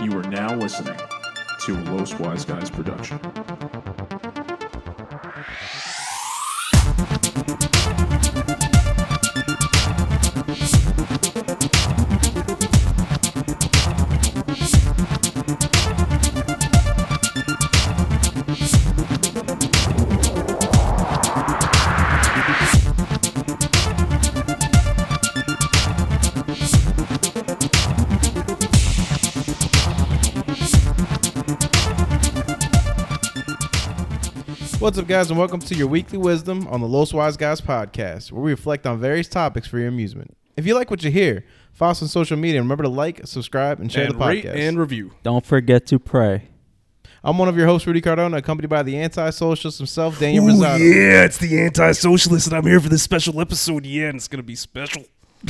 You are now listening to a Los Wise Guys production. What's up, guys, and welcome to your weekly wisdom on the Los Wise Guys podcast, where we reflect on various topics for your amusement. If you like what you hear, follow us on social media and remember to like, subscribe, and share and the rate podcast. and review. Don't forget to pray. I'm one of your hosts, Rudy Cardona, accompanied by the anti-socialist himself, Daniel Rosado. yeah, it's the anti-socialist, and I'm here for this special episode. Yeah, and it's gonna be special.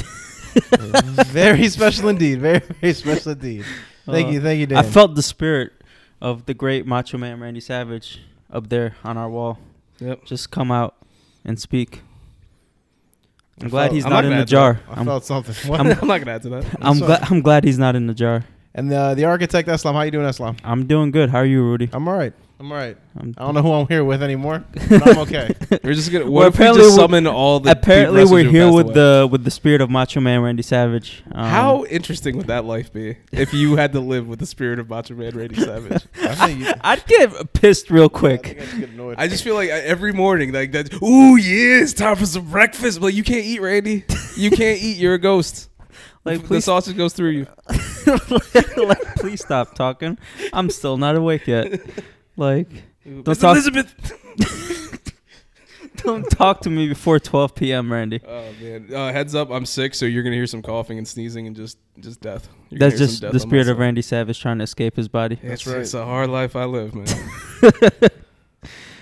Very special indeed. Very, very special indeed. Thank Uh, you, thank you, Dan. I felt the spirit of the great Macho Man Randy Savage up there on our wall. Yep. Just come out and speak. I'm I glad felt- he's I'm not not in mad the at jar. I I'm, felt something. What? I'm- I'm not gonna add to that. I'm, sorry. glad, I'm glad he's not in the jar. and uh, the the architect, Aslam. How you doing, Aslam? I'm doing good. How are you, Rudy? I'm all right. I'm all right. I'm I don't know who I'm here with anymore, but I'm okay. We're just gonna. What Well, if we apparently just we- summon all the. Apparently, deep we're messages here passed with away? the with the spirit of Macho Man Randy Savage. Um, How interesting would that life be if you had to live with the spirit of Macho Man Randy Savage? I think you, I'd get pissed real I think quick. I just get annoyed. I just feel like I- every morning, like that. Ooh, yeah, it's time for some breakfast. But you can't eat, Randy. You can't eat. You're a ghost. Like, the please- sausage goes through you. like, please stop talking. I'm still not awake yet. Like, Miss talk- Elizabeth. don't talk to me before 12 p.m., Randy. Oh man! Uh, heads up, I'm sick, so you're gonna hear some coughing and sneezing and just just death. You're gonna That's hear some just death the on spirit of myself. Randy Savage trying to escape his body. That's That's right. right. It's a hard life I live, man. so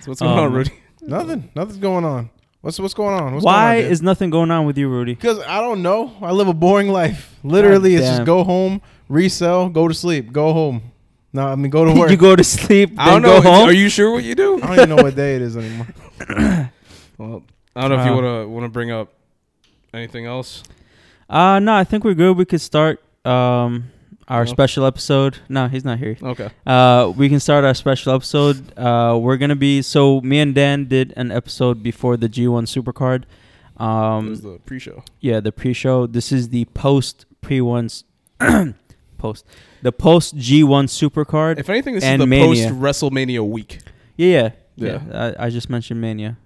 what's going on, Um, Rudy? nothing. Nothing's going on. What's what's going on? What's Why going on, Dan? is nothing going on with you, Rudy? Because I don't know. I live a boring life. Literally, God it's just damn. go home, resell, go to sleep, go home. No, I mean go to work. you go to sleep, I don't then know. go home. Are you sure what you do? I don't even know what day it is anymore. Well, I don't know if you Wow. wanna wanna bring up anything else. uh, no, I think we're good. We could start um, our No. special episode. No, he's not here. Okay. Uh, we can start our special episode. Uh, we're gonna be so me and Dan did an episode before the G1 Supercard. It Um, was the pre-show. Yeah, the pre-show. This is the post pre ones post the post G one supercard. If anything, this is and the Mania. post WrestleMania week. yeah, yeah, Yeah. yeah. I, I just mentioned Mania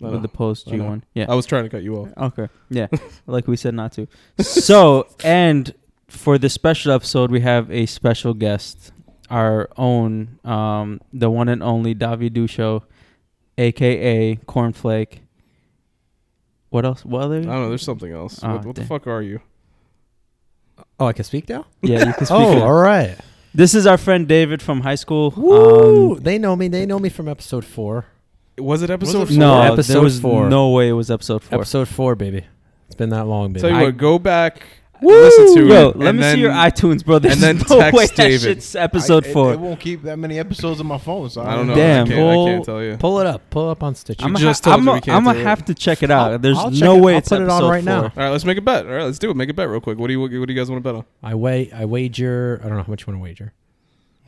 I know. with the post I G know. one. Yeah. I was trying to cut you off. Okay. Yeah, like we said not to. So and for this special episode, we have a special guest, our own, um, the one and only Davi Dusho, aka Cornflake. What else? What I other? don't know. There's something else. Ah, what what the dang. fuck are you? Oh, I can speak now. Yeah, you can speak. oh, up. all right. This is our friend David from high school. Woo! Um, they know me. They know me from episode four. Was it episode? it four? no, Episode there was four. no way it was episode four. Episode four, baby. It's been that long, baby. Tell you I- what. Go back. Listen to Yo, it. let and me then- see your iTunes, bro. There's and then no text way that David. shit's episode I- it- four. It, won't keep that many episodes on my phone. So I don't know. Damn. I can't, I Well, can't tell you. pull it up. Pull it up on Stitcher. I'm just ha- told I'm you a- we can't I'm do gonna it. have to check it out. I'll- There's I'll check no it- way I'll it's put it on episode right now. four. All right, let's make a bet. All right, let's do it. Make a bet real quick. What do you what do you guys want to bet on? I weigh. I wager. I don't know how much you want to wager.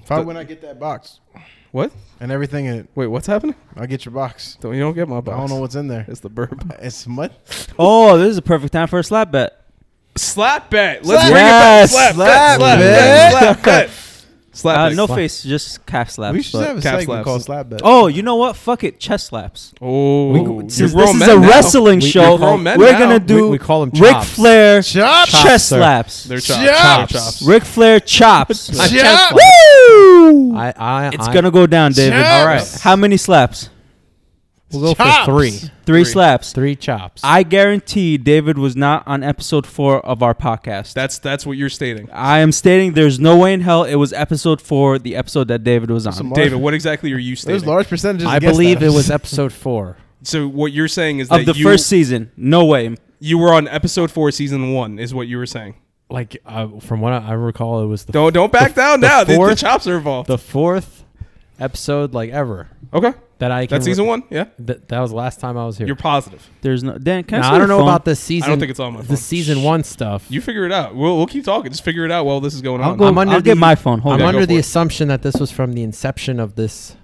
Probably when I get that box What? and everything in it, Wait, what's happening? I'll get your box. Don't you don't get my But box? I don't know what's in there. It's the burp. It's mud. Oh, this is a perfect time for a slap bet. Slap bet. Slap Let's bring it back. Yes, Slap, slap bet. slap bet. bet. Slap bet. Slap Uh, bet. no slap. face, just calf slaps. We should but- have a Calf segment slaps. called Slap Bet. oh, you know what? Fuck it, chest slaps. Oh, you're Since this grown is men a now. wrestling We- show, you're grown men we're now. gonna do we, we call them Ric chops. Flair Chop. chest sir. slaps. They're chops. Chops. Chops. Ric Flair chops. I- Chop. Woo! I, I, It's I, gonna go down, David. Chops. All right. How many slaps? We'll go Chops. for three. Three, Three. slaps. Three chops. I guarantee David was not on episode four of our podcast. That's that's what you're stating, I am stating there's no way in hell it was episode four, the episode that David was on. Some large- David. What exactly are you There's stating? large percentages. I against believe that. it was episode four. so what you're saying is of that the you first season. No way. you were on episode four, season one, is what you were saying. Like uh, from what I, I recall, it was the Don't don't back down the now. The, the fourth- chops are involved. the fourth episode like ever. okay. that I can That's season one. Yeah, That, that was the last time I was here. you're positive. There's no Dan. Can I, Now, see I your don't know phone? about the season. I don't think it's on my the phone. season one stuff. You figure it out. We'll, we'll keep talking. Just figure it out while this is going on. go- I'll, I'm under I'll get the- my phone. Hold I'm Yeah, on. under go the for it. assumption that this was from the inception of this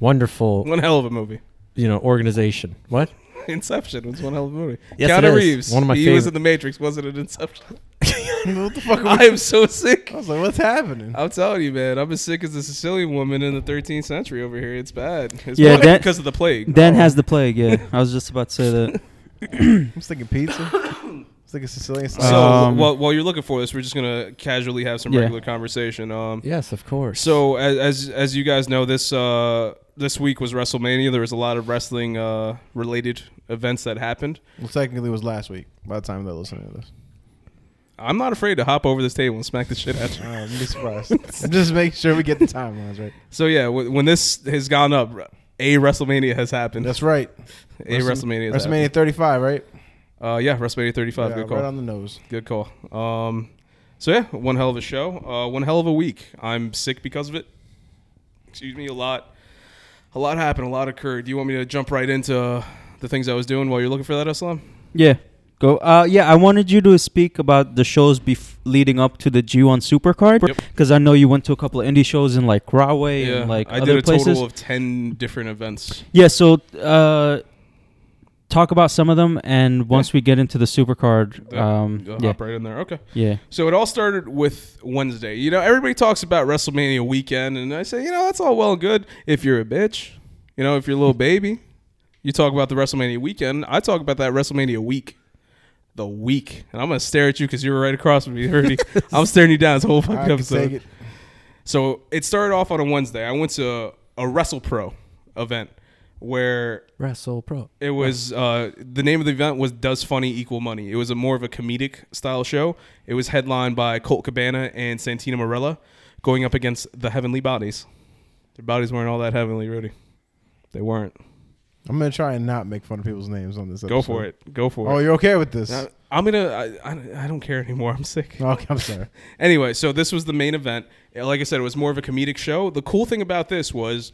wonderful, One hell of a movie. you know, organization. What? Inception was one hell of a movie. Yes, Keanu it is. Reeves. One of my he was favorite- in The Matrix. Wasn't it Inception? what the fuck? Are I we, am so sick. I was like, what's happening? I'm telling you, man. I'm as sick as a Sicilian woman in the 13th century over here. It's bad. It's Yeah, bad that- because of the plague. Um, Dan Oh. has the plague. Yeah, I was just about to say that. I was thinking pizza. I was thinking Sicilian. So, salad. Um, while, while you're looking for this, we're just gonna casually have some Yeah. regular conversation. Um, Yes, of course. So as, as as you guys know, this uh, this week was WrestleMania. There was a lot of wrestling uh, related events that happened. well, technically, it was last week. By the time they're listening to this, I'm not afraid to hop over this table and smack the shit out uh, you. I'm be surprised. I'm just making sure we get the timelines right. So yeah, w- when this has gone up, a WrestleMania has happened. That's right. a WrestleMania. Has WrestleMania 35, right? Happened. Uh, yeah, WrestleMania 35. Yeah, good call. right on the nose. Good call. Um, so yeah, one hell of a show. Uh, one hell of a week. I'm sick because of it. Excuse me, a lot. A lot happened. A lot occurred. Do you want me to jump right into uh, the things I was doing while you're looking for that, Islam? Yeah, go. Uh, yeah, I wanted you to speak about the shows bef- leading up to the G1 Supercard Yep. because I know you went to a couple of indie shows in like Rahway and like I other did a places. total of ten different events. yeah, so uh, talk about some of them, and once we get into the Supercard, um, I'll yeah, Hop right in there. Okay. yeah, So it all started with Wednesday. You know, everybody talks about WrestleMania weekend, and I say, you know, that's all well and good if you're a bitch. You know, if you're a little baby, you talk about the WrestleMania weekend. I talk about that WrestleMania week, the week, and I'm gonna stare at you because you were right across from me. Already, I'm staring you down this whole fucking I can episode. take it. So it started off on a Wednesday. I went to a, a WrestlePro event where Wrestle Pro. it was uh, the name of the event was "Does Funny Equal Money?" It was a more of a comedic style show. It was headlined by Colt Cabana and Santina Morella, going up against the Heavenly Bodies. Their bodies weren't all that heavenly, really. They weren't. I'm gonna try and not make fun of people's names on this. Episode. Go for it. Go for Oh, it. you're okay with this? I- I'm gonna. I, I, I don't care anymore. I'm sick. Okay, I'm sorry. Anyway, so this was the main event. Like I said, it was more of a comedic show. The cool thing about this was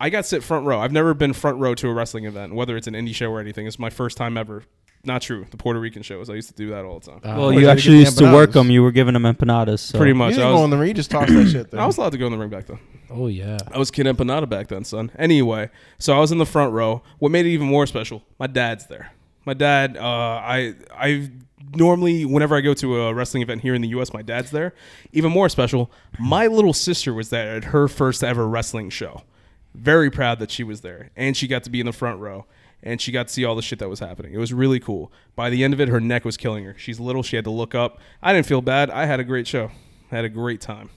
I got to sit front row. I've never been front row to a wrestling event, whether it's an indie show or anything. It's my first time ever. Not true. The Puerto Rican shows. I used to do that all the time. Well, Oh, you you actually get the used to work empanadas. them. You were giving them empanadas. So. Pretty You much. didn't I go in was, the ring. You just talk that shit. There. I was allowed to go in the ring back then. Oh yeah. I was Kid Empanada back then, son. Anyway, so I was in the front row. What made it even more special? My dad's there. My dad. Uh, I I normally whenever I go to a wrestling event here in the U.S., my dad's there. Even more special, my little sister was there at her first ever wrestling show. Very proud that she was there, and she got to be in the front row. And she got to see all the shit that was happening. It was really cool. By the end of it, her neck was killing her. She's little. She had to look up. I didn't feel bad. I had a great show. I had a great time.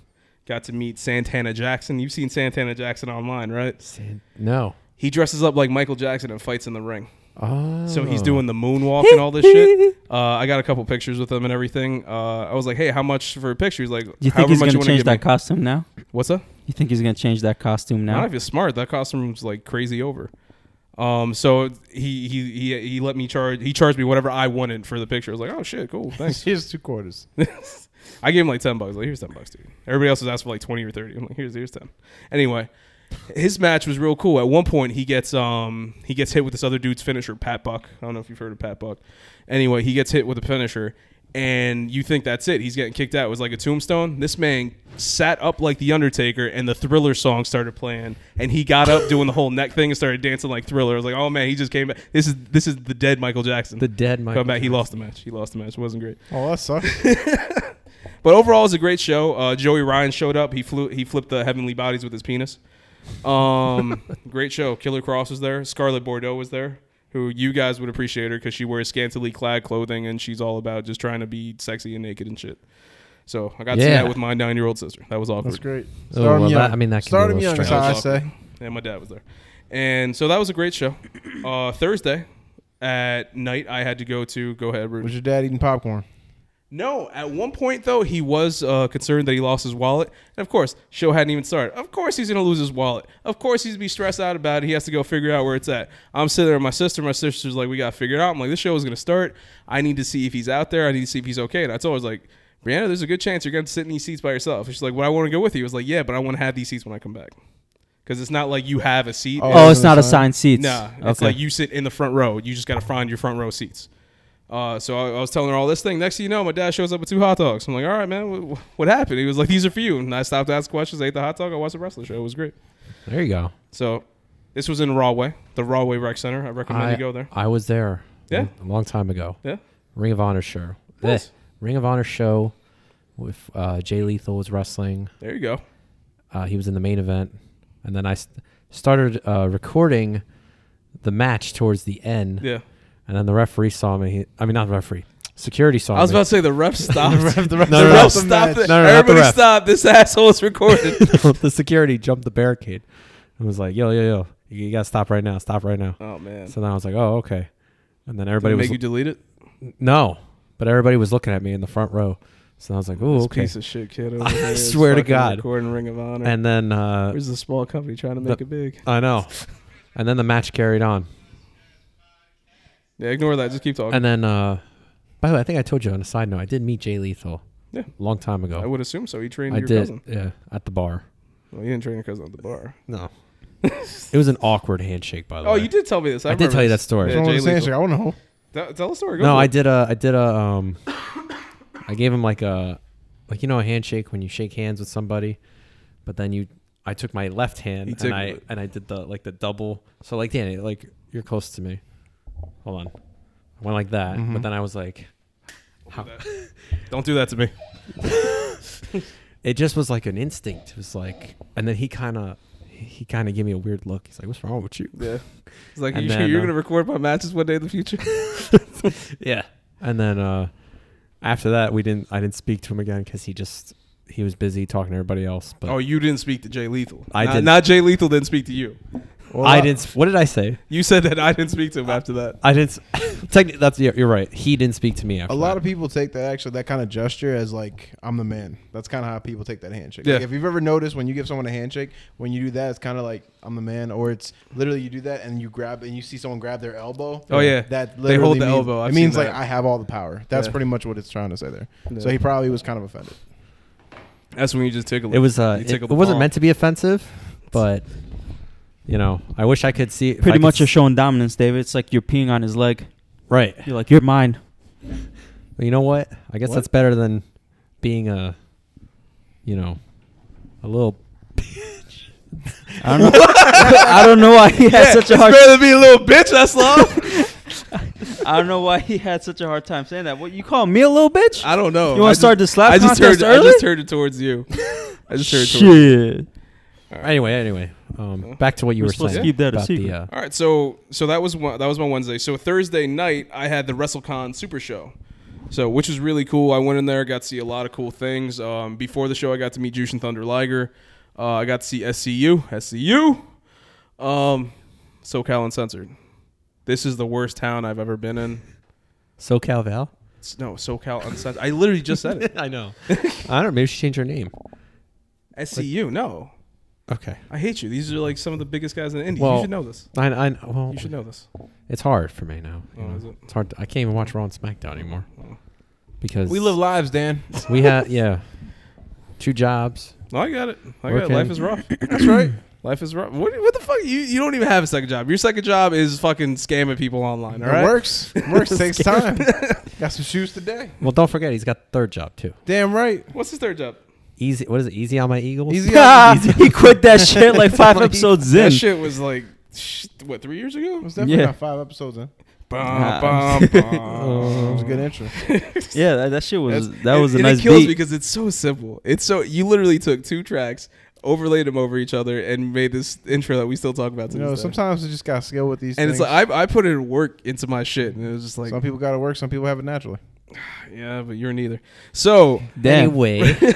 Got to meet Santana Jackson. You've seen Santana Jackson online, right? No. He dresses up like Michael Jackson and fights in the ring. Oh. So he's doing the moonwalk and all this shit. Uh, I got a couple pictures with him and everything. Uh, I was like, "Hey, how much for a picture?" He's like, You think "However he's much gonna you want to change give that me." costume now? What's up? You think he's gonna change that costume Not now? if you're smart. That costume's like crazy over. Um, so he he he he let me charge. He charged me whatever I wanted for the picture. I was like, "Oh shit, cool, thanks." Here's two quarters. I gave him like ten bucks. Like, here's ten bucks, dude. Everybody else was asked for like twenty or thirty. I'm like, here's here's ten. Anyway, his match was real cool. At one point, he gets um he gets hit with this other dude's finisher, Pat Buck. I don't know if you've heard of Pat Buck. Anyway, he gets hit with a finisher, and you think that's it. He's getting kicked out. It was like a tombstone. This man sat up like the Undertaker, and the Thriller song started playing, and he got up doing the whole neck thing and started dancing like Thriller. I was like, oh man, he just came back. This is this is the dead Michael Jackson. The dead Michael Come back. He lost the match. He lost the match. It wasn't great. Oh, that sucks. But overall, it was a great show. Uh, Joey Ryan showed up. He flew. He flipped the heavenly bodies with his penis. Um, great show. Killer Cross was there. Scarlet Bordeaux was there. Who you guys would appreciate her because she wears scantily clad clothing and she's all about just trying to be sexy and naked and shit. So I got to see Yeah. that with my nine year old sister. That was awkward. That's great. Oh, Start 'em well, young. that- I mean, that can be a Start 'em little young is strange. how I That was say. and my dad was there. And so that was a great show. Uh, Thursday at night, I had to go to go ahead. Rudy. Was your dad eating popcorn? No, at one point though, he was uh, concerned that he lost his wallet, and of course, show hadn't even started. Of course, he's gonna lose his wallet. Of course, he's gonna be stressed out about it. He has to go figure out where it's at. I'm sitting there, with my sister, my sister's like, "We gotta figure it out." I'm like, "This show is gonna start. I need to see if he's out there. I need to see if he's okay." And I told her, I was like, "Brianna, there's a good chance you're gonna sit in these seats by yourself." And she's like, "Well, I want to go with you." I was like, "Yeah, but I want to have these seats when I come back." because it's not like you have a seat. Oh, Oh, it's it's not assigned? assigned seats. Nah, it's like you sit in the front row. You just got to find your front row seats. Uh, so I, I was telling her all this thing. Next thing you know, my dad shows up with two hot dogs. I'm like, all right, man, what, what happened? He was like, these are for you. And I stopped to ask questions. I ate the hot dog. I watched the wrestling show. It was great. There you go. So this was in Rahway, the Rahway Rec Center. I recommend you go there. I was there. Yeah. A long time ago. Yeah. Ring of Honor show. Nice. Eh, Ring of Honor show with uh, Jay Lethal was wrestling. There you go. Uh, he was in the main event, and then I st- started uh, recording the match towards the end. Yeah. And then the referee saw me. He, I mean, not the referee. Security saw me. I was about to say the ref stopped. the ref, the ref no, no. stopped the stopped. match. It. No, no, not the Everybody ref. stopped. This asshole is recorded. the security jumped the barricade and was like, "Yo, yo, yo, you, you gotta stop right now! Stop right now!" oh man. So then I was like, "Oh, okay." And then Did everybody it was make you delete it? no, but everybody was looking at me in the front row. So I was like, "Oh, This okay." piece of shit kid. over I here is swear to fucking God. Recording Ring of Honor. And then uh, Where's the small company trying to the- make it big? I know, and then the match carried on. Yeah, ignore that. Just keep talking. And then, uh, by the way, I think I told you on a side note, I did meet Jay Lethal. Yeah. a long time ago. I would assume so. He trained I your did. cousin. Yeah, at the bar. Well, you didn't train your cousin at the bar. No. it was an awkward handshake, by the Oh, way. you did tell me this. I, I, did remember tell you that this. story. What's wrong Yeah, with Jay the handshake? Lethal. I want to know. Tell- Tell the story. Go No, for I it. did a. I did a. Um, I gave him like a, like you know, a handshake when you shake hands with somebody, but then you. I took my left hand He and took- I and I did the like the double. So like Danny, like you're close to me. Hold on, I went like that, but then I was like, Don't do that to me. it just was like an instinct. It was like, and then he kind of, he kind of gave me a weird look. He's like, "What's wrong with you?" Yeah. It's like, And you sure then, you're uh, going to record my matches one day in the future? Yeah. And then uh, after that, we didn't. I didn't speak to him again because he just he was busy talking to everybody else. But oh, you didn't speak to Jay Lethal. I not, didn't. Not Jay Lethal didn't speak to you. Well, I didn't. s- What did I say? You said that I didn't speak to him after that. I didn't. s- Technically, that's yeah, you're right. He didn't speak to me after. A lot that. of people take that actually that kind of gesture as like I'm the man. That's kind of how people take that handshake. Yeah. Like, if you've ever noticed when you give someone a handshake, when you do that, it's kind of like I'm the man, or it's literally you do that and you grab and you see someone grab their elbow. Oh, yeah. that They literally hold the means- elbow. I've it means seen like that. I have all the power. That's Yeah. pretty much what it's trying to say there. So Yeah. he probably was kind of offended. That's when you just tickle It was. Uh, You it, tickled it the wasn't ball. meant to be offensive, but you know, I wish I could see. if I Pretty could much s- you're showing dominance, David. It's like you're peeing on his leg. right. You're like, you're mine. But you know what? I guess What? that's better than being a, you know, a little. I don't know. I don't know why he had such a hard. better be a little bitch, that's love. I don't know why he had such a hard time saying that. What you call me a little bitch? I don't know. You wanna I just- start the slap I just contest turned, I just early? turned it towards you. I just turned it Shit. towards Anyway, anyway, um, back to what you We're were supposed saying to keep that a about the. secret. Uh, All right, so so that was one, that was my Wednesday. So Thursday night, I had the WrestleCon Super Show, so which was really cool. I went in there, got to see a lot of cool things. Um, before the show, I got to meet Jushin Thunder Liger. Uh, I got to see SCU, SCU, um, SoCal Uncensored. This is the worst town I've ever been in. SoCal Val. S- No, SoCal Uncensored. I literally just said it. I know. I don't know. Maybe she changed her name. SCU. No, Okay. I hate you. These are like some of the biggest guys in the indie. you Well- should know this. I, I well, You should know this. it's hard for me now. you Oh, know. is it? It's hard. To, I can't even watch Raw and SmackDown anymore Oh. because We live lives, Dan. We had yeah, two jobs. No, I got it. I got Working. it. Life is rough. That's right. Life is rough. What, what the fuck? You you don't even have a second job. Your second job is fucking scamming people online. All right. It works. Works takes time. Got some shoes today. Well, don't forget he's got the third job too. Damn right. What's his third job? Easy. What is it? Easy on my Eagles. Easy Ah, on he quit that shit like five episodes in. That shit was like sh- what three years ago? It's definitely Yeah. about five episodes in. Bum, Ah. bum, That was a bum. good intro. Yeah, that, that shit was That's- that and- was a and nice It kills beat. because it's so simple. It's so you literally took two tracks, overlaid them over each other, and made this intro that we still talk about. To You know, this day. sometimes you just got to skill with these and things. it's like I, I put in work into my shit, and it was just like, some people got to work, some people have it naturally. yeah, but you're neither. So Damn. Anyway.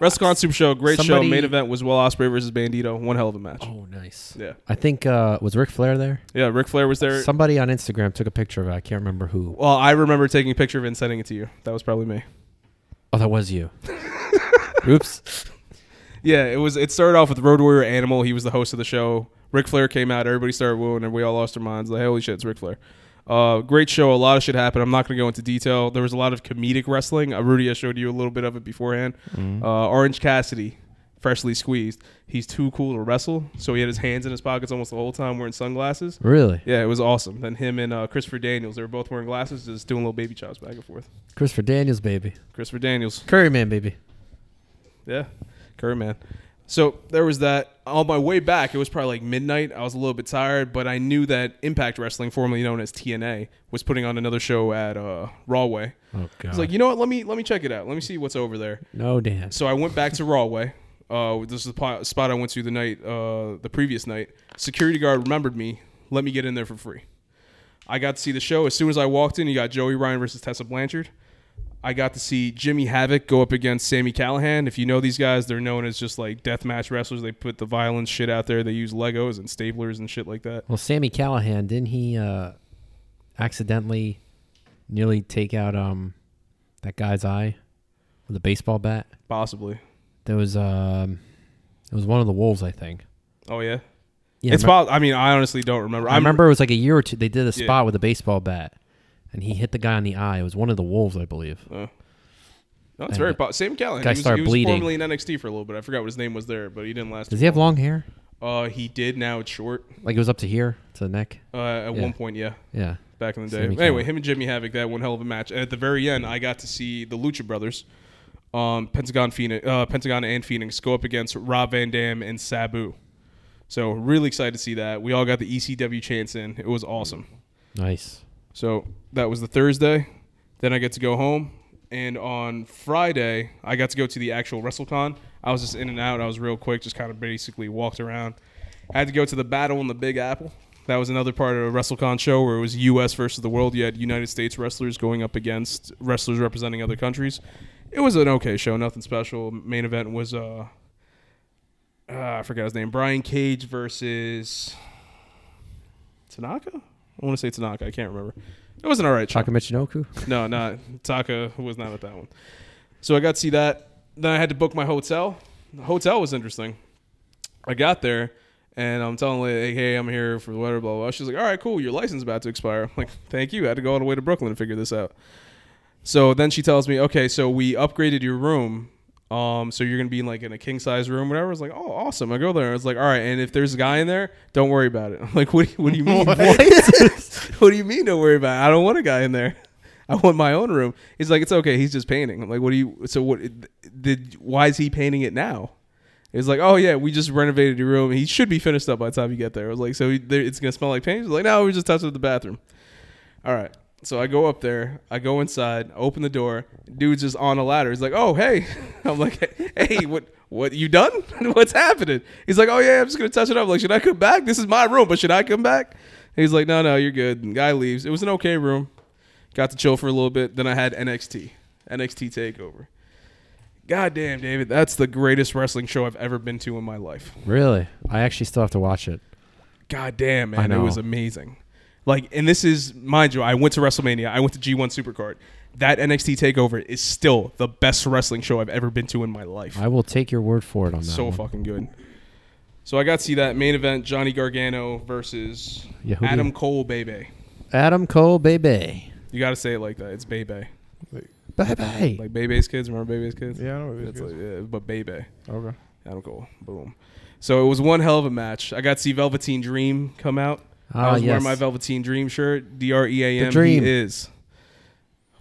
WrestleCon Super Show, great Somebody- show. Main event was Will Osprey versus Bandito. One hell of a match. oh, nice. Yeah, I think uh, was Ric Flair there? yeah. Ric Flair was there. Somebody on Instagram took a picture of it. I can't remember who. well, I remember taking a picture of it and sending it to you. That was probably me. Oh, that was you. Oops. Yeah, it was. It started off with Road Warrior Animal. He was the host of the show. Ric Flair came out. Everybody started wooing, and we all lost our minds. Like, holy shit, it's Ric Flair. Uh, great show. A lot of shit happened. I'm not going to go into detail. Mm-hmm. There was a lot of comedic wrestling. Uh, Rudy, I showed you a little bit of it beforehand. Uh, Orange Cassidy freshly squeezed. He's too cool to wrestle, so he had his hands in his pockets almost the whole time wearing sunglasses. Really? Yeah, it was awesome. Then him and uh, Christopher Daniels, they were both wearing glasses, just doing little baby chops back and forth. Christopher Daniels, baby. Christopher Daniels, Curry man, baby. yeah, Curry man. So there was that. On my way back, it was probably like midnight. I was a little bit tired, but I knew that Impact Wrestling, formerly known as TNA, was putting on another show at uh, Rawway. Oh god. I was like, you know what? Let me let me check it out. Let me see what's over there. no dance. So I went back to Rawway. Uh, this is the po- spot I went to the night, uh, the previous night. Security guard remembered me, let me get in there for free. I got to see the show. As soon as I walked in, you got Joey Ryan versus Tessa Blanchard. I got to see Jimmy Havoc go up against Sammy Callahan. If you know these guys, they're known as just like deathmatch wrestlers. They put the violence shit out there. They use Legos and staplers and shit like that. Well, Sammy Callahan didn't he uh, accidentally nearly take out um that guy's eye with a baseball bat? Possibly. There was um it was one of the wolves, I think. Oh yeah. Yeah, it's I, remem- po- I mean, I honestly don't remember. I remember it was like a year or two. They did a Yeah. spot with a baseball bat, and he hit the guy on the eye. It was one of the wolves, I believe. No, it's very po- Sammy Callahan. Guy he was, started he was bleeding. formerly in NXT for a little bit. I forgot what his name was there, but he didn't last. Does he have long hair? Uh, he did. Now it's short. Like it was up to here, to the neck. Uh, at Yeah. one point, yeah, Yeah. back in the day. Sammy anyway, Callahan. him and Jimmy Havoc that one hell of a match. And at the very end, I got to see the Lucha Brothers, um, Pentagon Phoenix, uh, Pentagon and Phoenix go up against Rob Van Dam and Sabu. So really excited to see that. We all got the E ECW chance in. It was awesome. Nice. So that was the Thursday. Then I get to go home. And on Friday, I got to go to the actual WrestleCon. I was just in and out. I was real quick, just kind of basically walked around. I had to go to the Battle in the Big Apple. That was another part of a WrestleCon show where it was U.S. versus the world. You had United States wrestlers going up against wrestlers representing other countries. It was an okay show, nothing special. Main event was uh, uh I forgot his name, Brian Cage versus Tanaka. I want to say Tanaka. I can't remember. It was an all right show. Chaka Michinoku. No, not Taka was not at that one. So I got to see that. Then I had to book my hotel. The hotel was interesting. I got there and I'm telling the lady, hey, I'm here for whatever, blah, blah, blah. She's like, all right, cool. Your license is about to expire. I'm like, thank you. I had to go all the way to Brooklyn to figure this out. So then she tells me, okay, so we upgraded your room. Um, so you're gonna be in like in a king size room, whatever. I was like, oh, awesome. I go there. I was like, all right. And if there's a guy in there, don't worry about it. I'm like, what? Do you, what do you mean? What? what do you mean? Don't worry about it. I don't want a guy in there. I want my own room. He's like, it's okay. He's just painting. I'm like, what do you? So what? Did why is he painting it now? It's like, oh yeah, we just renovated your room. He should be finished up by the time you get there. I was like, so he- there- it's gonna smell like paint. He's like, no, we just touched up the bathroom. All right. So I go up there, I go inside, open the door. Dude's just on a ladder. He's like, "Oh, hey." I'm like, "Hey, what? What? You done? What's happening?" He's like, "Oh yeah, I'm just gonna touch it up." I'm like, should I come back? This is my room, but should I come back? And he's like, "No, no, you're good." And guy leaves. It was an okay room. Got to chill for a little bit. Then I had NXT, NXT Takeover. God damn, David, that's the greatest wrestling show I've ever been to in my life. Really? I actually still have to watch it. God damn, I man. It know. was amazing. Like, and this is, mind you, I went to WrestleMania. I went to G1 Supercard. That NXT TakeOver is still the best wrestling show I've ever been to in my life. I will take your word for it on that. so one. fucking good. So I got to see that main event Johnny Gargano versus Yeah, who do Adam you- Cole Bebe. Adam Cole, baby. You got to say it like that. It's Bebe. Bye bye. Like Bebe's kids. Remember Bebe's kids? Yeah, I know what it It's is. like, yeah, but Bebe. Okay. Adam Cole. Boom. So it was one hell of a match. I got to see Velveteen Dream come out. I Ah, was yes. wearing my Velveteen Dream shirt. D R E A M. The Dream. He is.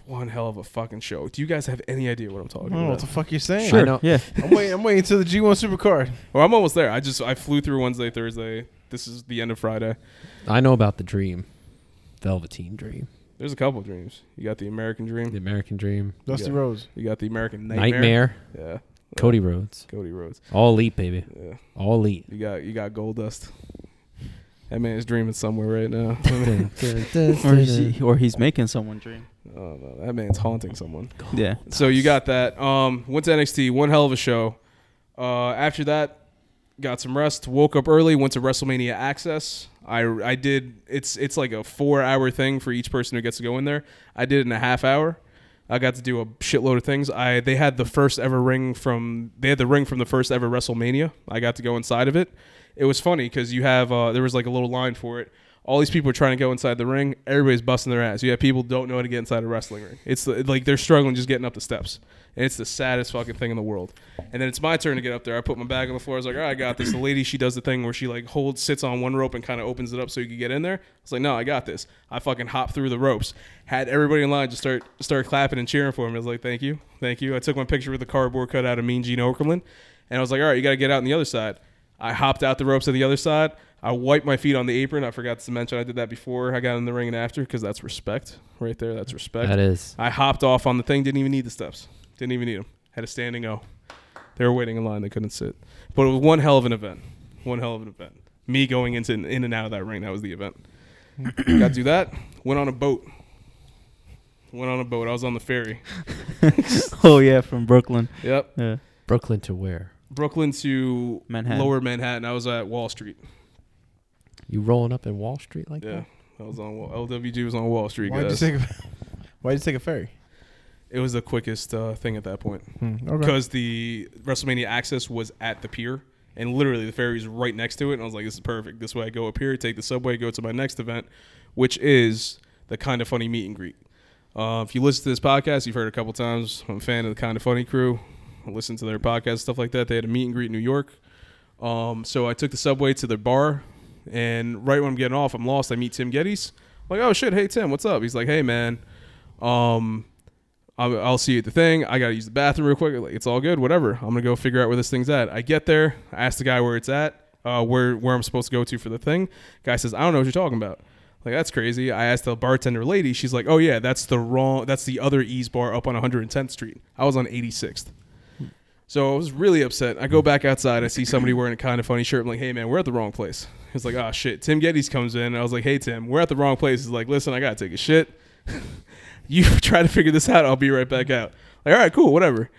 One hell of a fucking show. Do you guys have any idea what I I'm Oh, talking don't know what about? the fuck you're saying. Sure. I Sure. know. Yeah. I'm waiting. I'm waiting till the G1 Supercard. Well, I'm almost there. I just I flew through Wednesday, Thursday. This is the end of Friday. I know about the dream, Velveteen Dream, There's a couple dreams. You got the American Dream. the American Dream, Dusty Yeah. Rose. You got the American Nightmare. Nightmare, Yeah. Cody Rhodes, Cody Rhodes. all elite, baby, Yeah. all elite. You got you got Gold Dust. That man is dreaming somewhere right now. Or, he's, or he's making someone dream. oh no, that man's haunting someone. Yeah. So you got that. Um, went to NXT, one hell of a show. Uh, after that, got some rest. Woke up early. Went to WrestleMania Access. I I did. It's it's like a four hour thing for each person who gets to go in there. I did it in a half hour. I got to do a shitload of things. I they had the first ever ring from they had the ring from the first ever WrestleMania. I got to go inside of it. It was funny because you have uh, there was like a little line for it. All these people are trying to go inside the ring. Everybody's busting their ass. You have people don't know how to get inside a wrestling ring. It's the- like they're struggling just getting up the steps, and it's the saddest fucking thing in the world. And then it's my turn to get up there. I put my bag on the floor. I was like, all right, I got this. The lady she does the thing where she like holds, sits on one rope and kind of opens it up so you can get in there. I was like, no, I got this. I fucking hopped through the ropes. Had everybody in line just start start clapping and cheering for me. I was like, thank you, thank you. I took my picture with the cardboard cutout of Mean Gene Okerlund, and I was like, all right, you got to get out on the other side. I hopped out the ropes to the other side. I wiped my feet on the apron. I forgot to mention I did that before I got in the ring and after because that's respect right there. That's respect. That is. I hopped off on the thing. Didn't even need the steps. Didn't even need them. Had a standing O. They were waiting in line. They couldn't sit. But it was one hell of an event. One hell of an event. Me going into in and out of that ring. That was the event. Got to do that. Went on a boat. Went on a boat. I was on the ferry. oh yeah, from Brooklyn. Yep. Yeah. Brooklyn to where? Brooklyn to Manhattan. Lower Manhattan. I was at Wall Street. You rolling up in Wall Street like Yeah. that? I was on Wall- LWG was on Wall Street, Why'd you guys. take? A, why'd you take a ferry? it was the quickest uh, thing at that point Okay. because the WrestleMania access was at the pier, and literally the ferry's right next to it. And I was like, "This is perfect. This way, I go up here, take the subway, go to my next event, which is the Kind of Funny meet and greet." Uh, if you listen to this podcast, you've heard a couple times. I'm a fan of the Kind of Funny crew. I listen to their podcast, stuff like that. They had a meet and greet in New York. Um, so I took the subway to their bar, and right when I'm getting off, I'm lost. I meet Tim Geddes. I'm like, oh shit, hey Tim, what's up? He's like, hey man, um, I'll, I'll see you at the thing. I gotta use the bathroom real quick. Like, it's all good, whatever. I'm gonna go figure out where this thing's at. I get there, I ask the guy where it's at, uh, where where I'm supposed to go to for the thing. Guy says, I don't know what you're talking about. Like that's crazy. I asked the bartender lady. She's like, "Oh yeah, that's the wrong. That's the other E's bar up on 110th Street. I was on 86th. So I was really upset. I go back outside. I see somebody wearing a kind of funny shirt. I'm like, hey, man, we're at the wrong place. He's like, oh, shit. Tim Geddes comes in. I was like, hey, Tim, we're at the wrong place. He's like, listen, I got to take a shit. you try to figure this out. I'll be right back out. Like, all right, cool, whatever.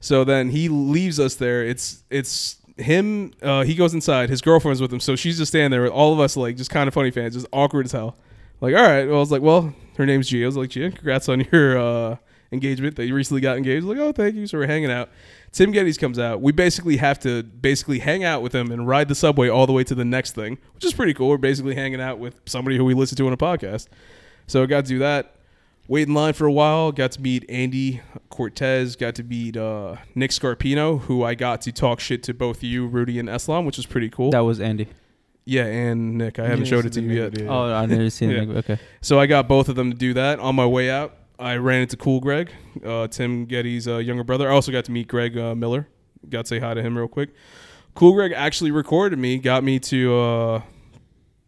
So then he leaves us there. It's, it's, him, uh, he goes inside. His girlfriend's with him, so she's just standing there with all of us, like just kind of funny fans, just awkward as hell. Like, all right. Well, I was like, well, her name's Gia. I was like, Gia, congrats on your uh, engagement that you recently got engaged. Like, oh, thank you. So we're hanging out. Tim Geddes comes out. We basically have to basically hang out with him and ride the subway all the way to the next thing, which is pretty cool. We're basically hanging out with somebody who we listen to on a podcast. So I got to do that. Wait in line for a while. Got to meet Andy Cortez. Got to meet uh, Nick Scarpino, who I got to talk shit to both you, Rudy, and Eslam, which was pretty cool. That was Andy. yeah, and Nick. I haven't Yeah, showed it it's to the you Nick yet. dude. Oh, I never seen Yeah. it. Okay. So I got both of them to do that. On my way out, I ran into Cool Greg, uh, Tim Getty's uh, younger brother. I also got to meet Greg uh, Miller. Got to say hi to him real quick. Cool Greg actually recorded me, got me to uh,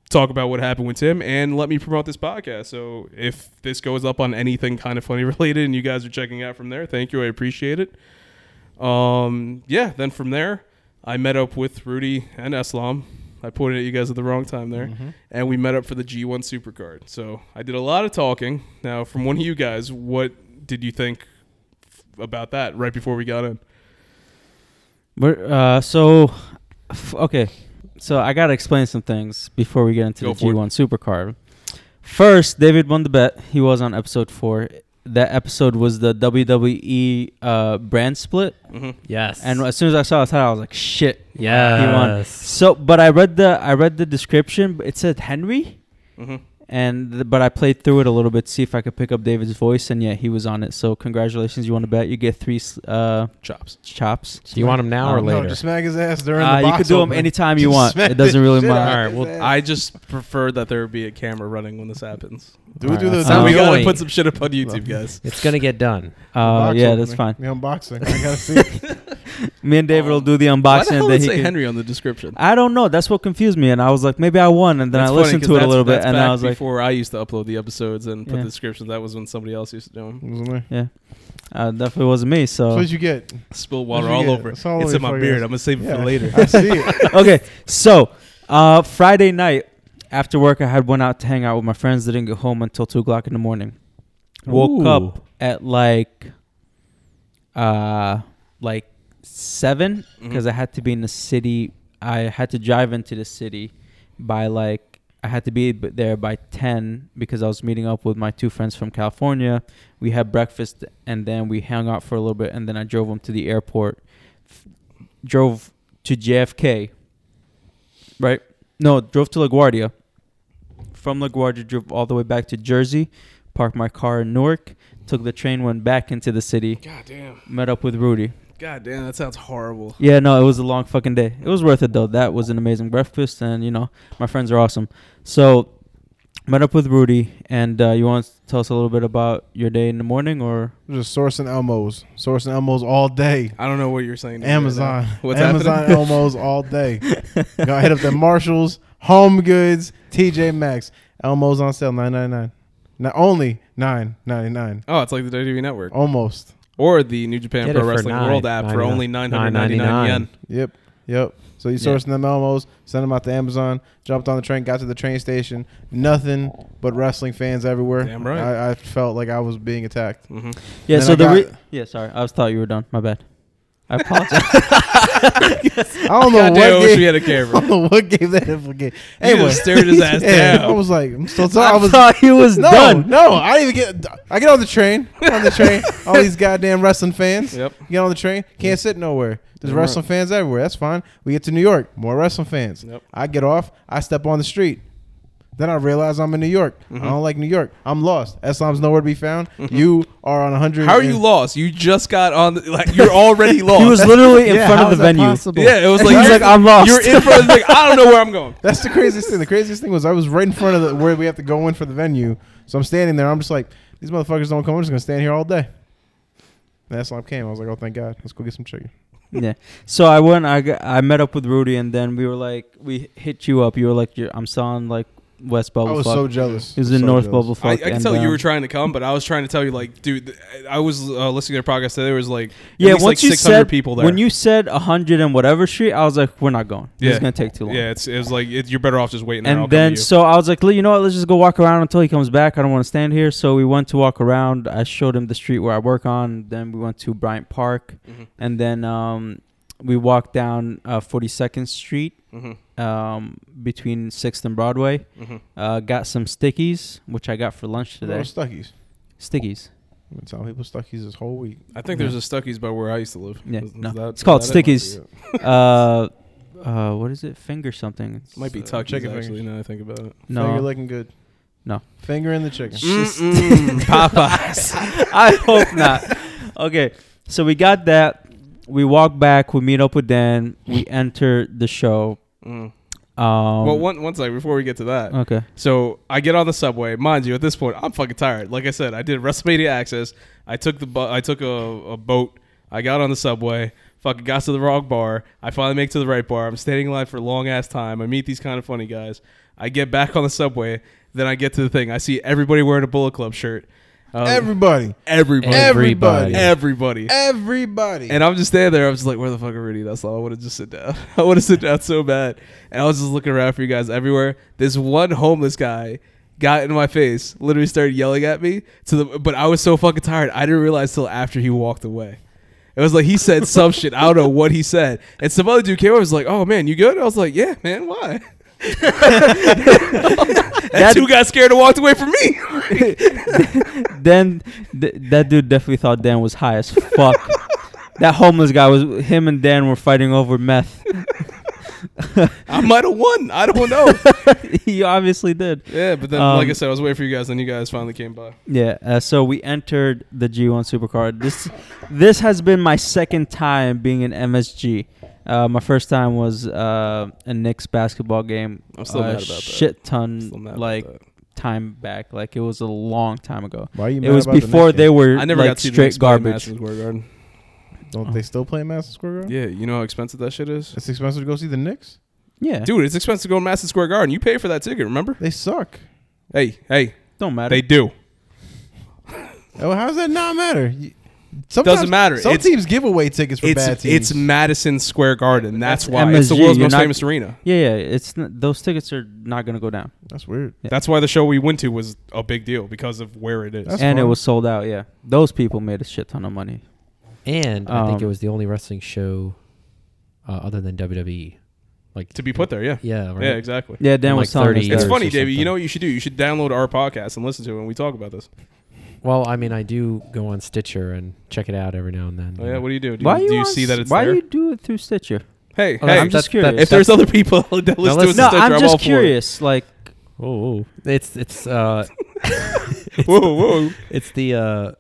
talk about what happened with Tim, and let me promote this podcast. So if this goes up on anything kind of funny related, and you guys are checking out from there, thank you. I appreciate it. Um, yeah. Then from there, I met up with Rudy and Eslam. I pointed at you guys at the wrong time Mm-hmm. there and we met up for the G1 Supercard. So I did a lot of talking. Now, from one of you guys, what did you think f- about that right before we got in? We're, uh, so, f- okay. So I gotta explain some things before we get into Go the for it. G1 Supercard. First, David won the bet. He was on episode four. That episode was the WWE uh, brand split, Mm-hmm, Yes. and uh, as soon as I saw the title, I was like, "Shit, he won." yes. So, but I read the I read the description. It said Henry, Mm-hmm. and th- but I played through it a little bit to see if I could pick up David's voice, and yeah, he was on it. So congratulations, you won the bet. You get three s- uh, Chops. chops. So you want him now or Um, later? No, just smack his ass during Uh, the you box could do 'em opener. anytime you Just want. smack It the doesn't really shit matter. out All of right, well, his ass. I just prefer that there be a camera running when this happens. do we All do right, the so So Um, we gotta going. put some shit up on YouTube, guys. it's gonna get done. Uh, box yeah, that's opening? fine. The unboxing. I gotta see. Me and David will Um, do the Why unboxing. the then hell did it he say can- Henry on the description? I don't know. That's what confused me, and I was like, maybe I won, and then That's I funny, listened 'cause to it a that's- little bit, that's and back I was like, before I used to upload the episodes and put Yeah. the descriptions. That was when somebody else used to do them. Wasn't there? uh, definitely wasn't me. That's So what you get. Spill water What'd all you get? over. it. It's all It's over in my your beard. fucking- I'm gonna save it Yeah. for later. I see it. okay, so uh, Friday night after work, I had went out to hang out with my friends. Didn't get home until two o'clock in the morning. Woke Ooh. up at like, uh, like seven because Mhm. I had to be in the city. I had to drive into the city by like I had to be b- there by ten because I was meeting up with my two friends from California. We had breakfast and then we hung out for a little bit and then I drove them to the airport. F- drove to JFK. Right? No, drove to LaGuardia. from LaGuardia, drove all the way back to Jersey, parked my car in Newark, took the train, went back into the city, God damn. met up with Rudy. God damn. That sounds horrible. Yeah, no, it was a long fucking day. It was worth it though. That was an amazing breakfast, and you know, my friends are awesome. So, met up with Rudy, and uh, you want to tell us a little bit about your day in the morning, or Just sourcing Elmos, sourcing Elmos all day. I don't know what you're saying. to me right Amazon, now. What's Amazon happening? Elmos all day. Gotta hit up the Marshalls, Home Goods, TJ Maxx. Elmos on sale nine nine nine. Not only nine ninety nine. Oh, it's like the WWE Network Almost. or the New Japan Get Pro it for Wrestling nine, World app for 99, only 999 yen. 999. Yep. Yep. So you sourcing them Elmos, send them out to Amazon. Jumped on the train, got to the train station. Nothing but wrestling fans everywhere. Damn right. I, I felt like I was being attacked. hmm yeah. Then so I the got- re- yeah, sorry, I was thought you were done. My bad. I apologize. I don't know God what damn, I wish we gave, had a I camera. don't know what gave that implication. You just Anyway, stared his ass yeah, down. I was like, I'm so I, sorry. I was thought he was No, done. no, I didn't even get. I get on the train. I'm on the train. All these goddamn wrestling fans. Yep. Get on the train. Can't sit nowhere. There's You're right. wrestling fans everywhere. That's fine. We get to New York. More wrestling fans. Yep. I get off. I step on the street. Then I realize I'm in New York. Mm-hmm. I don't like New York. I'm lost. Islam's nowhere to be found. You are on 100. How are you and- lost? You just got on. The, like you're already lost. He was literally in Yeah, front of how the is that venue. possible? yeah, it was like He's you're- like, I'm lost. You're in front. Of, like I don't know where I'm going. That's the craziest thing. The craziest thing was I was right in front of the, where we have to go in for the venue. So I'm standing there. I'm just like, these motherfuckers don't come. I'm just gonna stand here all day. And Islam came. I was like, oh thank God. Let's go get some chicken. yeah. So I went. I got, I met up with Rudy, and then we were like, we hit you up. You were like, you're, I'm selling like West Bubble. I was Fuck. so jealous. It was So in North jealous. Bubble. Fuck. I, I can and, tell you um, were trying to come, but I was trying to tell you, like, dude, th- I was uh, listening to their podcast. Today, there was like, at Yeah, least, once like you 600 said people there. when you said hundred and whatever street, I was like, we're not going. yeah, It's gonna take too long. Yeah, it's, it was like it, you're better off just waiting. there. and I'll come to then you. so I was like, "Look, you know what? Let's just go walk around until he comes back. I don't want to stand here. So we went to walk around. I showed him the street where I work on. Then we went to Bryant Park, Mhm. and then um, we walked down uh, 42nd Street Mhm. um, between Sixth and Broadway. Mhm. Uh, got some stickies, which I got for lunch Little today. Stuckies. Stickies. I've been telling people Stuckies this whole week. I think there's a Stuckies by where I used to live. Yeah, Is- is no. that- It's called is that it? Stickies. uh, uh, what is it? Finger something. It's, Might be uh, Tuckies chicken actually. fingers. Now that I think about it. No. Finger looking good. No. Finger in the chicken. Just- Mm, Popeyes. I hope not. Okay, so we got that. We walk back. We meet up with Dan. We enter the show. Mm. Um, uh, well, one one second before we get to that. Okay. So I get on the subway, mind you. At this point, I'm fucking tired. Like I said, I did WrestleMania Access. I took the bu- I took a, a boat. I got on the subway. Fucking got to the wrong bar. I finally make it to the right bar. I'm standing in line for a long ass time. I meet these kind of funny guys. I get back on the subway. Then I get to the thing. I see everybody wearing a Bullet Club shirt. Um, Everybody. everybody, Everybody. everybody. Everybody. And I'm just standing there. I was just like, "Where the fuck are Rudy?" That's all. I want to just sit down. I want to sit down so bad. And I was just looking around for you guys everywhere. This one homeless guy got in my face, literally started yelling at me. To the but I was so fucking tired. I didn't realize till after he walked away. It was like he said some shit. I don't know what he said. And some other dude came over. and Was like, "Oh man, you good?" I was like, "Yeah, man. Why?" that dude got scared and walked away from me. Then th- that dude definitely thought Dan was high as fuck. that homeless guy was him and Dan were fighting over meth. I might have won. I don't know. he obviously did. Yeah, but then, Um, like I said, I was waiting for you guys, and you guys finally came by. Yeah. Uh, so we entered the G1 Supercar. This this has been my second time being in MSG. Uh, my first time was uh, a Knicks basketball game. I'm still a mad about that. Uh, Shit ton Still mad about like that. time back. Like it was a long time ago. Why are you It was before they were I never like got to see the straight Knicks play in garbage. Madison Square Garden. Don't they still play Madison Square Garden? Yeah, you know how expensive that shit is, It's expensive to go see the Knicks. Yeah. dude. It's expensive to go to Madison Square Garden. You pay for that ticket, remember? They suck. Hey, hey, Don't matter. they do. Oh, how does that not matter? You- sometimes- Doesn't matter. Some It's- teams give away tickets for bad It's teams. it's Madison Square Garden. That's, That's why it's the MSG, world's you're most not- famous arena. yeah, yeah. It's n- those tickets are not gonna go down, That's weird. Yeah. That's why the show we went to was a big deal because of where it is. That's and it fine. was sold out. Yeah, those people made a shit ton of money. And I think it Um, was the only wrestling show uh, other than WWE. Like to be put there, yeah, Yeah, right. yeah, exactly. Yeah, Dan Like was telling 30 us. years. It's that. funny, or Davey. You something. know what you should do? You should download our podcast and listen to it when we talk about this. Well, I mean, I do go on Stitcher and check it out every now and then. Oh, yeah, what do you do? Do Why you, you do you on see s- that it's Why there? you do it through Stitcher? hey, Oh, hey. I'm just that- curious. that- if there's other people that listen to us, listen- on No, Stitcher, I'm all just for it. curious. Like, Oh, it's it's uh, whoa, whoa. it's the uh,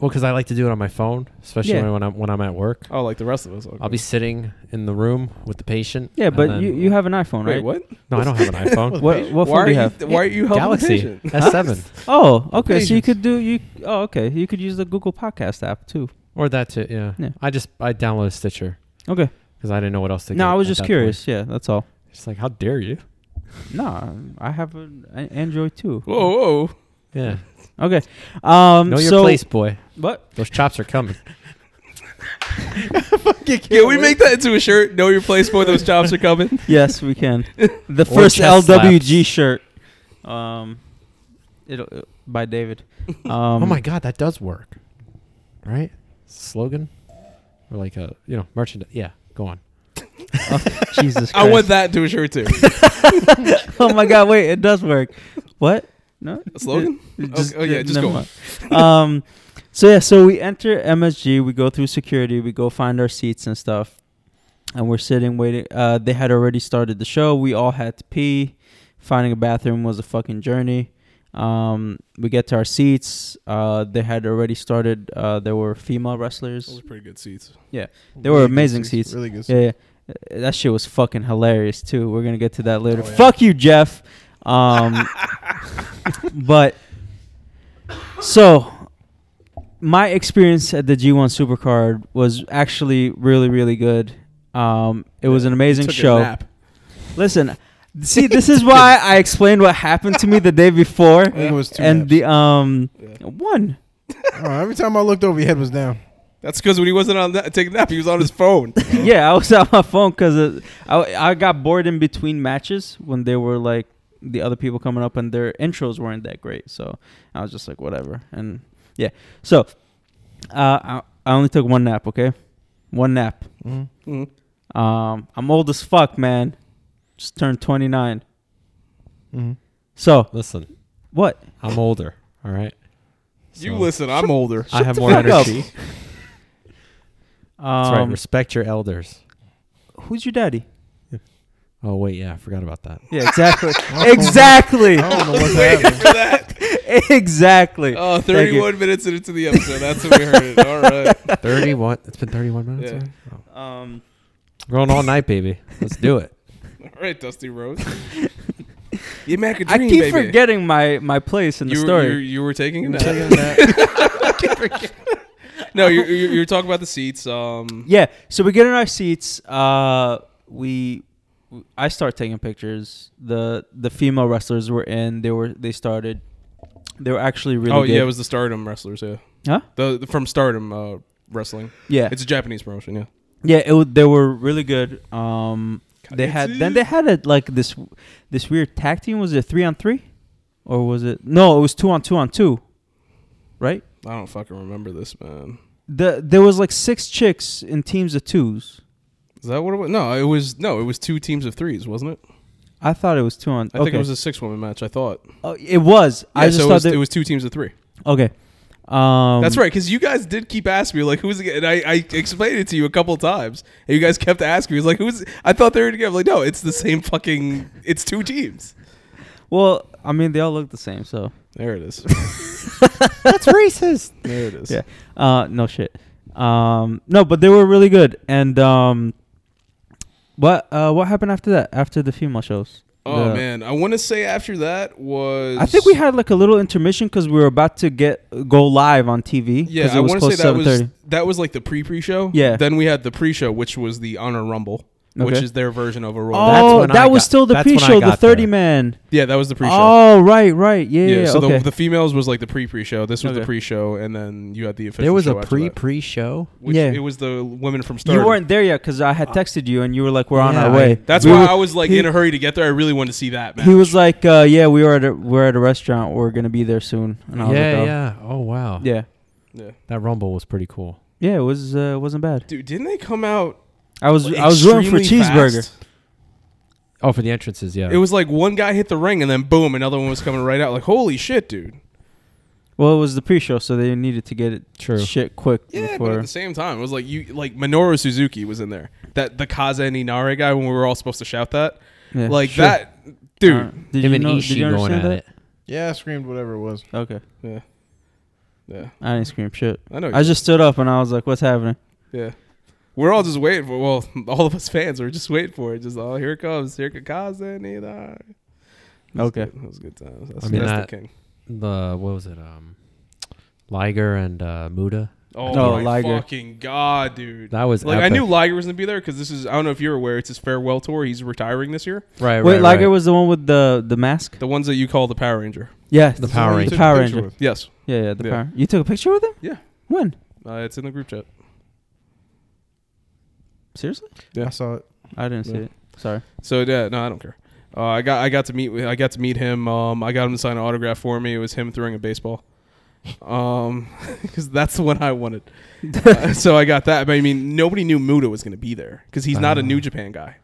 well, because I like to do it on my phone, especially Yeah. when I'm when I'm at work. Oh, like the rest of us. I'll be sitting in the room with the patient. Yeah, and but then- you, you have an iPhone, Wait, right? what? no, I don't have an iPhone. What, what why phone are do you you, have? Why are you helping Galaxy the patient? S seven Oh, okay. So you Patience. could do you. Oh, okay. You could use the Google Podcast app too. or that too. Yeah. Yeah. I just I downloaded Stitcher Okay. because I didn't know what else to. No, get I was at just that curious. Yeah, that's all. Point. It's like how dare you? No, I have an an Android too. Whoa, whoa. Yeah. Okay. Um. Know your so place, boy. What? Those chops are coming. Can we make that into a shirt? Know your place, boy. Those jobs are coming. Yes, we can. The Or first chest LWG shirt. Um, it'll uh, by David. Um, oh my god, that does work. Right? Slogan? Or like a you know, merchandise. Yeah, go on. Jesus! Christ. I want that to a shirt too. oh my god! Wait, it does work. What? No A slogan? Just- oh, yeah, just never go mind. um, so yeah, so we enter MSG. We go through security. We go find our seats and stuff, and we're sitting waiting. Uh, they had already started the show. We all had to pee. Finding a bathroom was a fucking journey. Um, we get to our seats. Uh, they had already started. Uh, there were female wrestlers. Those are pretty good seats. They were amazing seats. Really good seats. Yeah, yeah. Uh, that shit was fucking hilarious too. We're gonna get to that later. Oh, yeah. Fuck you, Jeff. Um, but so my experience at the G1 Supercard was actually really, really good. Um, it was an amazing Took a show. nap. Listen, see, this is why I explained what happened to me the day before, I think it was two and and the um Yeah. one. every time I looked over, your head was down. That's because when he wasn't on that, taking a nap, he was on his phone. yeah, I was on my phone because I, I got bored in between matches when they were like the other people coming up and their intros weren't that great. So I was just like, whatever. And yeah, so uh, I, I only took one nap, okay? One nap. Mhm. Mhm. Um, I'm old as fuck, man. Just turned 29. Mhm. So Listen, what? I'm older, all right? You So, listen, I'm older. I have the more fuck up. energy. Um, That's right. Respect your elders. Who's your daddy? Oh wait, yeah, I forgot about that. Yeah, exactly. Oh, exactly. I don't know what's happening. For that. exactly. Oh, Thank you. 31 minutes into the episode. That's when we heard it. All right. Thirty one it's been thirty one minutes Yeah. already? Oh. Um, Going all night, baby. Let's do it. All right, Dusty Rose. you make a I dream, keep baby. forgetting my my place in the you, were- story. You, you were taking a nap. Taking a nap. no, you're, you're, you're talking about the seats. Um, yeah, so we get in our seats. Uh, we, I start taking pictures. the The female wrestlers were in. They were they started. They were actually really oh, good. yeah, it was the Stardom wrestlers, yeah. Huh? The, the- from Stardom uh, Wrestling. yeah, It's a Japanese promotion, yeah. yeah. It, wa- they were really good. Um, they had then they had a, like this this weird tag team. Was it three on three, or was it no? It was two on two on two, right? I don't fucking remember this, man. The there was like six chicks in teams of twos. Is that what it was? No, it was no, it was two teams of threes, wasn't it? I thought it was two on. I okay. think it was a six woman match. I thought. Oh, it was. Yeah, I just so it thought was, that. it was two teams of three. okay. Um, That's right, because you guys did keep asking me like who's it- and I, I explained it to you a couple times, and you guys kept asking me it's like who's I thought they were together. I'm like no, it's the same fucking. It's two teams. Well, I mean, they all look the same, so There it is. That's racist. There it is. Yeah. uh, no shit. Um, no, but they were really good. And um, what uh, what happened after that? After the female shows? Oh The- man, I want to say after that was. I think we had like a little intermission because we were about to get go live on TV. Yeah, 'cause it I was want to close say that was 7:30. that was like the pre pre show. Yeah. Then we had the pre show, which was the Honor Rumble, which Okay. is their version of a Royal. Rumble. That's Oh, when that I was got- still the that's when I pre-show, the got there. thirty man. Yeah, that was the pre show. Oh, right, right, yeah. Yeah, yeah, so okay. the, the females was like the pre pre show. This was the Okay. pre show, and then you had the official. There was a show after pre that, pre show. which Yeah. It was the women from Stardom. you weren't there yet because I had texted you and you were like, "We're on Yeah, our I- way." That's We why were- I was like he- in a hurry to get there. I really wanted to see that match. He was like, uh, "Yeah, we were at a, we're at a restaurant. We're gonna be there soon." And I was yeah, like, yeah. Oh wow. oh. yeah, yeah. That rumble was pretty cool. yeah. It was uh, wasn't bad. Dude, didn't they come out? I was like, I was rooting for extremely cheeseburger. fast? Oh, for the entrances, yeah. It was like one guy hit the ring, and then boom, another one was coming right out. Like holy shit, dude. Well, it was the pre-show, so they needed to get it True. shit quick Yeah, but at before. the same time, it was like you like Minoru Suzuki was in there. That the Kaze Ninare guy when we were all supposed to shout that. Yeah, like sure. that Dude, Uh, did Him you and know? Ishii Did you going understand at that? it. Yeah, I screamed whatever it was. Okay, yeah, yeah. I didn't scream shit. I know. I just stood up and I was like, "What's happening?" yeah, we're all just waiting for. Well, all of us fans are just waiting for it. Just oh, here it comes, here it comes, and it. uh, it was Okay. good. it was good times. That's, I mean, that's that- the king. The what was it? Um, Liger and uh, Muda. Oh No, my Liger. fucking god, dude! That was like epic. I knew Liger was gonna be there because this is I don't know if you're aware it's his farewell tour. He's retiring this year. Right. Wait, right, Liger right. was the one with the the mask. The ones that you call the Power Ranger. Yeah, The Who Power you Ranger. took a Power picture Ranger. with? Yes, Yeah, yeah, the Yeah. power. You took a picture with him? Yeah. When? uh, it's in the group chat. Seriously? Yeah. I saw it. I didn't see Yeah. it. Sorry. So yeah, no, I don't care. Uh, I got I got to meet with- I got to meet him. Um, I got him to sign an autograph for me. It was him throwing a baseball, um, because that's the one I wanted. Uh, so I got that. But I mean, nobody knew Muda was going to be there because he's not a Uh. New Japan guy.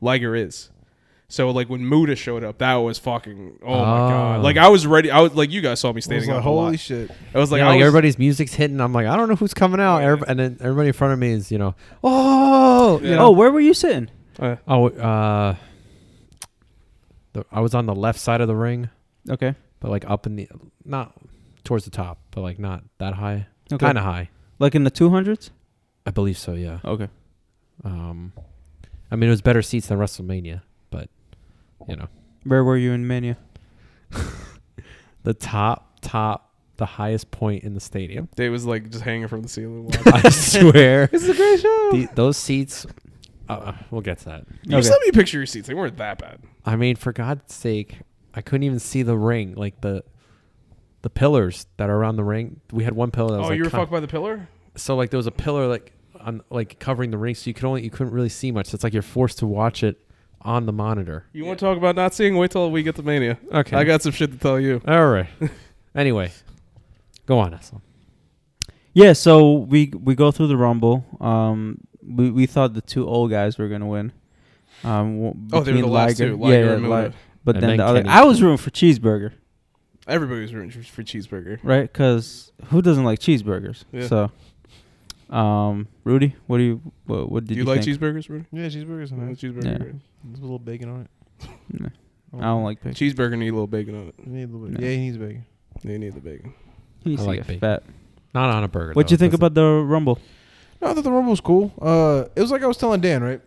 Liger is. So like when Muda showed up, that was fucking oh, my Oh. god! Like I was ready. I was like you guys saw me I was standing like, up. holy Holy! shit. I was like, Yeah, I like was- everybody's music's hitting. I'm like, I don't know who's coming out. Yeah. Everyb- and then everybody in front of me is, you know, oh, you Oh, Yeah. know, where were you sitting? Uh, oh, uh, the, I was on the left side of the ring, Okay. but like up in the, not towards the top, but like not that high, Okay. kind of high. Like in the 200s? I believe so. Yeah. Okay. Um, I mean, it was better seats than WrestleMania, but you know, Where were you in Mania? the top, top, the highest point in the stadium. Dave was like just hanging from the ceiling. I swear, this is a great show. the, those seats. Uh, we'll get to that. you sent me a picture of your seats. They weren't that bad. I mean, for God's sake, I couldn't even see the ring, like the the pillars that are around the ring. We had one pillar that was Oh, like you were kind- fucked by the pillar. so like there was a pillar like on like covering the ring, so you could only you couldn't really see much. So it's like you're forced to watch it on the monitor. You want to talk about not seeing? Wait till we get to Mania. Okay, I got some shit to tell you. all right. anyway, go on, Aslan. Yeah, so we we go through the Rumble. Um, we, we thought the two old guys were going to win. Um, w- Oh, they were between the last Liger- two. Liger yeah, and yeah, Muda. Liger. But And then, then the other. Kenny. I was rooting for Cheeseburger, Everybody was rooting for cheeseburger. right? Because who doesn't like cheeseburgers? Yeah. So, um, Rudy, what do you what, what did Do you, you, like think? Uh-huh. cheeseburgers, Rudy? Yeah, cheeseburgers. Yeah, Man. Cheeseburger. Yeah. great. There's a little bacon on it. Nah, I don't like pigs. Cheeseburger need a little bacon on it. You need a little bit. No. Yeah, he needs bacon. They need the bacon. He needs I to like get bacon. fat. Not on a burger. What'd though. you think Doesn't- about the Rumble? No, I thought the Rumble was cool. Uh, it was like I was telling Dan, right?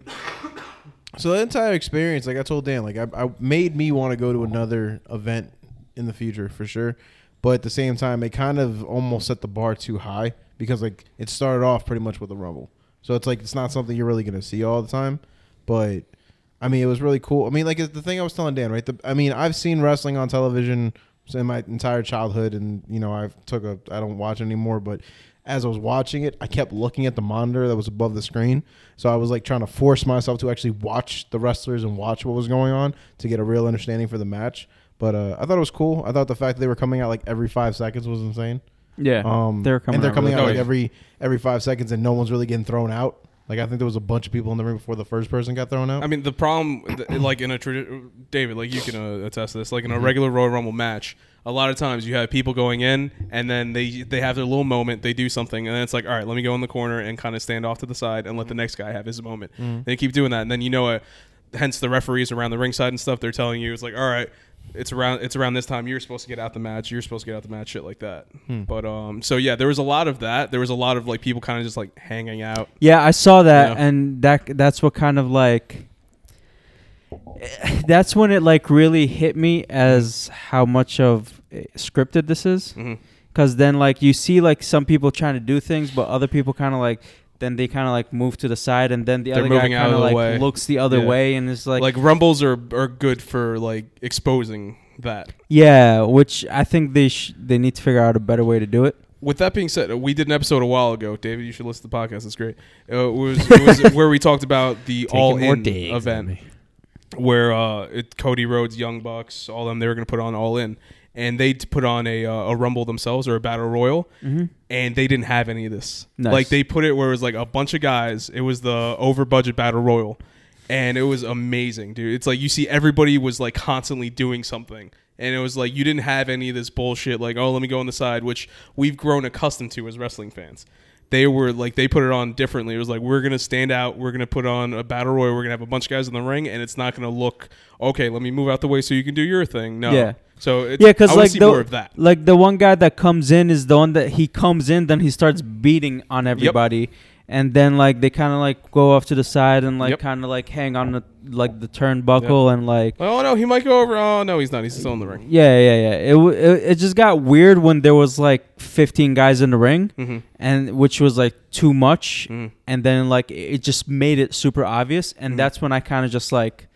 So the entire experience, like I told Dan, like I, I made me want to go to another event in the future for sure. But at the same time, it kind of almost set the bar too high because like it started off pretty much with a Rumble, so it's like it's not something you're really gonna see all the time. But I mean, it was really cool. I mean, like it's the thing I was telling Dan, right? The, I mean, I've seen wrestling on television in my entire childhood, and you know, I took a I don't watch anymore, but as I was watching it, I kept looking at the monitor that was above the screen. So I was like trying to force myself to actually watch the wrestlers and watch what was going on to get a real understanding for the match. But uh, I thought it was cool. I thought the fact that they were coming out like every five seconds was insane. Yeah, Um, they're coming. and they're out coming really out like quick. every every five seconds, and no one's really getting thrown out. Like I think there was a bunch of people in the ring before the first person got thrown out. I mean, the problem, th- like in a tradi- David, like you can uh, attest to this. Like in a regular Royal Rumble match, a lot of times you have people going in, and then they they have their little moment, they do something, and then it's like, all right, let me go in the corner and kind of stand off to the side and let the next guy have his moment. They keep doing that, and then you know it. Hence the referees around the ringside and stuff. They're telling you it's like, all right, it's around it's around this time. You're supposed to get out the match. You're supposed to get out the match, shit like that. But um, so yeah, there was a lot of that. There was a lot of like people kind of just like hanging out. Yeah, I saw that, Yeah. and that that's what kind of like. That's when it like really hit me as how much of eh, scripted this is, Mhm. because then like you see like some people trying to do things, but other people kind of like then they kind of like move to the side, and then the They're other guy moving out kind of the like way. looks the other Yeah. way, and it's like, like rumbles are are good for like exposing that. yeah, which I think they sh- they need to figure out a better way to do it. With that being said, we did an episode a while ago. David, you should listen to the podcast. It's great. Uh, it was, it was where we talked about the Taking all more in digs at event me. where uh, it, Cody Rhodes, Young Bucks, all them they were going to put on all in, and they t- put on a uh, a rumble themselves or a battle royal, Mm-hmm. and they didn't have any of this. Nice. Like they put it where it was like a bunch of guys. It was the over budget battle royal, and it was amazing, dude. It's like you see everybody was like constantly doing something. And it was like you didn't have any of this bullshit, like oh let me go on the side, which we've grown accustomed to as wrestling fans. they were like they put it on differently. It was like we're gonna stand out. We're gonna put on a battle royal. We're gonna have a bunch of guys in the ring, and it's not gonna look okay. Let me move out the way so you can do your thing. No, Yeah. So it's, Yeah, because I wanna like see the more of that. like the one guy that comes in is the one that he comes in, then he starts beating on everybody, and then like they kind of like go off to the side and like Yep. kind of like hang on the like the turnbuckle and like Oh no, he might go over. Oh no, he's not. He's still in the ring. yeah yeah yeah. It w- it, it just got weird when there was like 15 guys in the ring, Mm-hmm. and which was like too much, Mm. and then like it- it just made it super obvious, Mm-hmm. and that's when I kind of just like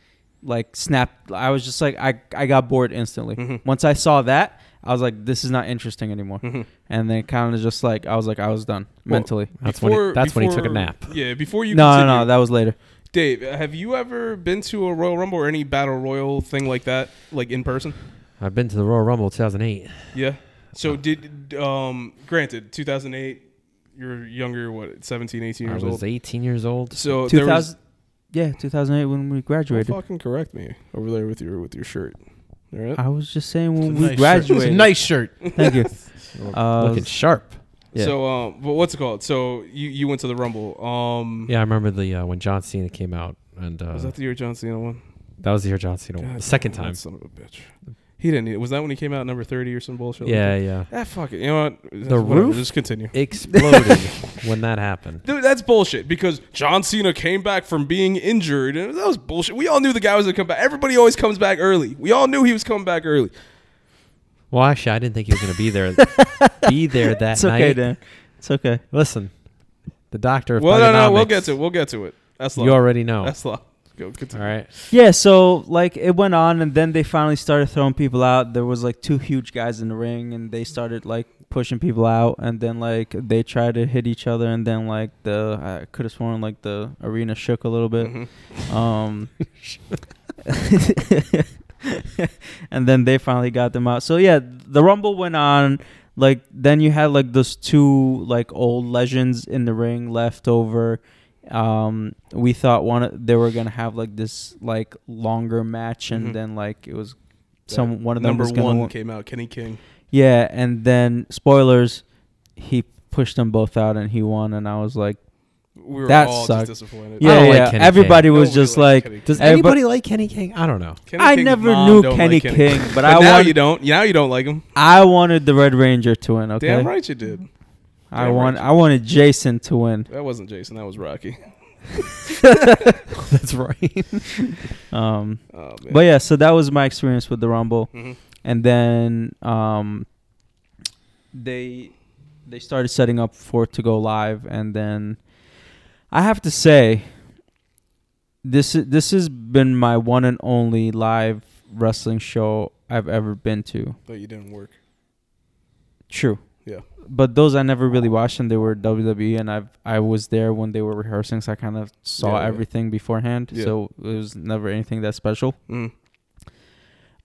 like snapped. I was just like I I got bored instantly Mm-hmm. once I saw that. I was like, this is not interesting anymore. And then kind of just like I was like, I was done mentally. That's when he- that's when he took a nap. Yeah, before you. No, no, continue, no, that was later. Dave, have you ever been to a Royal Rumble or any battle royal thing like that, like in person? I've been to the Royal Rumble 2008. Yeah. Uh, So did um granted 2008 you're younger what 17 18 I years was old. 18 years old. So there was 2000, yeah, 2008 when we graduated. fucking correct me over there with your with your shirt. All Uh, right. I was just saying when It's a we nice shirt. It's a graduated. nice shirt. Thank you. Uh, Looking sharp. yeah. So um but what's it called? So you you went to the Rumble. Um Yeah, I remember the uh, when John Cena came out, and uh, was that the year John Cena won? that was the year John Cena. won. God The second damn, that time. Son of a bitch. He didn't need it. Was that when he came out number 30 or some bullshit? like Yeah, that? yeah. Ah, fuck it. You know what? Whatever, roof? Just continue. Exploded when that happened. Dude, that's bullshit because John Cena came back from being injured. and That was bullshit. We all knew the guy was going to come back. Everybody always comes back early. We all knew he was coming back early. Well, actually, I didn't think he was going to be there. be there that it's okay, night. Dan. It's okay. Listen, the doctor. Of well, no, no, we'll thugonomics, get to it. We'll get to it. That's law. You already know. That's law. Go All continue. right. Yeah, so like it went on, and then they finally started throwing people out. There was like two huge guys in the ring, and they started like pushing people out, and then like they tried to hit each other, and then like the I could have sworn like the arena shook a little bit. Mhm. Um, and then they finally got them out. So yeah, the rumble went on. Like then you had like those two like old legends in the ring left over. Um, we thought one of- they were gonna have like this like longer match, and Mhm. then like it was some one of them Number was gonna one win. came out, Kenny King. yeah, and then spoilers, he pushed them both out and he won, and I was like, We were That all sucked. just disappointed. I yeah, don't like yeah. Kenny King. Everybody was Nobody just likes like, Kenny King. Does Everybo- anybody like Kenny King? I don't know. Kenny I King's never mom knew don't Kenny like King, but, I now wanted you don't. Now you don't like him. I wanted the Red Ranger to win. Okay, Damn right you did. I damn want right. I wanted Jason to win. That wasn't Jason. That was Rocky. That's right. Um, Oh, man. but yeah, so that was my experience with the Rumble, Mhm. and then um, they they started setting up for it to go live, and then I have to say this i- this has been my one and only live wrestling show I've ever been to. But you didn't work. True. Yeah. But those I never really watched, and they were WWE, and I have I was there when they were rehearsing, so I kind of saw Yeah, yeah. everything beforehand. Yeah. So it was never anything that special. Mm.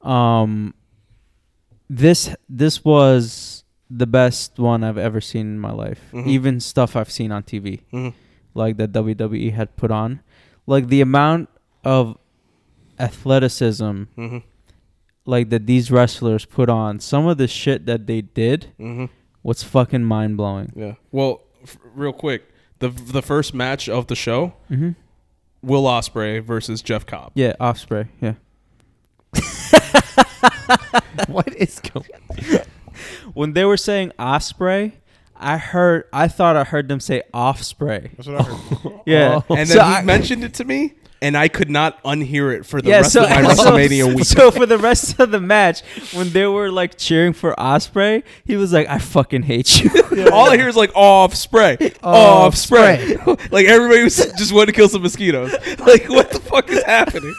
Um, this this was the best one I've ever seen in my life. Mhm. Even stuff I've seen on TV, Mhm. like that WWE had put on, like the amount of athleticism Mm-hmm. like that these wrestlers put on. Some of the shit that they did Mm-hmm. was fucking mind blowing. Yeah. Well, f- real quick, the the first match of the show, Mm-hmm. Will Osprey versus Jeff Cobb. Yeah, Osprey. Yeah. what is going? When they were saying Osprey, I heard. I thought I heard them say Offspray. That's what I heard. Yeah. Oh. And then So he I- mentioned it to me, and I could not unhear it for the yeah, rest so, of my so- WrestleMania week. so for the rest of the match, when they were like cheering for Osprey, he was like, "I fucking hate you." All I hear is like off spray, off spray. like everybody was just wanted to kill some mosquitoes. Like what the fuck is happening?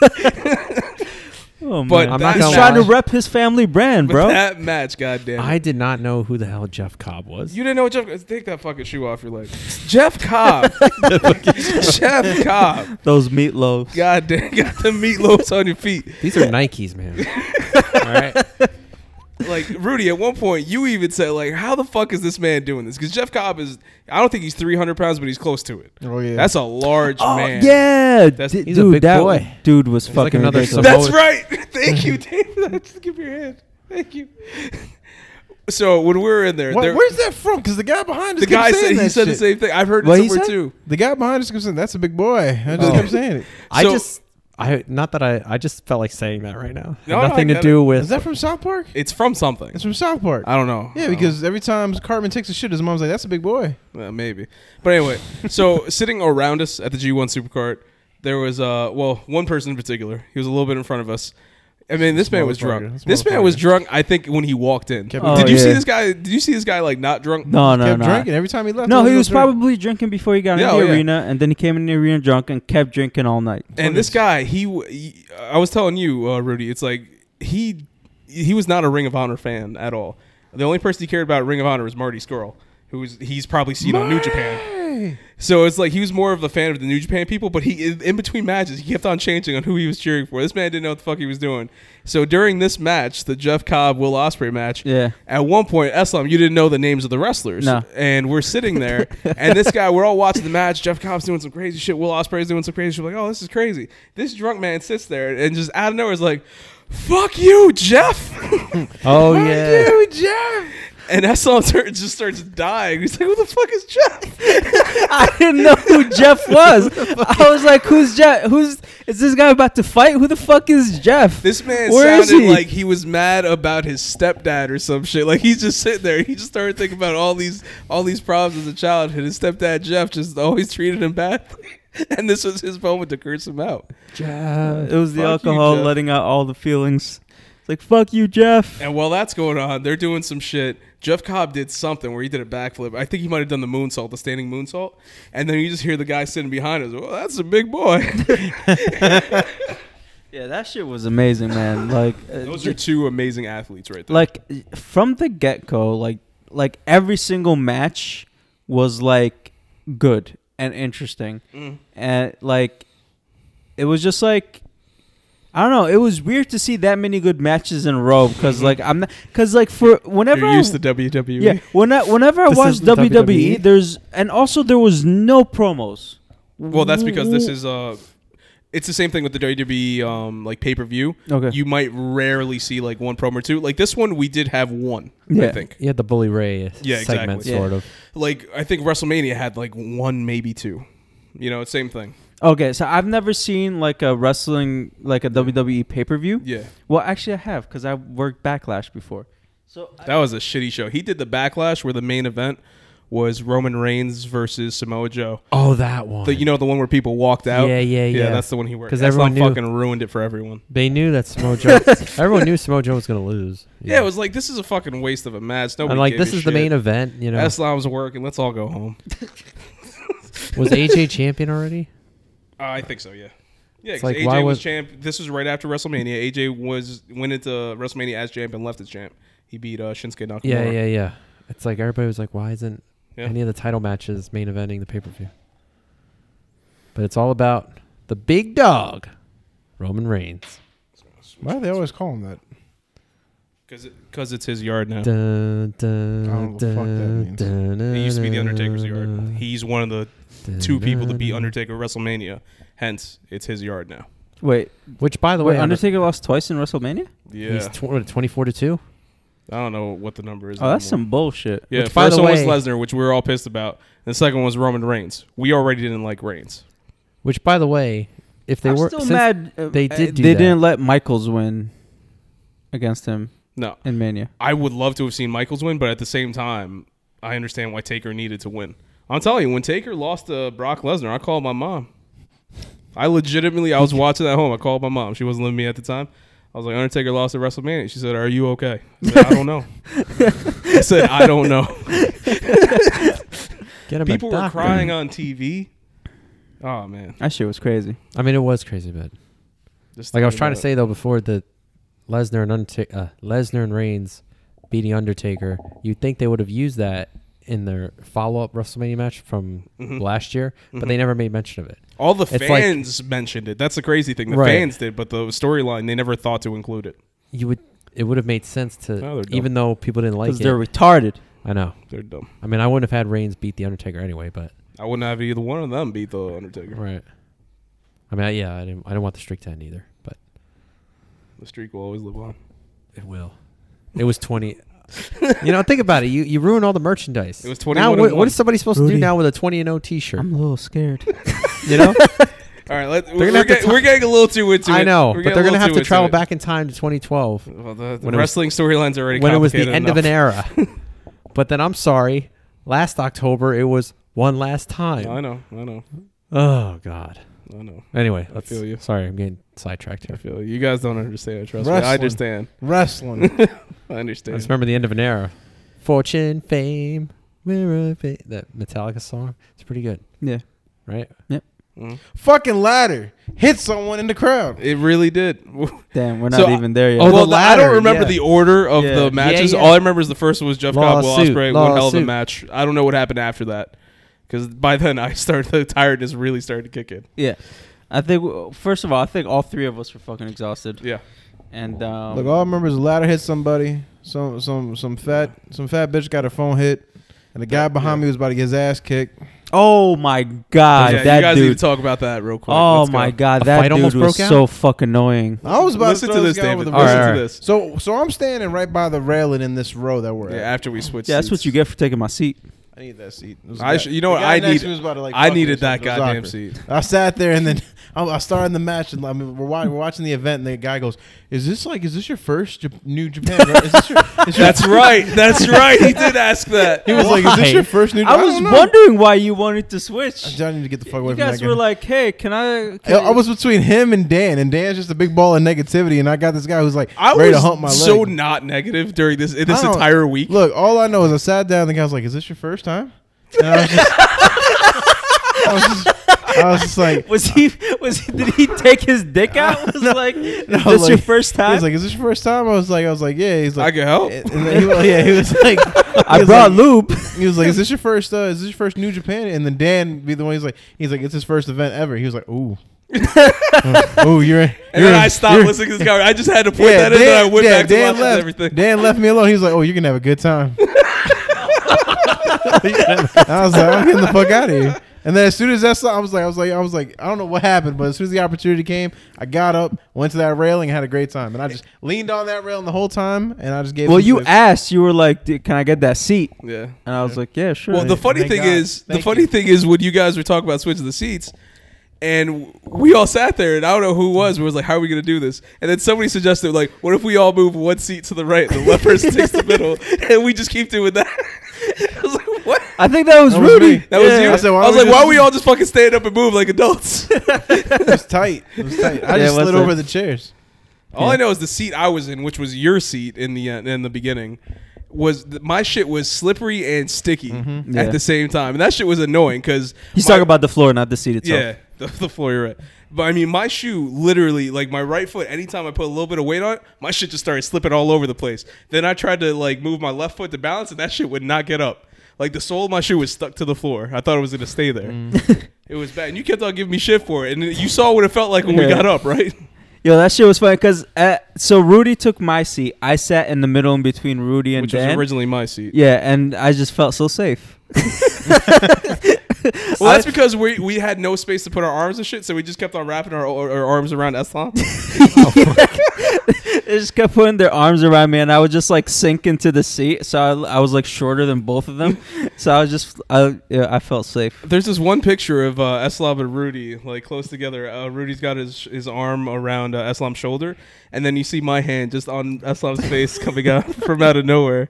oh, But man. I'm not that he's gonna trying to lie. rep his family brand, but bro. that match, goddamn. I did not know who the hell Jeff Cobb was. you didn't know Jeff. Take that fucking shoe off your leg, Jeff Cobb. Jeff Cobb. Those meatloaves. God damn, got the meatloafs on your feet. These are Nikes, man. All right. like Rudy, at one point you even said like, "How the fuck is this man doing this?" Because Jeff Cobb is, I don't think he's three hundred pounds, but he's close to it. Oh yeah. That's a large Oh, man. yeah, That's- D- he's a dude, big that boy. dude was fucking like another ridiculous. Samoan- that's right. Thank you, David. Just give me your hand. Thank you. So when we were in there, What, there where's that from? Because the guy behind us the kept guy saying said he that said the shit. same thing. I've heard it What he somewhere said? too. The guy behind us kept saying that's a big boy. I just Oh. kept saying it. I So- just I not that I I just felt like saying that right now. No, Had no, nothing I to get do Is with that from South Park? It's from something. It's from South Park. I don't know. yeah, because every time Cartman takes a shit, his mom's like, "That's a big boy." Uh, maybe. But anyway, so sitting around us at the G1 Supercart, there was uh well one person in particular. He was a little bit in front of us. I mean, this man was motherfucker. drunk. This This, man was motherfucker. drunk. I think when he walked in. Kept- Oh, did you see yeah. this guy? Did you see this guy like not drunk? No, no, kept no. drinking every time he left. No, was he gonna was drink. probably drinking before he got Yeah, in oh, the yeah. arena, and then he came in the arena drunk and kept drinking all night. And this guy, he, w- he- I was telling you, uh, Rudy, it's like he, he was not a Ring of Honor fan at all. The only person he cared about at Ring of Honor was Marty Skrull, who's he's probably seen on New Japan. Hey. So it's like he was more of a fan of the New Japan people, but he in in between matches he kept on changing on who he was cheering for. This man didn't know what the fuck he was doing. So during this match, the Jeff Cobb Will Osprey match, Yeah. At one point, Eslam, you didn't know the names of the wrestlers, No. and we're sitting there, and this guy, we're all watching the match. Jeff Cobb's doing some crazy shit. Will Osprey's doing some crazy shit. We're like, oh, this is crazy. This drunk man sits there and just out of nowhere is like, "Fuck you, Jeff." Oh Fuck yeah. you, Jeff. and Eslam tur- just starts dying. He's like, "Who the fuck is Jeff?" I didn't know who Jeff was. I was like, "Who's Jeff? Who's is this guy about to fight? Who the fuck is Jeff?" This man Where is sounded he? like he was mad about his stepdad or some shit. Like he's just sitting there. He just started thinking about all these all these problems as a child, and his stepdad Jeff just always treated him badly. And this was his moment to curse him out. it was the Fuck you, alcohol Jeff. letting out all the feelings. It's like, "Fuck you, Jeff." And while that's going on, they're doing some shit. Jeff Cobb did something where he did a backflip. I think he might have done the moonsault, the standing moonsault. And then you just hear the guy sitting behind us. Well, that's a big boy. Yeah, that shit was amazing, man. Like, uh, Those are two amazing athletes right there. like from the get go, like like every single match was like good and interesting, Mm. and like it was just like I don't know. It was weird to see that many good matches in a row because like I'm not because like for whenever You're I- used to E. WWE. yeah when I, whenever I This watch is the WWE, E? WWE? E, there's and also there was no promos. Well, that's because this is uh it's the same thing with the WWE um like pay per view. Okay. You might rarely see like one promo or two. Like this one we did have one, I Yeah. think. You had the bully Ray Yeah, exactly. segment Yeah. sort of. Like I think WrestleMania had like one, maybe two. You know, same thing. Okay, so I've never seen like a wrestling like a WWE pay per view. Yeah. Well, actually, I have because I worked Backlash before. So That was a shitty show. He did the backlash where the main event was Roman Reigns versus Samoa Joe. Oh, that one. The, you know the one where people walked out. Yeah, yeah, Yeah, yeah. that's the one he worked. 'Cause That's everyone not knew. fucking ruined it for everyone. they knew that Samoa Joe. everyone knew Samoa Joe was going to lose. Yeah. it was like this is a fucking waste of a match. Nobody I'm like, gave this a is the shit. main event. You know, Eslam's working. Let's all go home. was AJ champion already? Uh, I think so. Yeah. Yeah, because It's like, AJ why was, was- champ. This was right after WrestleMania. AJ was went into WrestleMania as champ and left as champ. He beat uh, Shinsuke Nakamura. Yeah, yeah, yeah. It's like everybody was like, why isn't Yeah. any of the title matches main eventing the pay per view? But it's all about the big dog, Roman Reigns. Why do they always call him that? Because because it's his yard now. Dun, dun, I don't know what the fuck that means. dun, It used to be the dun, Undertaker's dun, yard. He's one of the dun, two people to dun, beat dun. Undertaker at WrestleMania. Hence, it's his yard now. wait, Which, by the wait, way, Undertaker lost twice in WrestleMania. Yeah, He's tw- what, 24 to 2. I don't know what the number is. Oh, that's anymore. some bullshit. Yeah, Which, by first the one was way- Lesnar, which we were all pissed about. The second one was Roman Reigns. We already didn't like Reigns. Which, by the way, if they I'm were still since- mad. uh, they uh, did do they that. didn't let Michaels win against him No, in Mania. I would love to have seen Michaels win, but at the same time, I understand why Taker needed to win. I'm telling you, when Taker lost to Brock Lesnar, I called my mom. I legitimately, I was watching at home. I called my mom. She wasn't living with me at the time. I was like, Undertaker lost at WrestleMania. She said, Are you okay? I said, I don't know. I said, I don't know. get him a People were doctor. crying on TV. Oh, man. That shit was crazy. I mean, it was crazy, but Just like I was thinking trying to about it. say though before that Lesnar and Undertaker, uh, Lesnar and Reigns beating Undertaker, you'd think they would have used that in their follow-up WrestleMania match from Mm-hmm. last year, but they never made mention of it. All the it's like- fans mentioned it. That's the crazy thing. The Right. fans did, but the storyline, they never thought to include it. You would, it would have made sense to, No, they're dumb. even though people didn't like Because it. they're retarded. I know. They're dumb. I mean, I wouldn't have had Reigns beat the Undertaker anyway, but I wouldn't have either one of them beat the Undertaker. right. I mean, I, yeah, I didn't, I didn't want the streak to end either, but The streak will always live on. it will. It was twenty. you know, think about it. You you ruin all the merchandise. It was 21 Now, what, and what one. is somebody supposed to do Rudy. now with a 20 and 0 T-shirt? I'm a little scared. you know, All right, let, gonna we're, have to get- t- we're getting a little too into it. I know, We're but getting they're a gonna little have too to into travel it. back in time to 2012 Well, the, the when it was- wrestling storylines are already when it was the complicated end of an enough. era. but then I'm sorry, last October it was one last time. I know, I know, Oh God. I know. Anyway, let's, feel you. Sorry, I'm getting sidetracked I here. feel you. you guys don't understand. Trust me, I Wrestling. understand. Wrestling. I I understand. just remember the end of an era. Fortune, fame, mirror, of fame. That Metallica song. It's pretty good, yeah. right? Mm. Fucking ladder. Hit someone in the crowd. It really did. Damn, we're not So, even there yet. Oh, the well, I ladder, don't remember yeah. the order of Yeah. the matches. yeah. All I remember is the first one was Jeff Cobb, Will Lawsuit, Ospreay, one hell of a lawsuit. match. I don't know what happened after that because by then I started the tiredness really started to kick in. yeah. I think w- first of all, I think all three of us were fucking exhausted, Yeah, and um, Look, all I remember is ladder hit somebody. Some some some fat some fat bitch got her phone hit, and the guy behind me was about to get his ass kicked. oh my god, Ah, yeah, you that guys need dude. to talk about that real quick. Oh Let's go. my god, A that fight dude almost was broke out? so fucking annoying. I was about Listen to, to throw this, guy over David. the Listen All bridge. right, all to right. this. So so I'm standing right by the railing in this row that we're Yeah, at. after we switched. Yeah, that's what seats. you get for taking my seat. I need that seat. It was I bad. should- you know what? The guy I next need- to me was about to, like, I fuck me or needed that something. It was goddamn awkward. seat. I sat there and then I, I started the match and I mean, we're, wa- we're watching the event and the guy goes, "Is this like is this your first Jap- new Japan? Right? Is this your, is your That's right. That's right. He did ask that. He was like, "Is this Why? your first new?" I, don't was know. wondering why you wanted to switch. I need to get the fuck away You from guys that were guy. like, "Hey, can I?" I, Can I was between him and Dan, and Dan's just a big ball of negativity, and I got this guy who's like I ready to was hump my so leg. not negative during this this I don't- entire week. Look, all I know is I sat down, and the guy was like, "Is this your first time?" And I was just, I was just, I was just like, Was he? Was he, did he take his dick out? Was like, is No, this your like- first He time? was like, "Is this your first time?" I was like, "I was like, yeah." He's I like, can help. and then he was, "Yeah." He was like, he I was brought like- lube. He was like, "Is this your first? Uh, is this your first New Japan?" And then Dan be the one. He's like, "He's like, it's his first event ever." He was like, "Ooh, oh, you're." you're And then I you're- stopped listening to this guy. I just had to point Yeah, that in, and I went yeah, back to watching left, everything. Dan left me alone. He was like, "Oh, you're gonna have a good time." I was like, "I'm getting the fuck out of here." And then as soon as that saw, I was like, I was like, I was like, I don't know what happened, but as soon as the opportunity came, I got up, went to that railing, and had a great time. And I just leaned on that railing the whole time, and I just gave. well, him you this. asked. You were like, "Dude, "Can I get that seat?" Yeah. And I was like, "Yeah, sure." Well, the funny Thank thing God. is, the Thank funny you. thing is when you guys were talking about switching the seats, and we all sat there, and I don't know who it was. We was like, "How are we gonna do this?" And then somebody suggested, like, "What if we all move one seat to the right, and the left person takes the middle, and we just keep doing that?" I was like, "What?" I think that was That was Rudy. me. That was you. I said, why I was we like, just- "Why we all just fucking stand up and move like adults?" It was tight. It was tight. I just Yeah, it was slid tight. over the chairs. All Yeah. I know is the seat I was in, which was your seat in the uh, in the beginning, was th- my shit was slippery and sticky Mm-hmm. Yeah. at the same time, and that shit was annoying because He's talking about the floor, not the seat itself. yeah the, the floor you're at. But I mean, my shoe literally like my right foot. Anytime I put a little bit of weight on it, my shit just started slipping all over the place. Then I tried to like move my left foot to balance, and that shit would not get up. Like the sole of my shoe was stuck to the floor. I thought it was gonna stay there. Mm. it was bad, and you kept on giving me shit for it. And you saw what it felt like when we Yeah. got up, right? Yo, that shit was funny because so Rudy took my seat. I sat in the middle in between Rudy and Which was Dan. originally my seat. yeah, and I just felt so safe. Well, that's because we we had no space to put our arms and shit, so we just kept on wrapping our, our arms around Eslan. They just kept putting their arms around me, and I would just like sink into the seat. So I, I was like shorter than both of them. so I was just I yeah, I felt safe. There's this one picture of uh, Eslam and Rudy like close together. Uh, Rudy's got his his arm around uh, Eslam's shoulder, and then you see my hand just on Eslam's face coming out from out of nowhere.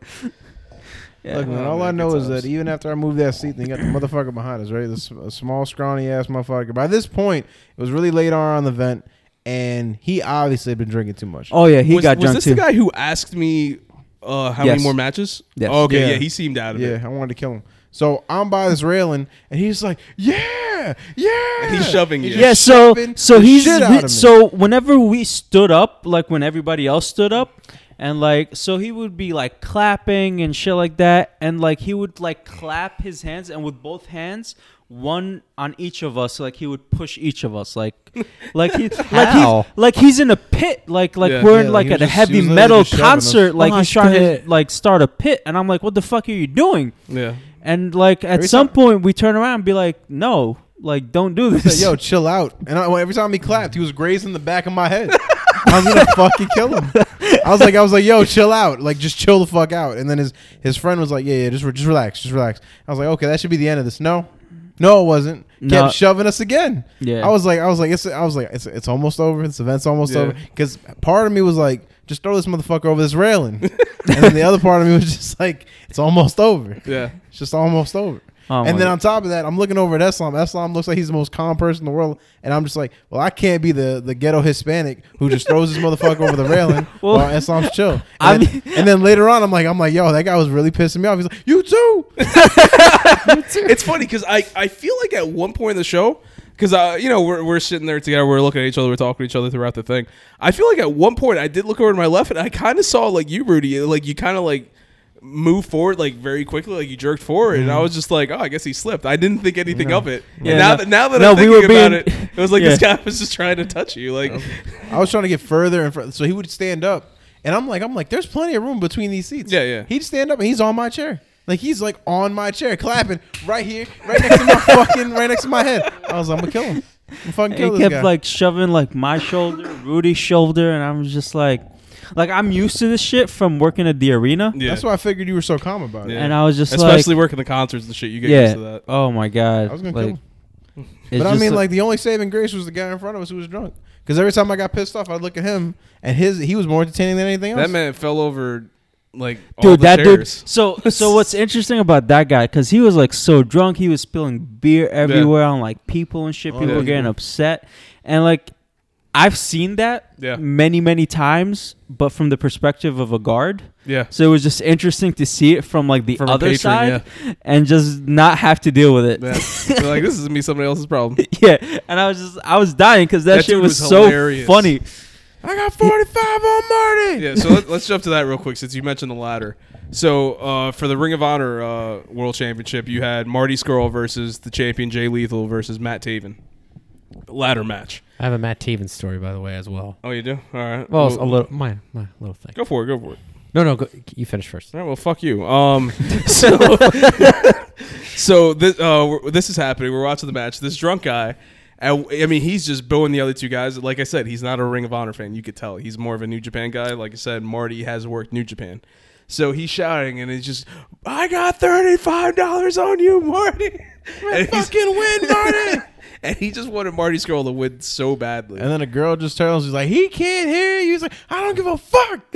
Yeah. Look, man, Oh, all man, I know good is that times. even after I moved that seat, then you got the motherfucker behind us, right? This a small, scrawny ass motherfucker. By this point, it was really late on the event, and he obviously had been drinking too much. oh yeah, he was, got was drunk this too. the guy who asked me uh, how Yes. many more matches? Yes. Oh, okay, yeah. Yeah. he seemed out of yeah, it. I wanted to kill him. So I'm by this railing, and he's like, "Yeah, yeah." And he's shoving you. yeah, so shoving so the he's shit out of me. so whenever we stood up, like when everybody else stood up, and like so he would be like clapping and shit like that, and like he would like clap his hands and with both hands, one on each of us, like he would push each of us, like like he like he's How? like he's in a pit, like like Yeah. we're Yeah, in like, like he was at a just- he heavy was literally metal just shoving us. Oh, concert, like he's Mosh trying to pit. like start a pit, and I'm like, what the fuck are you doing? Yeah. And like at Every some time- point we turn around and be like, no, like don't do He this. said, "Yo, chill out." And I, every time he clapped, he was grazing the back of my head. I was gonna fucking kill him. I was like, I was like, yo, chill out, like just chill the fuck out. And then his his friend was like, yeah, yeah, just re- just relax, just relax. I was like, okay, that should be the end of this. No, no, it wasn't. Kept No. shoving us again. Yeah. I was like, I was like, it's, I was like, it's, it's almost over. This event's almost Yeah. over. Because part of me was like, just throw this motherfucker over this railing, and then the other part of me was just like, it's almost over. Yeah. It's just almost over. Oh and my then God. on top of that, I'm looking over at Eslam. Eslam looks like he's the most calm person in the world, and I'm just like, well, I can't be the, the ghetto Hispanic who just throws his motherfucker over the railing Well, while Eslam's chill. And, I then, and then later on, I'm like, I'm like, yo, that guy was really pissing me off. He's like, you too. it's funny because I, I feel like at one point in the show, because uh, you know we're, we're sitting there together, we're looking at each other, we're talking to each other throughout the thing. I feel like at one point I did look over to my left and I kind of saw like you, Rudy, like you kind of like move forward like very quickly, like you jerked forward, and I was just like, oh, I guess he slipped. I didn't think anything of it. Mm-hmm. Yeah, and now no- that now that no, I'm we thinking were about being- it, it was like this Yeah. guy was just trying to touch you, like I was trying to get further and further, so he would stand up, and I'm like, I'm like, there's plenty of room between these seats. Yeah, yeah. He'd stand up, and he's on my chair. Like he's like on my chair, clapping right here, right next to my fucking, right next to my head. I was like, I'm gonna kill him. I'm fucking He kill this kept guy. like shoving like my shoulder, Rudy's shoulder, and I'm just like, like I'm used to this shit from working at the arena, yeah. That's why I figured you were so calm about it. Yeah. and I was just especially like, working the concerts and shit. You get used to yeah, that. oh my god, I was gonna like, kill him. it's But I just mean, a- like the only saving grace was the guy in front of us who was drunk. Because every time I got pissed off, I'd look at him, and his he was more entertaining than anything else. That man fell over like all dude, the that chairs. dude. So, so what's interesting about that guy? Because he was like so drunk, he was spilling beer everywhere on like people and shit. Oh, People yeah. were getting upset, and like I've seen that Yeah. many, many times, but from the perspective of a guard. Yeah. So it was just interesting to see it from like the From a other patron, side and just not have to deal with it. Yeah. They're like this is me somebody else's problem. yeah, and I was just I was dying because that, That shit dude was, was so hilarious. funny. I got forty five on Marty. yeah, so let, let's jump to that real quick since you mentioned the ladder. So uh, for the Ring of Honor uh, World Championship, you had Marty Skrull versus the champion Jay Lethal versus Matt Taven. Ladder match. I have a Matt Taven story, by the way, as well. Oh, you do? All right. Well, it's a little my my little thing. Go for it. Go for it. No, no, go, you finish first. All right. Well, fuck you. Um. So, so this uh, we're- this is happening. We're watching the match. This drunk guy. And, I mean, he's just booing the other two guys. Like I said, he's not a Ring of Honor fan. You could tell he's more of a New Japan guy. Like I said, Marty has worked New Japan, so he's shouting and he's just, "I got thirty five dollars on you, Marty. And he's- fucking win, Marty!" and he just wanted Marty Scroll to win so badly. And then a girl just turns. He's like, he can't hear you. He's like, I don't give a fuck.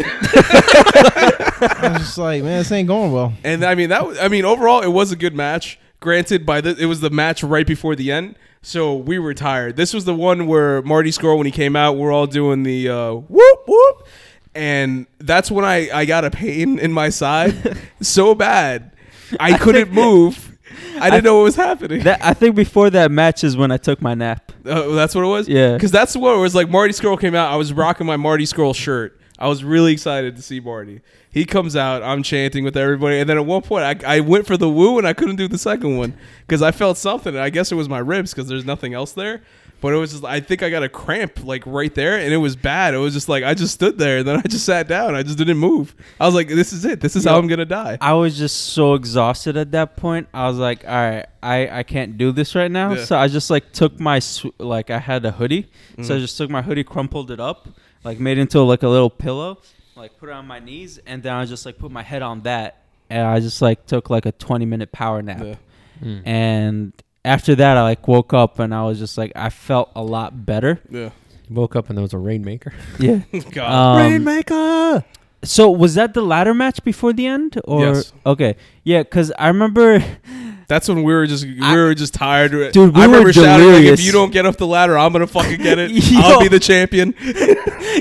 I was just like, man, this ain't going well. And I mean that. Was, I mean overall, it was a good match. Granted, by the it was the match right before the end, so we were tired. This was the one where Marty Scurll, when he came out, we're all doing the uh, whoop whoop, and that's when I I got a pain in my side so bad I couldn't move. I didn't know what was happening. That I think before that match is when I took my nap. Uh, that's what it was. Yeah. because that's what it was like. Marty Scurll came out. I was rocking my Marty Scurll shirt. I was really excited to see Marty. He comes out. I'm chanting with everybody, and then at one point, I, I went for the woo, and I couldn't do the second one because I felt something. And I guess it was my ribs because there's nothing else there. But it was just I think I got a cramp like right there, and it was bad. It was just like I just stood there, and then I just sat down. I just didn't move. I was like, "This is it. This is how I'm gonna die." I was just so exhausted at that point. I was like, all right, I I can't do this right now. Yeah. So I just like took my sw- like I had a hoodie, Mm. so I just took my hoodie, crumpled it up, like made into like a little pillow, like put it on my knees, and then I just like put my head on that, and I just like took like a twenty minute power nap. Yeah. and after that i like woke up and i was just like i felt a lot better Yeah. You woke up and there was a rainmaker. yeah God. um, rainmaker. so was that the ladder match before the end or Yes. okay yeah because i remember That's when we were just we I- were just tired. Dude, we I were remember shouting like, "If delirious. you don't get up the ladder, I'm gonna fucking get it. Yo. I'll be the champion."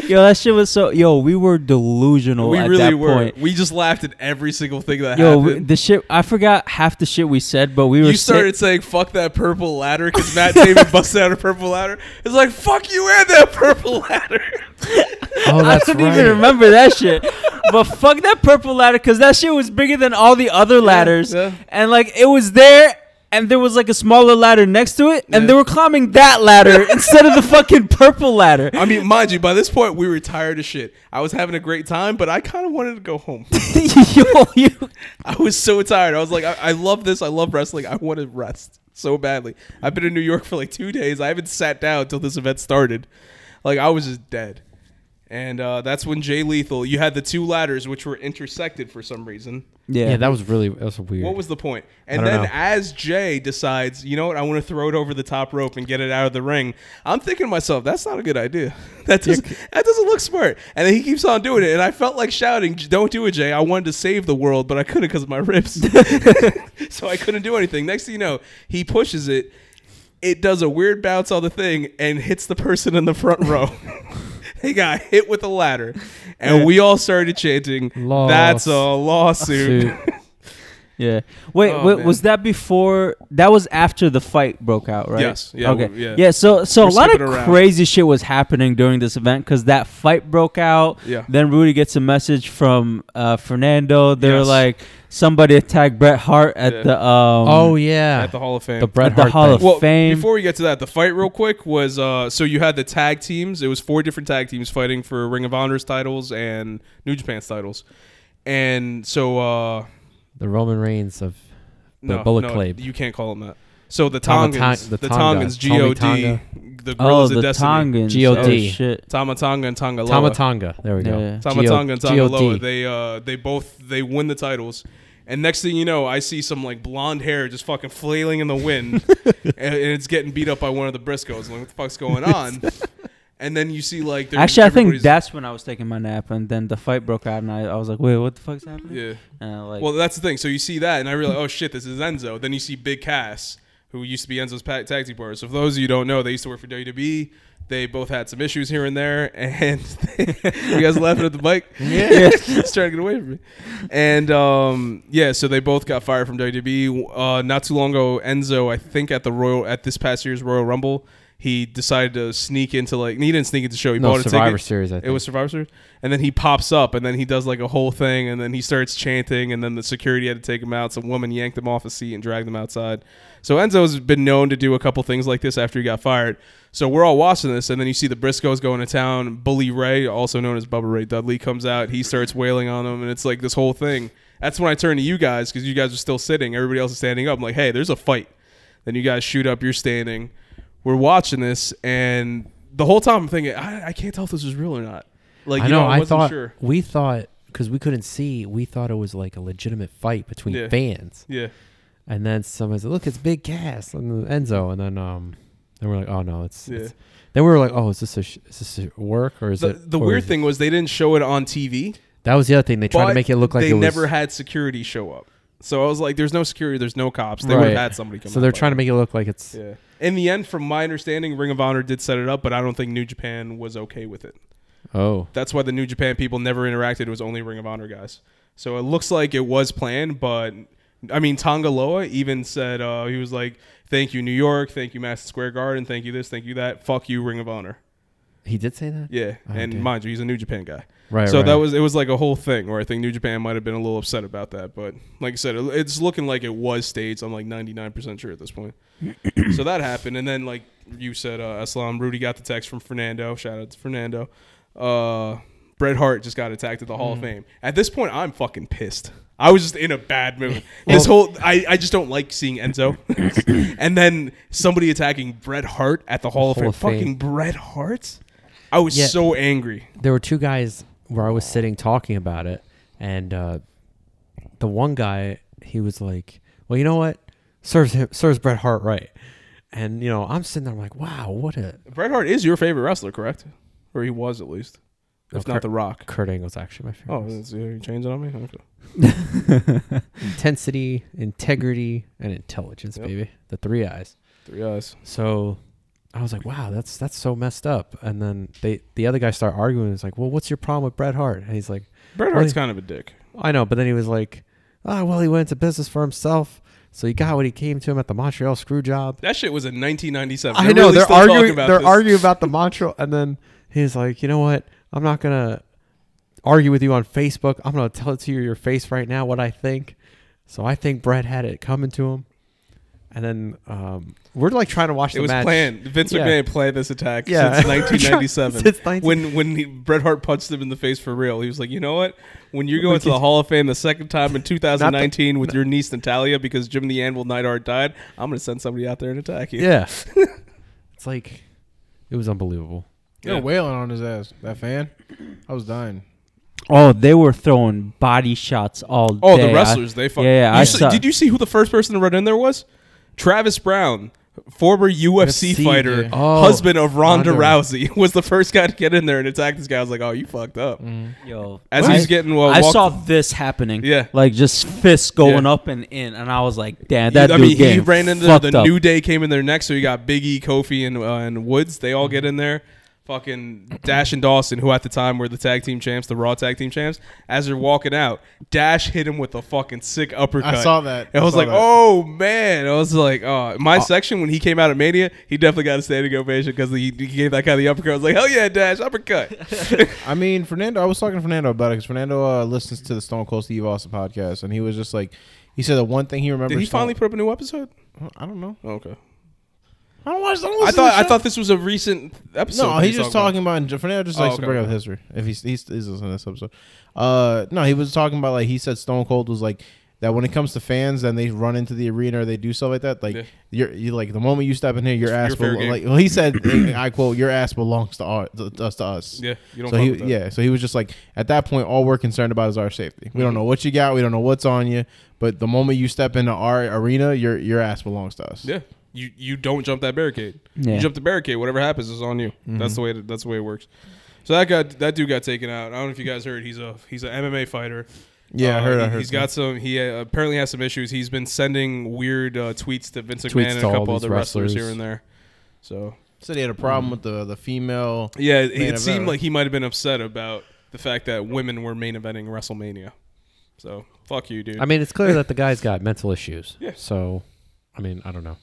yo that shit was so yo we were delusional we at really that were. point We just laughed at every single thing that yo we- happened. the shit i forgot half the shit we said but we were you started saying "fuck that purple ladder" because Matt Damon busted out a purple ladder. It's like "fuck you and that purple ladder." Oh, I that's don't right. even remember that shit. but fuck that purple ladder because that shit was bigger than all the other ladders. yeah. And like it was there and there was like a smaller ladder next to it and Yeah. they were climbing that ladder instead of the fucking purple ladder. I mean, mind you, by this point we were tired as shit. I was having a great time, but I kind of wanted to go home. Yo, you- I was so tired. I was like, I, I love this. I love wrestling. I want to rest so badly. I've been in New York for like two days. I haven't sat down until this event started. Like I was just dead. And uh, that's when Jay Lethal, you had the two ladders which were intersected for some reason. Yeah. Yeah, that was really that was weird. What was the point? And don't then know. as Jay decides, you know what, I want to throw it over the top rope and get it out of the ring. I'm thinking to myself, that's not a good idea. That doesn't that doesn't look smart. And then he keeps on doing it, and I felt like shouting, "Don't do it, Jay! I wanted to save the world, but I couldn't because of my ribs, so I couldn't do anything." Next thing you know, he pushes it. It does a weird bounce on the thing and hits the person in the front row. He got hit with a ladder, and we all started chanting, "That's a lawsuit." Suit. Yeah. Wait, Oh, wa- man. was that before? That was after the fight broke out, right? Yes. Yeah, Okay. we- yeah. So, so We're a lot skipping of around. crazy shit was happening during this event because that fight broke out. Yeah. Then Rudy gets a message from uh, Fernando. They're Yes. like, somebody attacked Bret Hart at Yeah. the. Um, Oh yeah, At the Hall of Fame, the Bret at the Hart Hall thing. of Fame. well, Before we get to that, the fight real quick was uh, so you had the tag teams. It was four different tag teams fighting for Ring of Honor's titles and New Japan's titles. And so uh, the Roman Reigns of the no, Bullet no, Club. you can't call them that. So the Tama Ton- Tongans, the the, Tonga, Tongans, Tommy God, Tonga. the oh, Gorillas the of Destiny, Tongans. GOD. Oh, shit. Tama Tonga and Tonga Tama Tonga. There we go. Yeah. Tama G O- Tonga and Tonga GOD. Loa. They uh they both they win the titles. And next thing you know, I see some like blonde hair just fucking flailing in the wind, and, and it's getting beat up by one of the Briscoes. I'm like, what the fuck's going on? and then you see like there's- Actually, I think everybody's- that's when I was taking my nap, and then the fight broke out, and I, I was like, wait, what the fuck's happening? yeah. And I, like, Well, that's the thing. So you see that, and I realize, oh shit, this is Enzo. Then you see Big Cass, who used to be Enzo's pa- tag team partner. So for those of you who don't know, they used to work for WWE. They both had some issues here and there, and you guys laughing at the bike. Yeah, it's trying to get away from me. And um, yeah, so they both got fired from WWE. Uh, not too long ago, Enzo, I think at the Royal at this past year's Royal Rumble, he decided to sneak into like he didn't sneak into the show. He No, bought a Survivor ticket. Series, I It was Survivor Series, and then he pops up, and then he does like a whole thing, and then he starts chanting, and then the security had to take him out. Some woman yanked him off a seat and dragged him outside. So Enzo's been known to do a couple things like this after he got fired. So we're all watching this, and then you see the Briscoes going to town. Bully Ray, also known as Bubba Ray Dudley, comes out. He starts wailing on them, and it's like this whole thing. That's when I turn to you guys because you guys are still sitting. Everybody else is standing up. I'm like, hey, there's a fight. Then you guys shoot up. You're standing. We're watching this, and the whole time I'm thinking, I, I can't tell if this is real or not. Like, I you know. I, I wasn't thought sure. we thought because we couldn't see, we thought it was like a legitimate fight between Yeah. fans. Yeah, And then someone said, "Look, it's Big Cass and Enzo." And then um, then we're like, "Oh no, it's." yeah. it's- Then we were like, "Oh, is this a sh- is this a work or is The, it?" the or weird is it- thing was they didn't show it on TV. that was the other thing. They tried but to make it look like they it was, never had security show up. So I was like, "There's no security. There's no cops. They would Right. have had somebody come." So they're trying to make it look like it's. Yeah. In the end, from my understanding, Ring of Honor did set it up, but I don't think New Japan was okay with it. Oh, That's why the New Japan people never interacted. It was only Ring of Honor guys. So it looks like it was planned, but I mean, Tonga Loa even said uh, he was like, "Thank you, New York. Thank you, Madison Square Garden. Thank you this. Thank you that. Fuck you, Ring of Honor." he did say that. Yeah, Oh, and damn. mind you, he's a New Japan guy. Right. so right. that was it was like a whole thing where I think New Japan might have been a little upset about that, but like I said, it, it's looking like it was staged. I'm like 99% sure at this point. so that happened, and then like you said, uh, Aslam Rudy got the text from Fernando. Shout out to Fernando. Uh, Bret Hart just got attacked at the Mm. Hall of Fame. At this point, I'm fucking pissed. I was just in a bad mood. This whole I, I just don't like seeing Enzo, and then somebody attacking Bret Hart at the Hall, of, Hall Fame. of Fame. Fucking Bret Hart. I was Yeah. so angry. there were two guys where I was sitting talking about it, and uh, the one guy he was like, "Well, you know what serves him serves Bret Hart right," and you know I'm sitting there, I'm like, "Wow, what a Bret Hart is your favorite wrestler, correct? Or he was at least, if Okay. not The Rock. Kurt Angle's actually my favorite. Oh, is- are you changing on me? Okay. Intensity, integrity, and intelligence, Yep. baby, the three eyes." Three eyes. So I was like, "Wow, that's that's so messed up." And then they the other guy started arguing. It's like, "Well, what's your problem with Bret Hart?" And he's like. Bret Well, Hart's he- kind of a dick. I know, but then he was like, "Ah, well, he went into business for himself, so he got what he came to him at the Montreal screw job." That shit was in 1997. I know really they're still talking arguing. about they're this. arguing about the Montreal, and then he's like, "You know what? I'm not gonna argue with you on Facebook. I'm gonna tell it to you your face right now what I think." So I think Brett had it coming to him, and then um, we're like trying to watch It the was match. planned. Vince Yeah. McMahon planned this attack Yeah. since 1997. Since 19 when when he, Bret Hart punched him in the face for real, he was like, "You know what? When you're going to the Hall of Fame the second time in 2019 with your niece Natalia because Jim the Anvil Neidhart died, I'm going to send somebody out there and attack you." Yeah, it's like it was unbelievable. They're Yeah. wailing on his ass. That fan, I was dying. Oh, they were throwing body shots all Oh, day. the I- wrestlers. they fuck. yeah, yeah, You I see- saw- Did you see who the first person to run in there was? Travis Brown, former UFC UFC, fighter, yeah. Oh, husband of Ronda, Ronda. Rousey, was the first guy to get in there and attack this guy. I was like, oh, you fucked up. Mm. Yo, As he's getting, uh, I walked- saw this happening. Yeah. like just fists going Yeah. up and in, and I was like, "Damn, that I dude mean, he getting ran into fucked the up. New Day came in there next, so you got Biggie, Kofi, and uh, and Woods. They all get in there. Fucking Dash and Dawson, who at the time were the tag team champs, the Raw tag team champs, as they're walking out, Dash hit him with a fucking sick uppercut. I saw that. And I was saw like, that. oh man. I was like, oh, my section when he came out of Mania, he definitely got a standing ovation because he, he gave that guy the uppercut. I was like, hell yeah, Dash, uppercut. I mean, Fernando. I was talking to Fernando about it because Fernando uh, listens to the Stone Cold Steve Austin podcast, and he was just like, he said the one thing he remembers. Did he Stone- finally put up a new episode? Oh, I don't know. Okay. I don't watch. I, don't I listen to thought the I show. thought this was a recent episode. No, that he's he just talked talking about, and Fernando just Oh, likes okay, to bring up okay. history. If he's he's, he's listening to this episode, uh, no, he was talking about like he said Stone Cold was like that when it comes to fans, then they run into the arena or they do stuff like that. Like Yeah. you're, you like the moment you step in here, your ass fair will game. like well, he said, I quote, your ass belongs to our, to, to us to us. Yeah, you don't So fuck he, with that. yeah, so he was just like at that point, all we're concerned about is our safety. We don't Mm-hmm. know what you got, we don't know what's on you, but the moment you step into our arena, your your ass belongs to us. Yeah. You you don't jump that barricade. Yeah. You jump the barricade. Whatever happens is on you. That's the way. That's the way it works. So that guy, that dude got taken out. I don't know if you guys heard. He's a he's an MMA fighter. Yeah, I Uh, heard- I he- heard He's got some. He uh, apparently has some issues. He's been sending weird uh, tweets to Vince Tweets McMahon and a to all couple these other wrestlers. wrestlers. here and there. So Said he had a Mm-hmm. problem with the the female. yeah, it, event, seemed right? like he might have been upset about the fact that women were main eventing WrestleMania. So fuck you, dude. I mean, it's clear that the guy's got mental issues. Yeah. So, I mean, I don't know.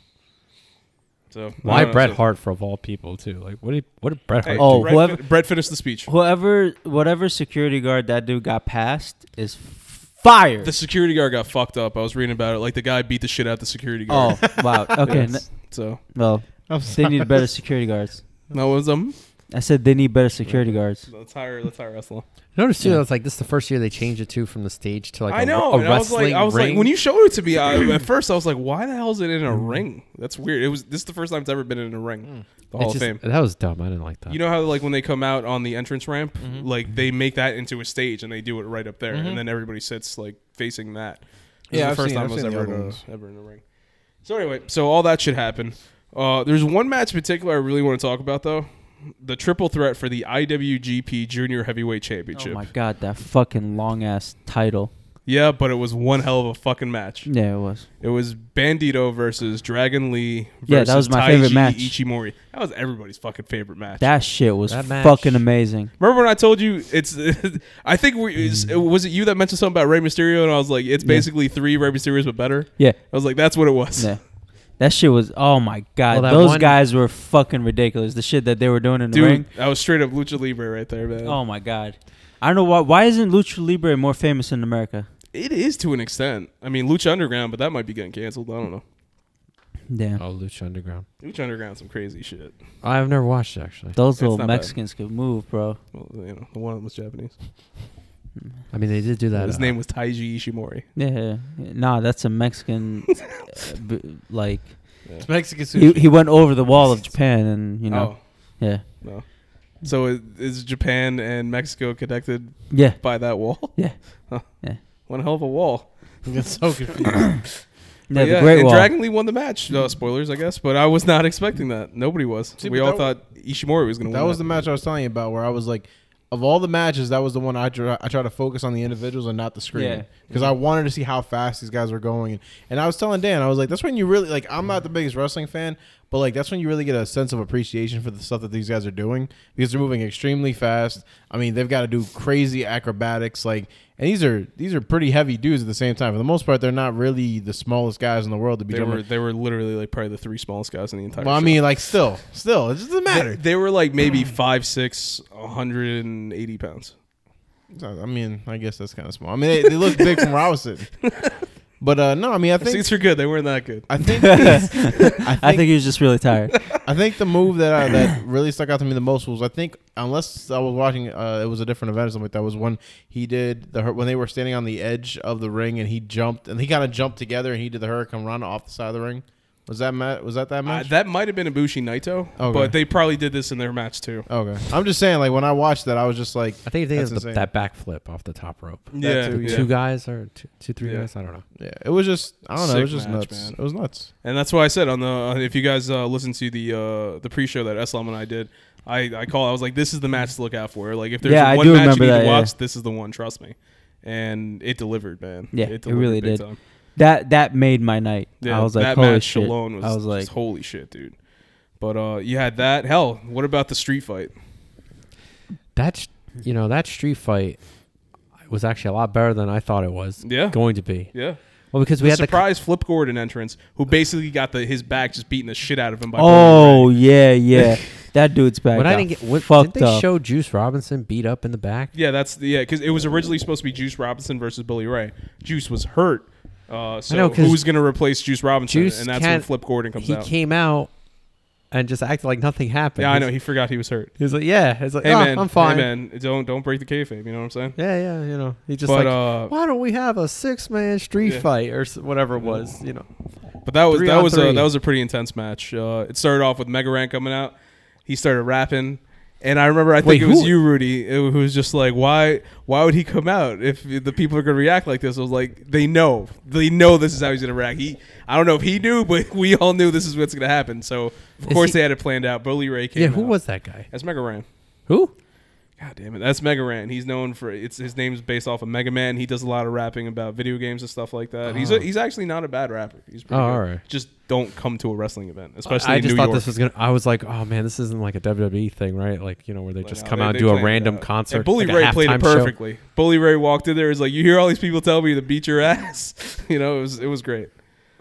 so I Why don't know, Bret so- Hart for of all people too? Like, what did what did Bret Hey, Hart? Oh, do? Bret, whoever- fin- Bret finished the speech. Whoever, whatever security guard that dude got past is fired. The security guard got fucked up. I was reading about it. Like the guy beat the shit out of the security guard. oh wow. Okay. n- So well, I'm they need better security guards. that was um. I said they need better security guards. Let's hire. Let's hire wrestling. Notice too. That's like this is the first year they changed it to from the stage to like a- I know. a and I was like, wrestling I was ring. like, when you showed it to me, I, at first I was like, why the hell is it in a ring? That's weird. It was. This is the first time it's ever been in a Hmm. ring. The Hall It's of just- Fame. That was dumb. I didn't like that. You know how like when they come out on the entrance ramp, Mm-hmm. like they make that into a stage and they do it right up there, and then everybody sits like facing that. This Yeah, I've is the first seen- time I've I was seen the ever other in, ones. a, ever in a ring. So anyway, so all that should happen. Uh, there's one match in particular I really want to talk about though, the triple threat for the IWGP Junior Heavyweight Oh Championship. my god, that fucking long ass title. yeah, but it was one hell of a fucking match. Yeah, it was. It was Bandito versus Dragon Lee. Versus Yeah, that was my Taiji favorite match. Ichimori. That was everybody's fucking favorite match. That shit was That match- fucking amazing. Remember when I told you it's? I think we is, Mm. was it you that mentioned something about Rey Mysterio, and I was like, it's basically three Rey Mysterios but better. Yeah. I was like, that's what it was. Yeah. That shit was oh my god. Well, that Those one- guys were fucking ridiculous. The shit that they were doing in the ring. Dude, I was straight up lucha libre right there, man. Oh my god. I don't know why why isn't Lucha Libre more famous in America? It is to an extent. I mean, Lucha Underground, but that might be getting canceled. I don't know. Damn. oh, Lucha Underground. Lucha Underground, some crazy shit. I've never watched it, actually. Those It's little not bad. Mexicans could move, bro. Well, you know, the one of them was Japanese. I mean, they did do that. His uh, name was Taiji Ishimori. Yeah, yeah. Nah, that's a Mexican uh, b- like It's Mexican sushi. he, he went over the wall of Japan and you know. Oh Yeah. no. So i- is Japan and Mexico connected Yeah. by that wall? Yeah. Huh. Yeah. One hell of a wall. It's so confusing. Yeah, But the Great and Wall. Dragon Lee won the match. No spoilers, I guess, but I was not expecting that. Nobody was. See, we but all that thought Ishimori was going to win. that was the match I was telling you about where I was like, of all the matches, that was the one I try, I try to focus on the individuals and not the Yeah. screen because I wanted to see how fast these guys were going. And, and I was telling Dan, I was like, that's when you really like. I'm not the biggest wrestling fan, but like that's when you really get a sense of appreciation for the stuff that these guys are doing because they're moving extremely fast. I mean, they've got to do crazy acrobatics, like, and these are these are pretty heavy dudes at the same time. For the most part, they're not really the smallest guys in the world to be. They jumping- were they were literally like probably the three smallest guys in the entire. well, I show. mean, like, still, still, it Mm. doesn't they, matter. they were like maybe five, six, 180 pounds. I mean, I guess that's kind of small. I mean, they, they look big from where I was sitting. But uh, no, I mean, I Their think Seats are good. They weren't that good. I think I I think think he was just really tired. I think the move that I, that really stuck out to me the most was I think unless I was watching uh, it was a different event or something like that was when he did the hur- when they were standing on the edge of the ring and he jumped and he kind of jumped together and he did the hurricane run off the side of the ring. Was that ma- was that that Uh, match? that might have been Ibushi Naito, Okay. but they probably did this in their match too. okay, I'm just saying. Like when I watched that, I was just like, I think it That's is the, insane. that backflip off the top rope. yeah, too, yeah. Two guys or two, two three Yeah. guys? I don't know. yeah, it was just I don't know, it was Sick just match, nuts. man. It was nuts. And that's why I said on the uh, if you guys uh, listen to the uh, the pre-show that Eslam and I did, I I call I was like this is the match to look out for. Like if there's Yeah, I one do match remember you need that, to yeah. watch, this is the one. Trust me. And it delivered, man. Yeah, it delivered really big did. That that made my night. Yeah, I was like, that holy match shit. alone was, I was like, just, holy shit, dude. But uh, you had that. Hell, what about the street fight? That's you know that street fight was actually a lot better than I thought it was Yeah. going to be. Yeah, Well, because the we had the surprise Flip Gordon entrance, who basically got the his back just beating the shit out of him by. oh Bully Ray. yeah, yeah. that dude's back. When I got didn't get what, fucked didn't they up. show Juice Robinson beat up in the back? yeah, that's the, yeah, because it was originally supposed to be Juice Robinson versus Bully Ray. Juice was hurt, uh, so know, 'cause who's going to replace Juice Robinson? Juice and that's when can't- Flip Gordon comes he out. came out and just acted like nothing happened. Yeah, I know He's, he forgot he was hurt. he's like, yeah, he's like, Hey "Oh, man, I'm fine. Hey man, don't don't break the kayfabe. You know what I'm saying? Yeah, yeah, you know, he just but like, uh, why don't we have a six man street Yeah. fight or s- whatever it was, you know? But that was Three that on was a three. that was a pretty intense match. Uh, it started off with Mega Ran coming out. He started rapping, and I remember I think Wait, it was who- you, Rudy, who was just like, "Why? Why would he come out if the people are going to react like this?" I was like, "They know, they know this is how he's going to react." He, I don't know if he knew, but we all knew this is what's going to happen. So of course he- they had it planned out. Bully Ray came. yeah, who out. was that guy? that's Mega Ran? Who? God damn it, that's Mega Ran. He's known for it's his name's based off of Mega Man. He does a lot of rapping about video games and stuff like that. He's a, Oh. he's actually not a bad rapper. He's Oh, pretty good. all right. Just don't come to a wrestling event, especially I in just New thought York. this was gonna. I was like, oh man, this isn't like a WWE thing, right? Like you know where they Like, just no, come they- out and they do a planned it random out. concert. And Bully like a Ray played it halftime show. perfectly. Bully Ray walked in there. He's like, "You hear all these people tell me to beat your ass." you know, it was it was great.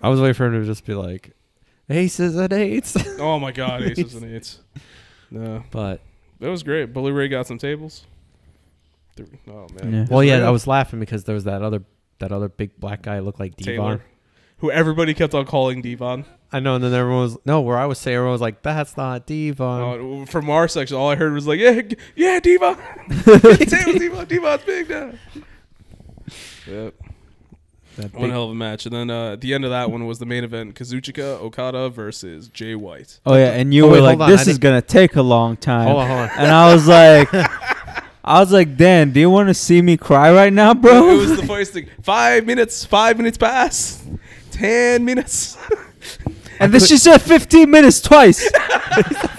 I was waiting for him to just be like, aces and eights. Oh my god, aces and eights. No, but that was great. Bully Ray got some tables. Th- Oh man. Yeah. well, yeah, Ray- I was laughing because there was that other that other big black guy looked like Devon. Taylor, who everybody kept on calling Devon. I know, and then everyone was no. Where I was saying, everyone was like, "That's not Um, Devon." Uh, from our section, all I heard was like, "Yeah, g- yeah, Devon, Taylor, Devon, Devon's big now." Yep. That One big- hell of a match. And then uh, at the end of that one was the main event Kazuchika Okada versus Jay White. Oh yeah, and you Oh, were wait, like, hold on, I "This is didn't- gonna take a long time." Hold on, hold on. And I was like, I was like, "Dan, do you want to see me cry right now, bro?" It was the funniest thing. Five minutes, five minutes pass, ten minutes. and then she said 15 minutes twice.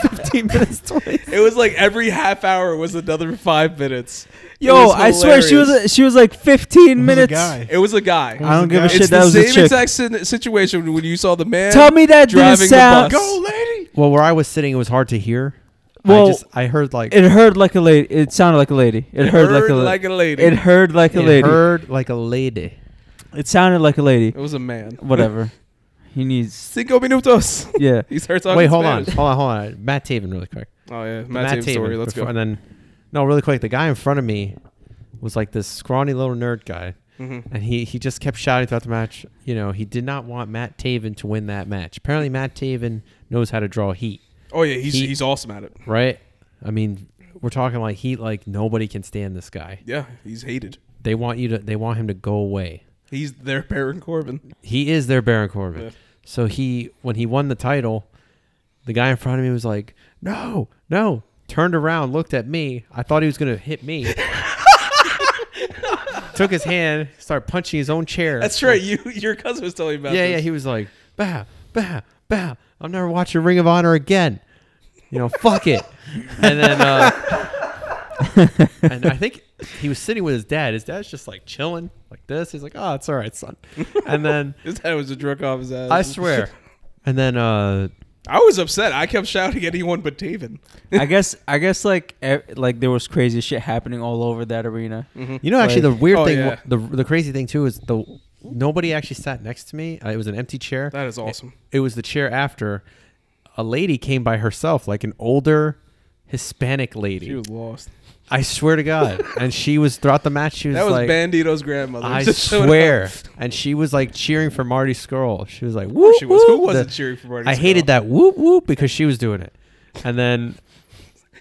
15 minutes twice. It was like every half hour was another five minutes. It Yo, was I swear she hilarious. was she was like 15 It was a minutes. guy. It was a guy. I don't give a It's Oh, shit. it's That the was a same chick. exact sin- situation when you saw the man. Tell me that didn't driving the sound. bus. Go, lady. Well, where I was sitting, it was hard to hear. Well, I, just, I heard like It heard like a lady. It sounded like a lady. It, heard, like a, lady. lady. It heard like a it lady. heard like a lady. It sounded like a lady. It was a man. Whatever. he needs. Cinco minutos. Yeah. he starts talking Wait, hold Spanish. on, hold on, hold on. Matt Taven, really quick. Oh yeah, Matt, The Taven story. Let's before- go. And then, no, really quick. The guy in front of me was like this scrawny little nerd guy, Mhm. and he he just kept shouting throughout the match. You know, he did not want Matt Taven to win that match. Apparently, Matt Taven knows how to draw heat, Oh yeah, he's He- he's awesome at it. right? I mean, we're talking like heat. Like nobody can stand this guy. Yeah, he's hated. They want you to. They want him to go away. He's their Baron Corbin. He is their Baron Corbin. Yeah. So he, when he won the title, the guy in front of me was like, "No, no." Turned around, looked at me. I thought he was gonna hit me. Took his hand, started punching his own chair. That's right. You your cousin was telling me about. yeah, yeah. this. He was like, "Bah, bah, bah." I'm never watching Ring of Honor again. You know, fuck it. And then, uh, and I think he was sitting with his dad. His dad's just like chilling like this. He's like, "Oh, it's all right, son." And then. His head was a drunk off his ass. I swear. and then uh I was upset. I kept shouting at anyone but Taven. I guess I guess like e- like there was crazy shit happening all over that arena. you know actually the weird Oh, thing yeah. the the crazy thing too is the nobody actually sat next to me. Uh, it was an empty chair. That is awesome. It, was the chair after a lady came by herself like an older Hispanic lady. She was lost. I swear to God. and she was throughout the match she was, That was like Bandito's grandmother. I Just showed swear. up. And she was like cheering for Marty Skrull. She was like, whoop, she was. Who whoop." wasn't The- cheering for Marty I Skrull? hated that whoop whoop because she was doing it. And then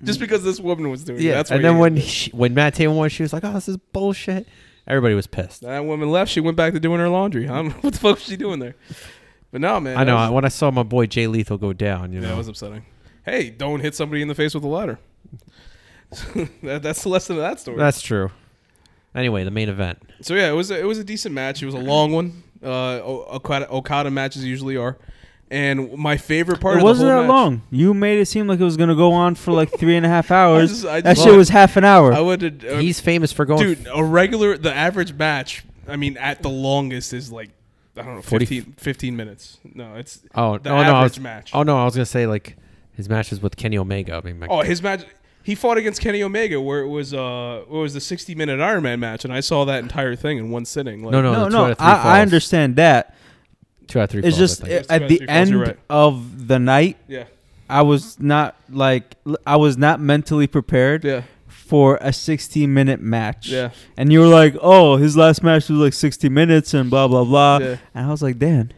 Just because this woman was doing it. Yeah, That's and what then you when did. she, when Matt Taven won, she was like, "Oh, this is bullshit." Everybody was pissed. that woman left, she went back to doing her laundry. Huh? what the fuck was she doing there? But no, man. I know. that was- when I saw my boy Jay Lethal go down, you that know, was upsetting. Hey, don't hit somebody in the face with a ladder. that, that's the lesson of that story. that's true. Anyway, the main event. So yeah, it was a, it was a decent match. It was a long one. Uh, O- Okada, Okada matches usually are, and my favorite part it of wasn't the that whole match- long. You made it seem like it was gonna go on for like three and a half hours. just- I that just- shit was half an hour. I would uh, He's famous for going. dude a regular the average match. I mean, at the longest is like I don't know 40 15, 15 minutes. No, it's oh, the oh no, I average was, match. Oh no, I was gonna say like his matches with Kenny Omega. I mean, my, Oh, his match. He fought against Kenny Omega, where it was uh, it was the sixty minute Iron Man match, and I saw that entire thing in one sitting. Like, no, no, no, the two no, out of three falls. I, I understand that. Two out of three. It's falls, just I uh, think. It's at two the out of three falls, end you're right. of the night, yeah, I was not like l- I was not mentally prepared yeah, for a 60 minute match. yeah. And you were like, "Oh, his last match was like 60 minutes and blah blah blah." Yeah. And I was like, "Dan."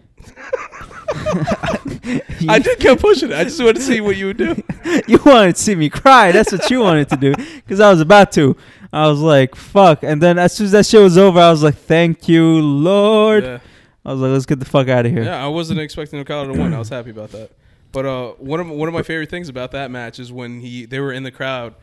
you, I did keep pushing it. I just wanted to see what you would do. you wanted to see me cry. That's what you wanted to do cuz I was about to. I was like, "Fuck." And then as soon as that shit was over, I was like, "Thank you, Lord." Yeah. I was like, "Let's get the fuck out of here." Yeah, I wasn't expecting Okada to win. I was happy about that. But uh, one of one of my favorite things about that match is when he they were in the crowd,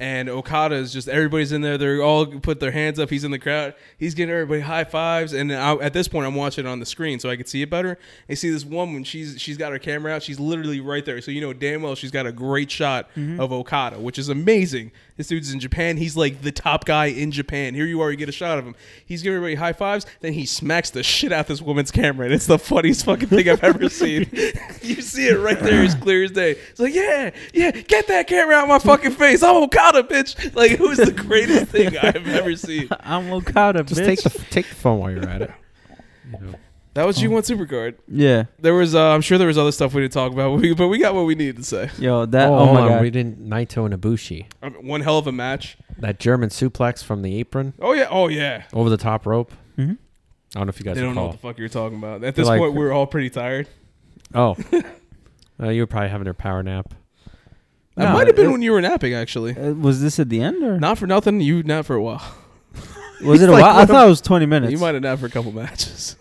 and Okada is just everybody's in there. They're all put their hands up. He's in the crowd. He's getting everybody high fives. And I, at this point, I'm watching it on the screen so I could see it better. I see this woman. She's she's got her camera out. She's literally right there. So you know damn well she's got a great shot of Okada, which is amazing. This dude's in Japan. He's like the top guy in Japan. Here you are. You get a shot of him. He's giving everybody high fives. Then he smacks the shit out this woman's camera, and it's the funniest fucking thing I've ever seen. you see it right there, as clear as day. It's like, yeah, yeah, get that camera out of my fucking face. I'm Okada, bitch. Like it was the greatest thing I've ever seen. I'm Okada, just bitch. take the take the phone while you're at it. You know. That was G1 Supercard. yeah. There was, uh, I'm sure there was other stuff we didn't talk about, but we, but we got what we needed to say. Yo, that oh, oh, hold my on, god. we didn't Naito and Ibushi. I mean, one hell of a match. That German suplex from the apron Oh yeah, oh yeah. over the top rope. Mhm. I don't know if you guys They don't know recall. what the fuck you're talking about. At this like- point, we're all pretty tired. Oh. Uh, you were probably having your power nap. that No, might have been it- when you were napping, actually. Uh, was this at the end or Not for nothing, you not for a while. was it a like, while? I what thought it was twenty minutes. You might have napped for a couple matches.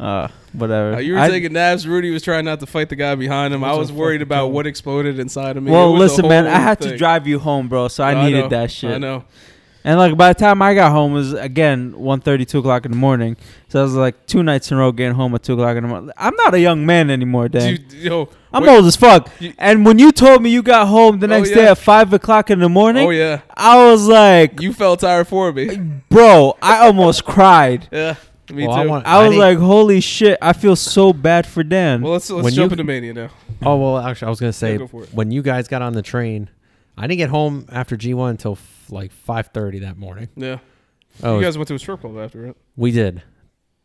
Uh, whatever. Uh, you were I- taking naps. Rudy was trying not to fight the guy behind him. I was worried about what exploded inside of me. well, It was a listen, man. whole I had thing. to drive you home, bro, so I, needed know. that shit. I know. And like by the time I got home it was again 1.30, 2 o'clock in the morning. So I was like two nights in a row getting home at two o'clock in the morning. I'm not a young man anymore, Dan. Dude, yo, I'm wait- old as fuck. You- and when you told me you got home the Oh, next day yeah. at five o'clock in the morning, Oh yeah, I was like, you felt tired for me. bro, I almost cried. Yeah, me Well, too. I want- I was didn't- like, holy shit, I feel so bad for Dan. well, let's let's when jump you- into Mania now. Oh well, actually, I was gonna say go for it. when you guys got on the train, I didn't get home after G one until f- like five thirty that morning. Yeah, Oh, you guys went to a strip club after it. we did.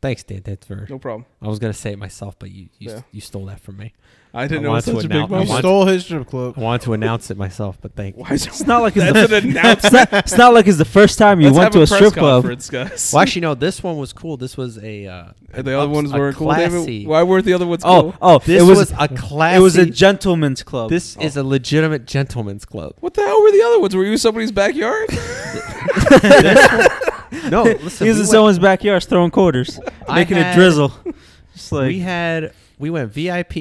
Thanks, Dan. That's for. No problem. I was gonna say it myself, but you you, Yeah. you stole that from me. I didn't I know it was wanted to such a announce- big I You moment. want- stole his strip club. I wanted to announce it myself, but thank. Why is it? it's not like it's the That's an announcement. It's not, it's not like it's the first time you Let's went have to a, press strip club. conference, guys. Well, actually, no. This one was cool. This was a. Uh, And the other ones a were cool. David. classy- Why weren't the other ones Oh, cool? oh, This it was, was, a classy. Oh. it was a gentleman's club. Oh. this is a legitimate gentleman's club. What the hell were the other ones? Were you in somebody's backyard? No, listen. he was we in went- someone's backyard throwing quarters, I making had- it drizzle. Just like we had we went VIP.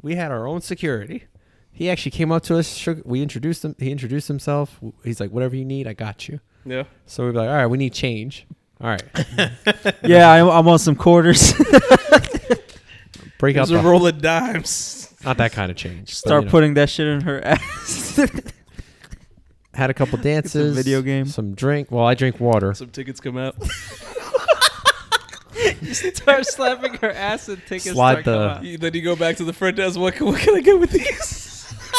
We had our own security. He actually came up to us. shook- We introduced him. He introduced himself. W- He's like, "Whatever you need, I got you." yeah. So we were like, "All right, we need change. All right, yeah, I, I want some quarters. break It up. was a roll of dimes. Not that kind of change. but, Start you know. putting that shit in her ass. Had a couple dances. video game. Some drink. Well, I drink water. Some tickets come out. Start slapping her ass and tickets. Slide start the- coming out. You- then you go back to the front desk. What can, what can I get with these?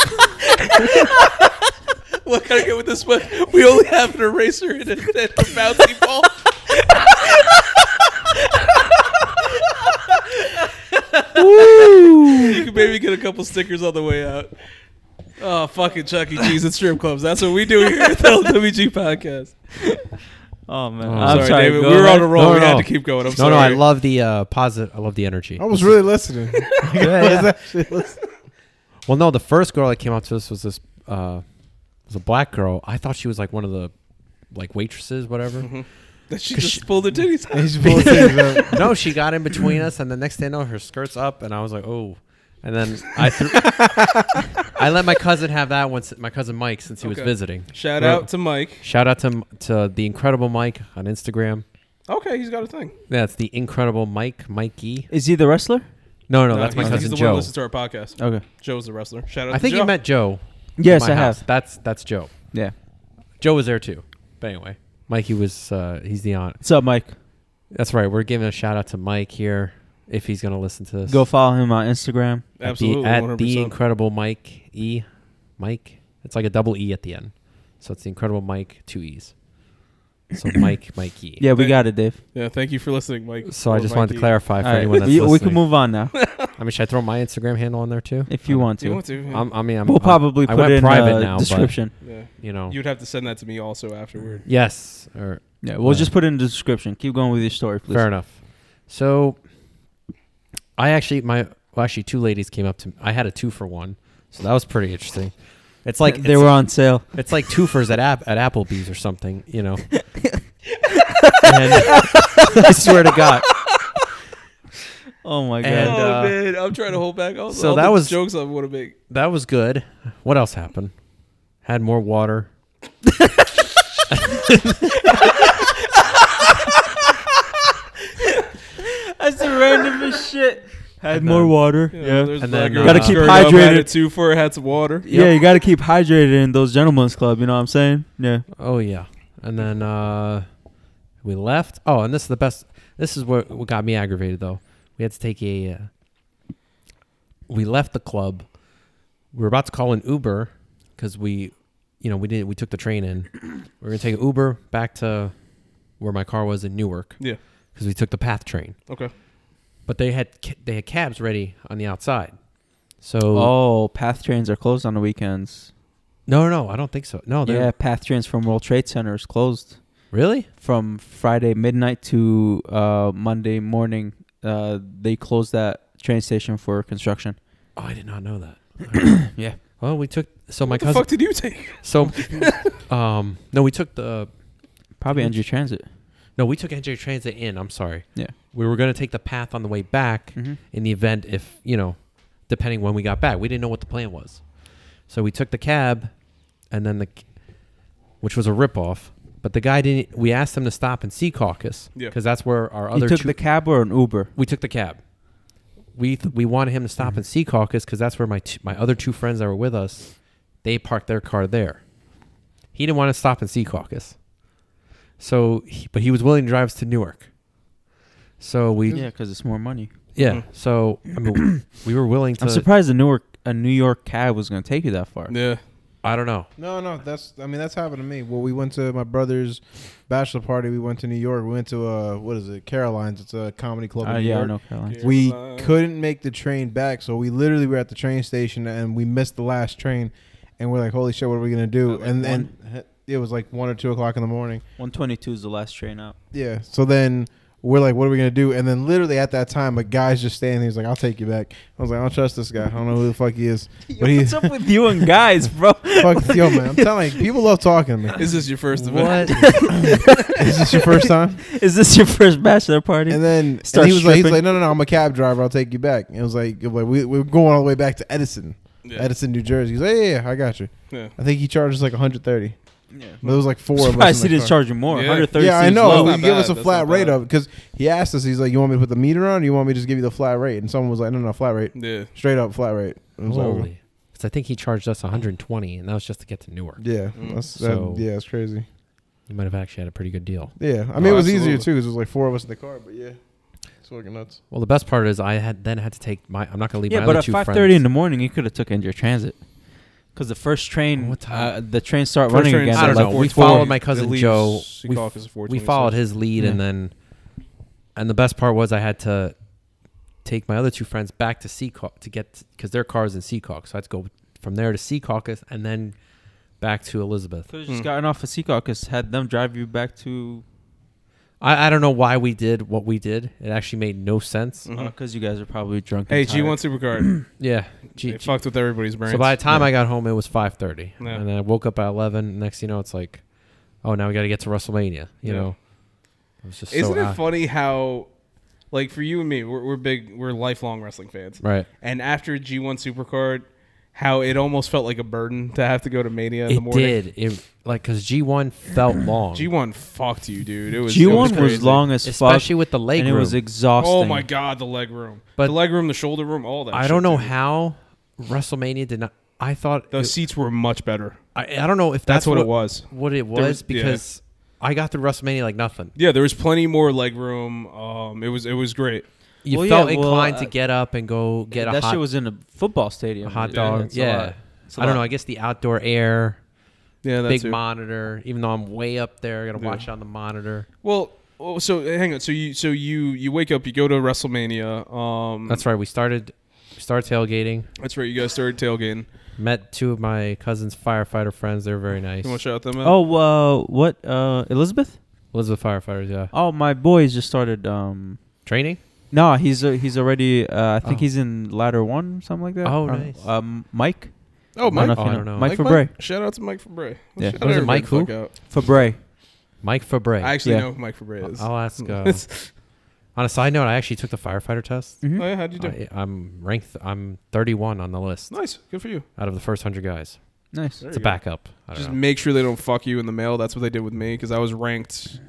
what can I get with this one? We only have an eraser and a, and a bouncy ball. You can maybe get a couple stickers on the way out. Oh, fucking Chuck E. Cheese and strip clubs. That's what we do here at the LWG podcast. Oh man, Oh, I'm sorry, sorry, David. go We were on ahead. a roll. No, we had no. to keep going. I'm no, sorry. no, I love the uh, positive. I love the energy. I was really listening. Yeah, yeah. listening. Well, no, the first girl that came up to us was this uh, was a black girl. I thought she was like one of the like waitresses, whatever. That she just pulled her titties. out. He's both things up. no, she got in between us, and the next day, I know her skirt's up, and I was like, oh. And then I threw, I let my cousin have that once. My cousin Mike, since he was Okay. visiting. Shout Right. out to Mike. Shout out to to the incredible Mike on Instagram. Okay, he's got a thing. That's the incredible Mike, Mikey. Is he the wrestler? No, no, Oh, that's my he's, cousin he's the one who Joe. Oh. listens to our podcast. Okay. Joe's the wrestler. Shout out. I to think Joe. you met Joe. at Yes, my I house. have. That's that's Joe. Yeah. Joe was there too. But anyway, Mikey was uh, he's the on. What's up, Mike? That's right. We're giving a shout out to Mike here if he's gonna listen to this. Go follow him on Instagram. At the- absolutely at 100%. the incredible Mike E. Mike. It's like a double E at the end, so it's the incredible Mike two E's. So Mike, Mikey. Yeah, we Thank- got it, Dave. yeah, thank you for listening, Mike. E. So I Or just wanted to Mikey. clarify for All right, anyone that's we, we listening. can move on now I mean, should I throw my Instagram handle on there too? if you want Do you to. want to? Yeah. I'm, I mean, I'm, We'll I'm- probably I put went it in private the now, but- description. yeah. you know. You'd have to send that to me also afterward. yes, or Yeah, we'll just put it in the description. Keep going with your story, please. fair enough. So, I actually my well, actually two ladies came up to me. I had a two for one, so that was pretty interesting. It's like they it's, were on sale. It's like twofers at app at Applebee's or something, you know. and I swear to God, Oh my god. And, oh uh, man, I'm trying to hold back. All, so all that the was- jokes I want to make. that was good. What else happened? Had more water. That's the randomest shit. Had And more then- water. You know, yeah. there's And then, black uh, or Gotta white keep skirt up, hydrated. added Two for hats of water. Yeah, you got to keep hydrated in those gentlemen's club. You know what I'm saying? Yeah. Oh yeah. And then uh we left. Oh, and this is the best. This is what, what got me aggravated though. We had to take a. Uh, we left the club. We were about to call an Uber because we, you know, we didn't. We took the train in. We are gonna take an Uber back to where my car was in Newark Yeah. because we took the Path train. Okay. But they had ca- they had cabs ready on the outside. So Oh, path trains are closed on the weekends. no, no, I don't think so. No, they yeah, path trains from World Trade Center is closed really. from Friday midnight to uh, Monday morning. Uh, they closed that train station for construction. Oh, I did not know that. Yeah. Well, we took so my what the cousin. fuck did you take? So, um, no, we took the Probably NJ Transit. no, we took NJ Transit in. I'm sorry. Yeah. we were gonna take the path on the way back Mm-hmm. in the event if you know, depending when we got back, we didn't know what the plan was. So we took the cab, and then the, c- which was a ripoff. But the guy didn't. We asked him to stop and see Caucus Yeah. because that's where Oh, our You other took two. the cab or an Uber? we took the cab. We th- we wanted him to stop Mm-hmm. and see Caucus because that's where my t- my other two friends that were with us, they parked their car there. He didn't want to stop and see Caucus, so he, but he was willing to drive us to Newark. So we Yeah, Mm-hmm. yeah, because it's more money. so I mean we were willing I'm to. surprised a Newark a New York cab was going to take you that far. Yeah. I don't know. No, no, that's I mean that's happened to me. Well, we went to my brother's bachelor party. We went to New York. We went to uh what is it? Caroline's. It's a comedy club. Uh, in New yeah, I York. know Carolina. We Caroline's. couldn't make the train back, so we literally were at the train station and we missed the last train. And we're like, "Holy shit, what are we gonna do?" At like and then it was like one or two o'clock in the morning. 122 is the last train out. Yeah. So then we're like, "What are we gonna do?" And then literally at that time, a guy's just standing. He's like, "I'll take you back." I was like, "I don't trust this guy. I don't know who the fuck he is." But he, What's up with you and guys, bro? fuck, yo, man, I'm telling you, people love talking to me. Is this your first event? What? Is this your first time? Is this your first bachelor party? And then and Start he was like, he's stripping. like, no, no, no, I'm a cab driver. I'll take you back. And it was like, it was like, we, we're going all the way back to Edison, Yeah. Edison, New Jersey. He's like, yeah, yeah, yeah, I got you. yeah. I think he charged us like 130. yeah. But it was like four of Surprised us. he in the didn't car. charge you more. Yeah. 130 Yeah, I seems know. low. He That's not give us a bad. That's flat not rate bad. of because he asked us. He's like, you want me to put the meter on? Or you want me to just give you the flat rate? And someone was like, no, no, flat rate, Yeah. straight up flat rate. And I was like, Holy, because I think he charged us 120, and that was just to get to Newark. yeah, Mm. that's that, So- yeah, it's crazy. You might have actually had a pretty good deal. Yeah, I mean, No, it was easier absolutely. too because it was like four of us in the car. But yeah, it's fucking nuts. Well, the best part is I had then had to take my. I'm not gonna leave Yeah, my but other at two 5:30 friends. in the morning, you could have took Andrew Transit. Because the first train, What time? Uh, the train start First running train again. I at don't like know. We 4:40. followed my cousin It leaves Joe. We, Seacaucus at 4:26. we followed his lead, and Yeah. then, and the best part was I had to take my other two friends back to Seacock to get because their car's in Seacock, so I had to go from there to Seacaucus and then back to Elizabeth. Could have just Hmm. gotten off of Seacaucus, had them drive you back to I, I don't know why we did what we did. It actually made no sense. Mhm. because uh, you guys are probably drunk. Hey, and tired. G1 Supercard. Yeah. Gee, it fucked with everybody's brains. So by the time I got home, it was five thirty, Yeah. and then I woke up at eleven. Next, thing you know, it's like, oh, now we got to get to WrestleMania. Yeah. You know, It was just so ah. Isn't it odd. funny how, like, for you and me, we're, we're big, we're lifelong wrestling fans, Right. And after G1 Supercard, how it almost felt like a burden to have to go to Mania in the It morning. did. It like because G one felt long, G1 fucked you, dude. It was it G1 was, crazy. long as fuck, especially with the leg and room. it was exhausting. Oh my god, the leg room, But- the leg room, the shoulder room, all that. I shit, don't know dude. how WrestleMania did not. I thought Those it- seats were much better. I, I don't know if That's, that's, what, it was. What it was There was- yeah. because I got through WrestleMania like nothing. Yeah, there was plenty more leg room. Um, it was it was great. You Well, felt yeah, well, inclined uh, to get up and go get that a hot, shit was in a football stadium. a hot dude. dog. That's a Yeah, lot. It's a I don't lot. know. I guess the outdoor air, Yeah, that's big monitor. Even though I'm way up there, I gotta watch it on the monitor. Well, oh, so hang on. So you so you you wake up, you go to WrestleMania. Um, That's right. We started, start tailgating. that's right. You guys started tailgating. Met two of my cousin's firefighter friends. They were very nice. You want to shout them out? Oh, uh, what? Uh, Elizabeth? Elizabeth firefighters. Yeah, Oh, my boy's just started. Um, training. no, he's uh, he's already. Uh, I think Oh. he's in ladder one, something like that. Oh, I don't- nice. Um, Mike. oh I Mike. don't know if Oh, you I know. don't know. Mike Mike- Fabre. Shout out to Mike Fabre. Yeah. Shout Was it out Mike everybody who? the fuck out. Fabre. Mike Fabre. I actually Yeah. know who Mike Fabre is. I'll ask. Uh, It's- on a side note, I actually took the firefighter test. Mm-hmm. oh yeah, how'd you do? I, I'm ranked. I'm 31 on the list nice. Good for you. out of the first hundred guys. Nice. It's a backup. I don't Just know. make sure they don't fuck you in the mail. That's what they did with me because I was ranked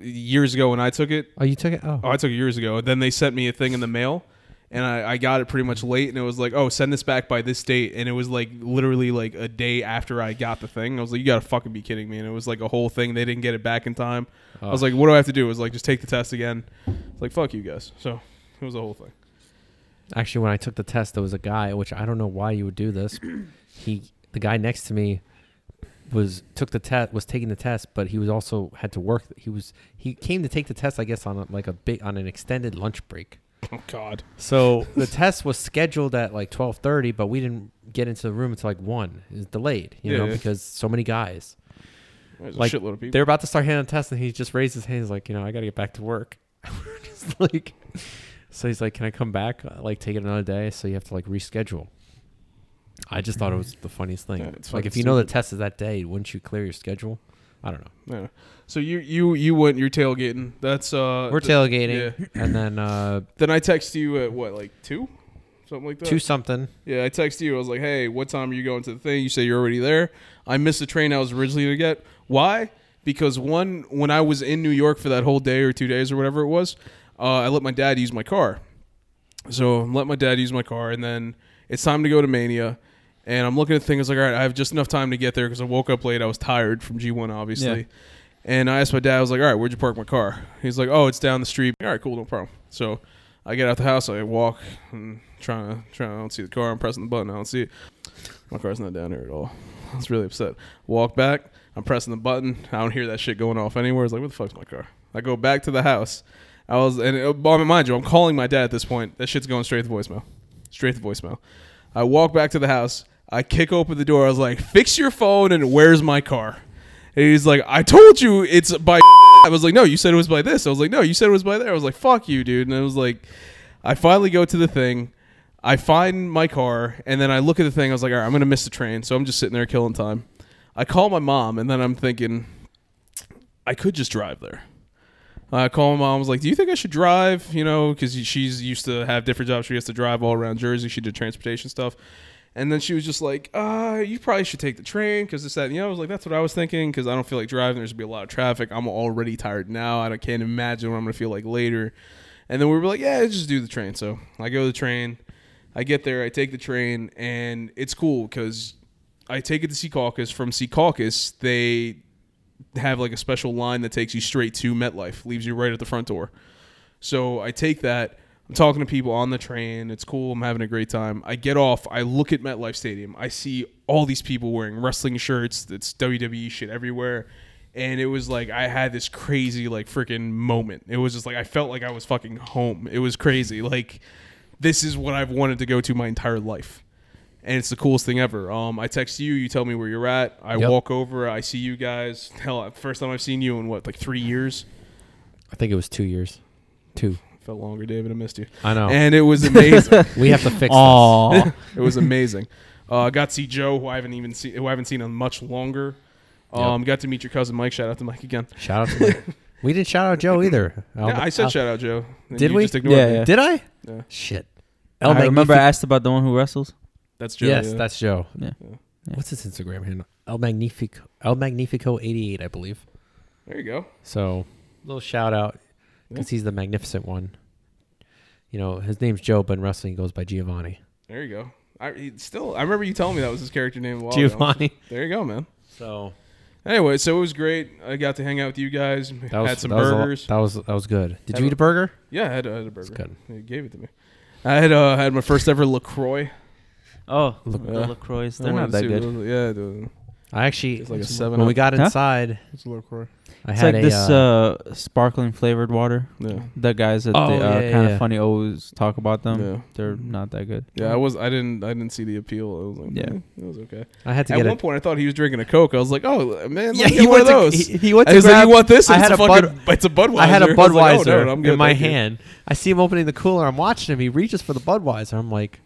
years ago when I took it. Oh, you took it. Oh, Oh, I took it years ago. Then they sent me a thing in the mail, and I, I got it pretty much late. And it was like, oh, send this back by this date. And it was like literally like a day after I got the thing. I was like, you gotta fucking be kidding me. And it was like a whole thing. They didn't get it back in time. I was like, what do I have to do? It was like just take the test again. It's like fuck you guys. So it was a whole thing. actually, when I took the test, there was a guy, which I don't know why you would do this. He, the guy next to me, was took the test, was taking the test, but he was also had to work. He was he came to take the test, I guess, on a, like a big on an extended lunch break. Oh God. So the test was scheduled at like 12:30, but we didn't get into the room until like one. It was delayed, you Yeah, know, yeah. because so many guys. There's Like, a shitload of people. They're about to start handing the test, and he just raised his hands like, you know, I got to get back to work. We're just like, so he's like, can I come back? Uh, Like, take it another day. So you have to like reschedule. I just thought it was the funniest thing. Yeah, it's like, if fucking you know the stupid. test is that day, wouldn't you clear your schedule? I don't know. Yeah. So you you you went. You're tailgating. That's uh. We're th- tailgating, yeah. and then uh, Then I text you at what like two, something like that. two something. Yeah, I text you. I was like, "Hey, what time are you going to the thing?" You say you're already there. I missed the train I was originally to get. Why? Because one, when I was in New York for that whole day or two days or whatever it was, uh, I let my dad use my car. So I let my dad use my car, and then it's time to go to Mania. And I'm looking at things like, all right, I have just enough time to get there because I woke up late. I was tired from G1, obviously. Yeah. And I asked my dad, I was like, all right, where'd you park my car? He's like, oh, it's down the street. All right, cool, no problem. So I get out the house, I walk, and trying to, trying, I don't see the car. I'm pressing the button, I don't see it. My car's not down here at all. I was really upset. Walk back, I'm pressing the button. I don't hear that shit going off anywhere. It's like, where the fuck's my car? I go back to the house. I was, and uh, but mind you, I'm calling my dad at this point. That shit's going straight to voicemail. Straight to voicemail. I walk back to the house. I kick open the door. I was like, fix your phone and where's my car? And he's like, I told you it's by. I was like, no, you said it was by this. I was like, no, you said it was by there. I was like, fuck you, dude. And I was like, I finally go to the thing. I find my car, and then I look at the thing. I was like, all right, I'm gonna miss the train, so I'm just sitting there killing time. I call my mom, and then I'm thinking, I could just drive there. I call my Uh, mom. I was like, "Do you think I should drive?" You know, because she's used to have different jobs. She has to drive all around Jersey. She did transportation stuff, and then she was just like, "Uh, you probably should take the train because this that." And, you know, I was like, "That's what I was thinking." Because I don't feel like driving. There's gonna be a lot of traffic. I'm already tired now. I don't- can't imagine what I'm gonna feel like later. And then we were like, "Yeah, just do the train." So I go to the train. I get there. I take the train, and it's cool because I take it to Secaucus. From Secaucus, they have like a special line that takes you straight to MetLife, leaves you right at the front door. So I take that. I'm talking to people on the train. It's cool. I'm having a great time. I get off. I look at MetLife Stadium. I see all these people wearing wrestling shirts. It's WWE shit everywhere. And it was like I had this crazy like freaking moment. It was just like I felt like I was fucking home. It was crazy. Like this is what I've wanted to go to my entire life. And it's the coolest thing ever. Um, I text you, you tell me where you're at. I Yep. walk over, I see you guys. Hell, uh, first time I've seen you in what, like three years? I think it was two years. Two. Felt longer, David. I missed you. I know. And it was amazing. we have to fix this. Aw. it was amazing. Uh, got to see Joe, who I haven't even seen, who I haven't seen in much longer. Um, Got to meet your cousin Mike. Shout out to Mike again. Shout out to Mike. We didn't shout out Joe either. Yeah, I said shout out Joe. and Did you we? Just ignored Yeah, me. yeah. Did I? Yeah. Shit. I El Magnific- remember I asked about the one who wrestles. That's Joe. Yes, yeah. that's Joe. Yeah. Yeah. What's his Instagram handle? El Magnifico. El Magnifico eighty eight, I believe. there you go. So little shout out because he's the magnificent one. You know his name's Joe, but in wrestling he goes by Giovanni. There you go. I he still I remember you telling me that was his character name. a while ago. Giovanni. There you go, man. So Anyway, so it was great. I got to hang out with you guys. that was had some that was a lo- burgers. that was that was good. Did Had you a- eat a burger? yeah, I had, I had a burger. good. You gave it to me. I had uh, had my first ever Lacroix. Oh, Yeah. the Lacroix. I They're wanted not to that see good. what it was- Yeah, dude. I actually It's like a when we 7-Up. got Huh? inside, It's a little core. I It's had like a this uh, uh, sparkling flavored water. yeah, The guys at Oh, the uh, yeah, kind yeah. of funny always talk about Um, them. Yeah. They're not that good. yeah. I was I didn't I didn't see the appeal. I was like, Yeah. yeah, it was okay. I had to At get one a, point, I thought he was drinking a Coke. I was like, oh man, yeah, Yeah, get he one of went to- those. he- he went I to was like, grab- you want this? I It's had a a fucking, It's a Budweiser. I had a was like, Budweiser oh, no, no, I'm good, in my thank you. hand. I see him opening the cooler. I'm watching him. He reaches for the Budweiser. I'm like,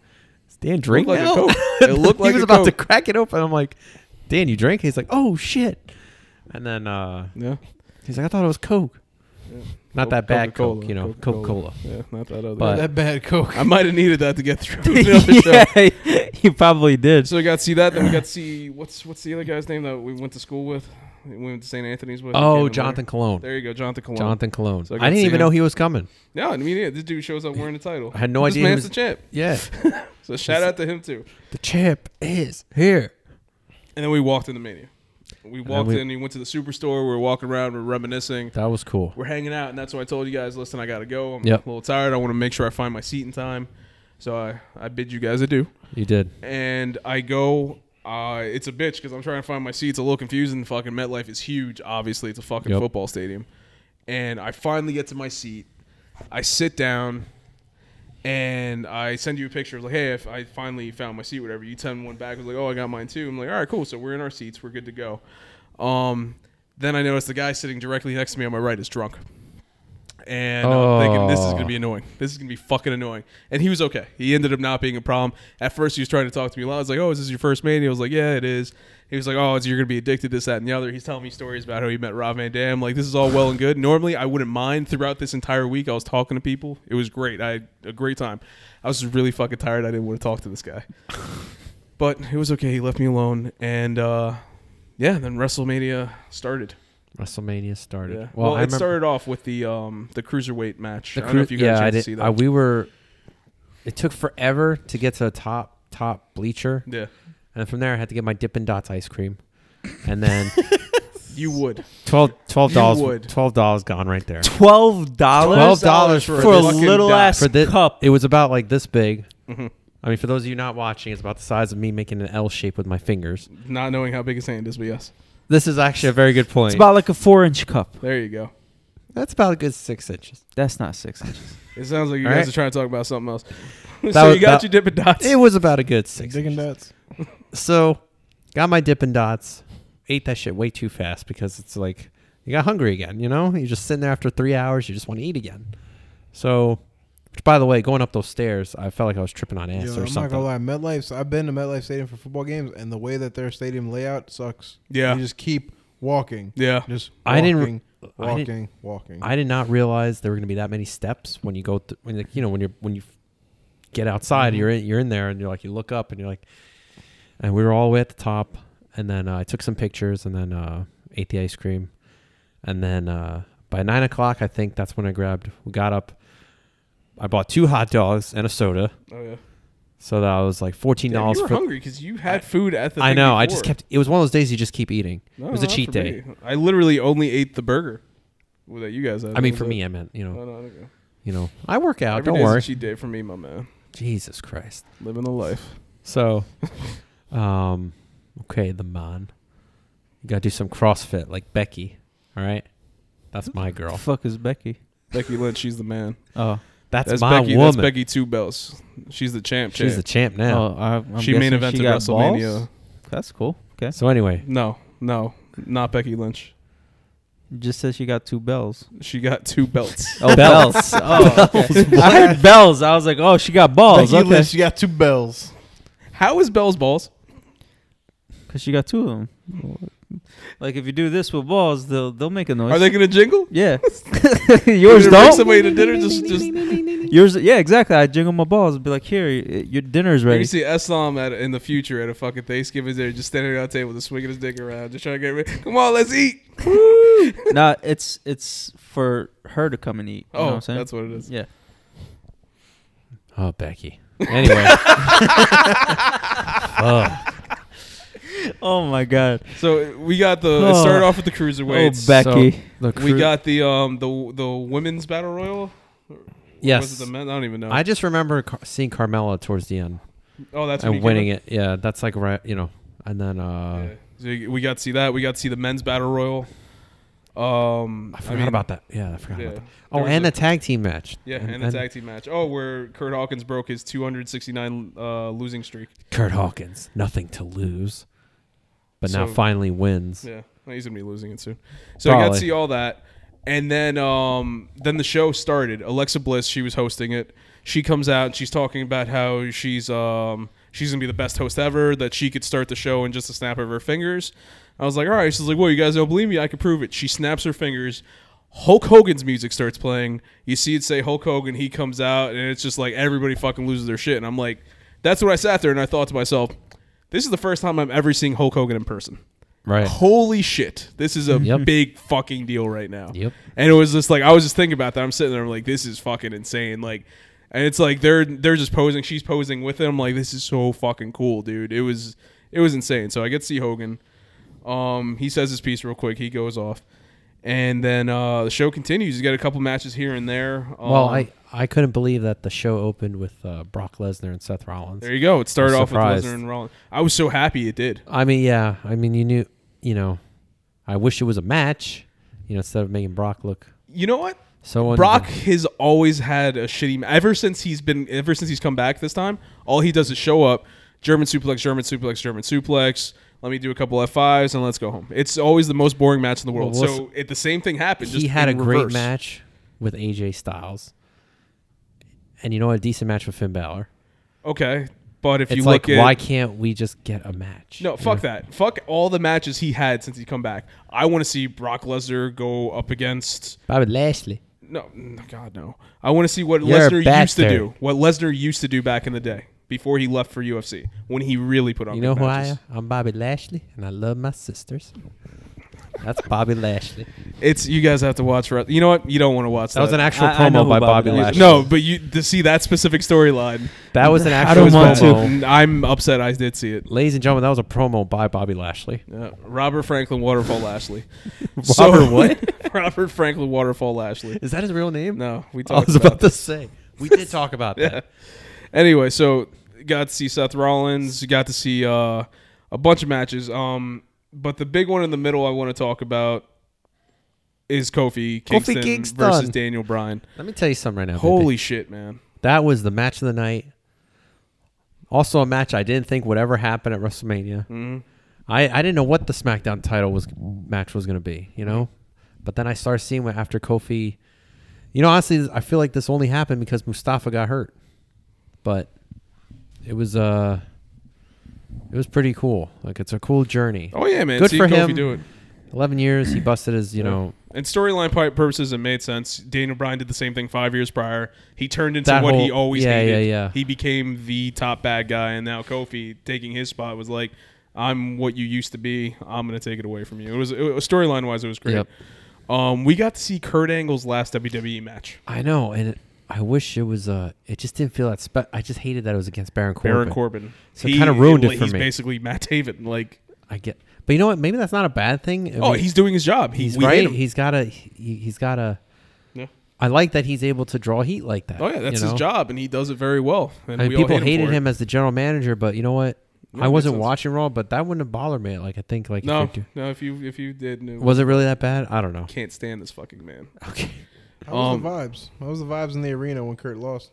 "Is Dan drink like a now?" Coke. It looked like he was a about to Coke. crack it open. I'm like, "Dan, you drink?" He's like, "Oh shit!" And then uh, Yeah. he's like, "I thought it was Coke." Yeah. Not that bad Coca-Cola, Coke, you know, Coca Coca-Cola. Cola. Yeah, not that other. But- that bad Coke. I might have needed that to get through another show. yeah, he probably did. So we got to see that. Then we got to see what's what's the other guy's name that we went to school with? We went to St. Anthony's with. He came Oh, in Jonathan Cologne. There. there you go, Jonathan Cologne. Jonathan Cologne. So I got I to didn't see even him. know he was coming. No, I mean yeah, this dude shows up wearing the title. I had no this idea he Man's was- the champ. Yeah, So shout out to him too. the champ is here. And then we walked into Mania. We walked we- in. He went to the superstore. We were walking around. We were reminiscing. That was cool. we're hanging out, and that's why I told you guys, listen, I gotta go. I'm Yep. a little tired. I want to make sure I find my seat in time. So I, I bid you guys adieu. You did. And I go. Uh, it's a bitch because I'm trying to find my seat. It's a little confusing. Fucking MetLife is huge. Obviously, it's a fucking Yep. football stadium. And I finally get to my seat. I sit down, and I send you a picture. Like, hey, if I finally found my seat, whatever. You send one back. I was like, oh, I got mine too. I'm like, all right, cool. So we're in our seats. We're good to go. Um, then I noticed the guy sitting directly next to me on my right is drunk. And I'm thinking this is gonna Oh. be annoying. This is gonna be fucking annoying. And he was okay. He ended up not being a problem. At first, he was trying to talk to me a lot. I was like, "Oh, is this your first mania?" I was like, "Yeah, it is." He was like, "Oh, it's, you're gonna be addicted to this, that, and the other." He's telling me stories about how he met Rob Van Dam. Like, this is all well and good. Normally, I wouldn't mind. Throughout this entire week, I was talking to people. It was great. I had a great time. I was really fucking tired. I didn't want to talk to this guy but it was okay. He left me alone, and uh, yeah, then WrestleMania started. WrestleMania started. Yeah. Well, it started off with the um, the cruiserweight match. The I don't know if cru- you got yeah, a I chance to did- see that. I- we were. It took forever to get to the top top bleacher, yeah, and from there I had to get my Dippin' Dots ice cream, and then you would. twelve twelve You would. dollars twelve dollars gone right there. Twelve dollars Twelve dollars for, for a this fucking little dot. ass For this cup. it was about like this big. Mm-hmm. I mean, for those of you not watching, it's about the size of me making an L shape with my fingers. Not knowing how big his hand is, but yes, This is actually a very good point. It's about like a four-inch cup. there you go. that's about a good six inches. That's not six inches. It sounds like you All guys right. are trying to talk about something else. so was- you got that- your dipping dots. It was about a good six. Digging inches. dots. So, got my Dippin' Dots. Ate that shit way too fast because it's like you got hungry again. You know, you're just sitting there after three hours. You just want to eat again. So, which by the way, going up those stairs, I felt like I was tripping on ass Yo, or I'm not something. gonna lie, MetLife. So I've been to MetLife Stadium for football games, and the way that their stadium layout sucks. Yeah. you just keep walking. yeah, just walking, I didn't- I walking, didn't- walking. I did not realize there were gonna be that many steps when you go th- when like, you know when you when you get outside. Mm-hmm. You're in you're in there and you're like you look up and you're like, and we were all the way at the top. And then uh, I took some pictures and then uh, ate the ice cream, and then uh, by nine o'clock I think that's when I grabbed. We got up. I bought two hot dogs and a soda, oh yeah. so that I was like fourteen Damn, dollars you were for. hungry because you had food at the. I thing know. I just before. kept. It was one of those days you just keep eating. No, it was no, a not cheat for day. me. I literally only ate the burger that you guys had. I mean, That for was me, it. Oh, I meant you know, No, no, okay. you know. I work out. Every don't day's a worry. cheat day for me, my man. Jesus Christ. Living the life. So, um, okay, the man. You gotta do some CrossFit like Becky. All right, that's my girl. fuck is Becky? Becky Lynch, she's the man. Oh, That's, That's my Becky. woman. That's Becky Two Bells. She's the champ. She's champ. the champ now. oh I, I'm she main guessing evented she got WrestleMania. balls? That's cool. Okay, So anyway, No, no, not Becky Lynch. just says she got two bells. She got two belts. Oh, bells. oh, okay. I heard bells. I was like, oh, she got balls. Becky Okay, Lynch, she got two bells. How is Bell's balls? because she got two of them. Like if you do this with balls, they'll they'll make a noise. Are they gonna jingle? yeah. Are Yours they gonna bring don't. Somebody to dinner just just. Yours. Yeah, exactly. I jingle my balls. Be like, here, y- your dinner's You ready. see Islam at in the future at a fucking Thanksgiving dinner, just standing at a table, just swinging his dick around, just trying to get rid. Come on, let's eat. nah, it's it's for her to come and eat. You know what Oh, I'm saying? that's what it is. yeah. Oh, Becky. Anyway. Fuck. Oh my god. So we got the. It Oh. started off with the oh, cruiserweights. Becky. So, the we cru- got the um the the women's battle royal. Or yes. Was it the men? I don't even know. I just remember car- seeing Carmella towards the end oh, that's and winning it. Yeah, that's like right, you know. And then uh So we- we got to see that. We got to see the men's battle royal. Um, I forgot mean, about that. Yeah, I forgot yeah. about that. There Oh, was and a- the tag team match. Yeah, and, the tag team match. Oh, where Kurt Hawkins broke his 269 uh, losing streak. Kurt Hawkins, nothing to lose, but now So- finally wins. Yeah, well, he's gonna be losing it soon. So we got to Probably. see all that, and then um, then the show started. Alexa Bliss, she was hosting it. She comes out and she's talking about how she's um she's gonna be the best host ever. That she could start the show in just a snap of her fingers. I was like, all right. She's like, well, you guys don't believe me? I can prove it. She snaps her fingers. Hulk Hogan's music starts playing. You see it say Hulk Hogan. He comes out, and it's just like everybody fucking loses their shit. And I'm like, that's what I sat there and I thought to myself, this is the first time I'm ever seeing Hulk Hogan in person Right. holy shit this is a Yep. big fucking deal right now Yep. and it was just like i was just thinking about that i'm sitting there I'm like this is fucking insane like and it's like they're they're just posing she's posing with him like this is so fucking cool dude it was it was insane so i get to see hogan um he says his piece real quick he goes off and then uh the show continues you got a couple matches here and there um, Well, I I couldn't believe that the show opened with uh, Brock Lesnar and Seth Rollins. there you go it started I'm off with surprised. lesnar and rollins i was so happy it did I mean, yeah. I mean, you knew, you know. I wish it was a match, you know, instead of making Brock look you know what so. un- Brock has always had a shitty ever since he's been ever since he's come back this time. All he does is show up, German suplex, German suplex, German suplex. Let me do a couple F5s and let's go home. It's always the most boring match in the world. Well, so it, the same thing happened. he just had a in great reverse. match with AJ Styles, and you know a decent match with Finn Balor. Okay, but if It's you like, look at why can't we just get a match? no, fuck that. Fuck all the matches he had since he come back. I want to see Brock Lesnar go up against Bobby Lashley. No, no, God, no. I want to see what You're a Lesnar used to bastard. do. What Lesnar used to do back in the day before he left for UFC when he really put on. You know good who I matches. am? I'm Bobby Lashley, and I love my sisters. That's Bobby Lashley. Uh, It's you guys have to watch. Re- You know what? You don't want to watch that. actual I- I know who Bobby Lashley no, but you to see that specific storyline. That was an I actual don't want to. promo. I'm upset. I did see it. Ladies and gentlemen, that was a promo by Bobby Lashley. Uh, Robert Franklin Waterfall Lashley. Robert what? Robert Franklin Waterfall Lashley. Is that his real name? No, we talked I was about, about to say. We did talk about Yeah. that. Anyway, so got to see Seth Rollins, got to see uh, a bunch of matches. Um, but the big one in the middle I want to talk about is Kofi Kingston, Kingston. versus Daniel Bryan. Let me tell you something right now. baby. Holy shit, man! That was the match of the night. Also, a match I didn't think would ever happen at WrestleMania. I, I didn't know what the SmackDown title was match was going to be, you know? But then I started seeing what after Kofi. You know, honestly, I feel like this only happened because Mustafa got hurt. But it was uh it was pretty cool. Like it's a cool journey. Oh yeah, man! Good see for Kofi him. do it. 11 years he busted his, you know, And storyline pi- purposes, it made sense. Daniel Bryan did the same thing five years prior. He turned into That what he whole- always yeah, hated. yeah, yeah. He became the top bad guy, and now Kofi taking his spot was like, "I'm what you used to be. I'm gonna take it away from you." It was, it was storyline wise, it was great. Yep. Um, we got to see Kurt Angle's last WWE match. I know and it, I wish it was uh it just didn't feel that spe- I just hated that it was against Baron Corbin. Baron Corbin. So it kinda ruined it he's for me. basically Matt Taven. Like, I get, but you know what? Maybe that's not a bad thing. I oh, mean, he's doing his job. He, he's we right. hate him. He's got a he, he's got a. Yeah. I like that he's able to draw heat like that. oh yeah, that's you know? his job, and he does it very well. And I mean, we people all hate hated him. for it. him as the general manager, but you know what? Yeah, I makes wasn't sense. watching Raw, but that wouldn't have bothered me. Like I think like if No, you do- no. If you if you did, no, was it really that bad? I don't know. can't stand this fucking man. Okay. How was Um, the vibes? How was the vibes in the arena when Kurt lost?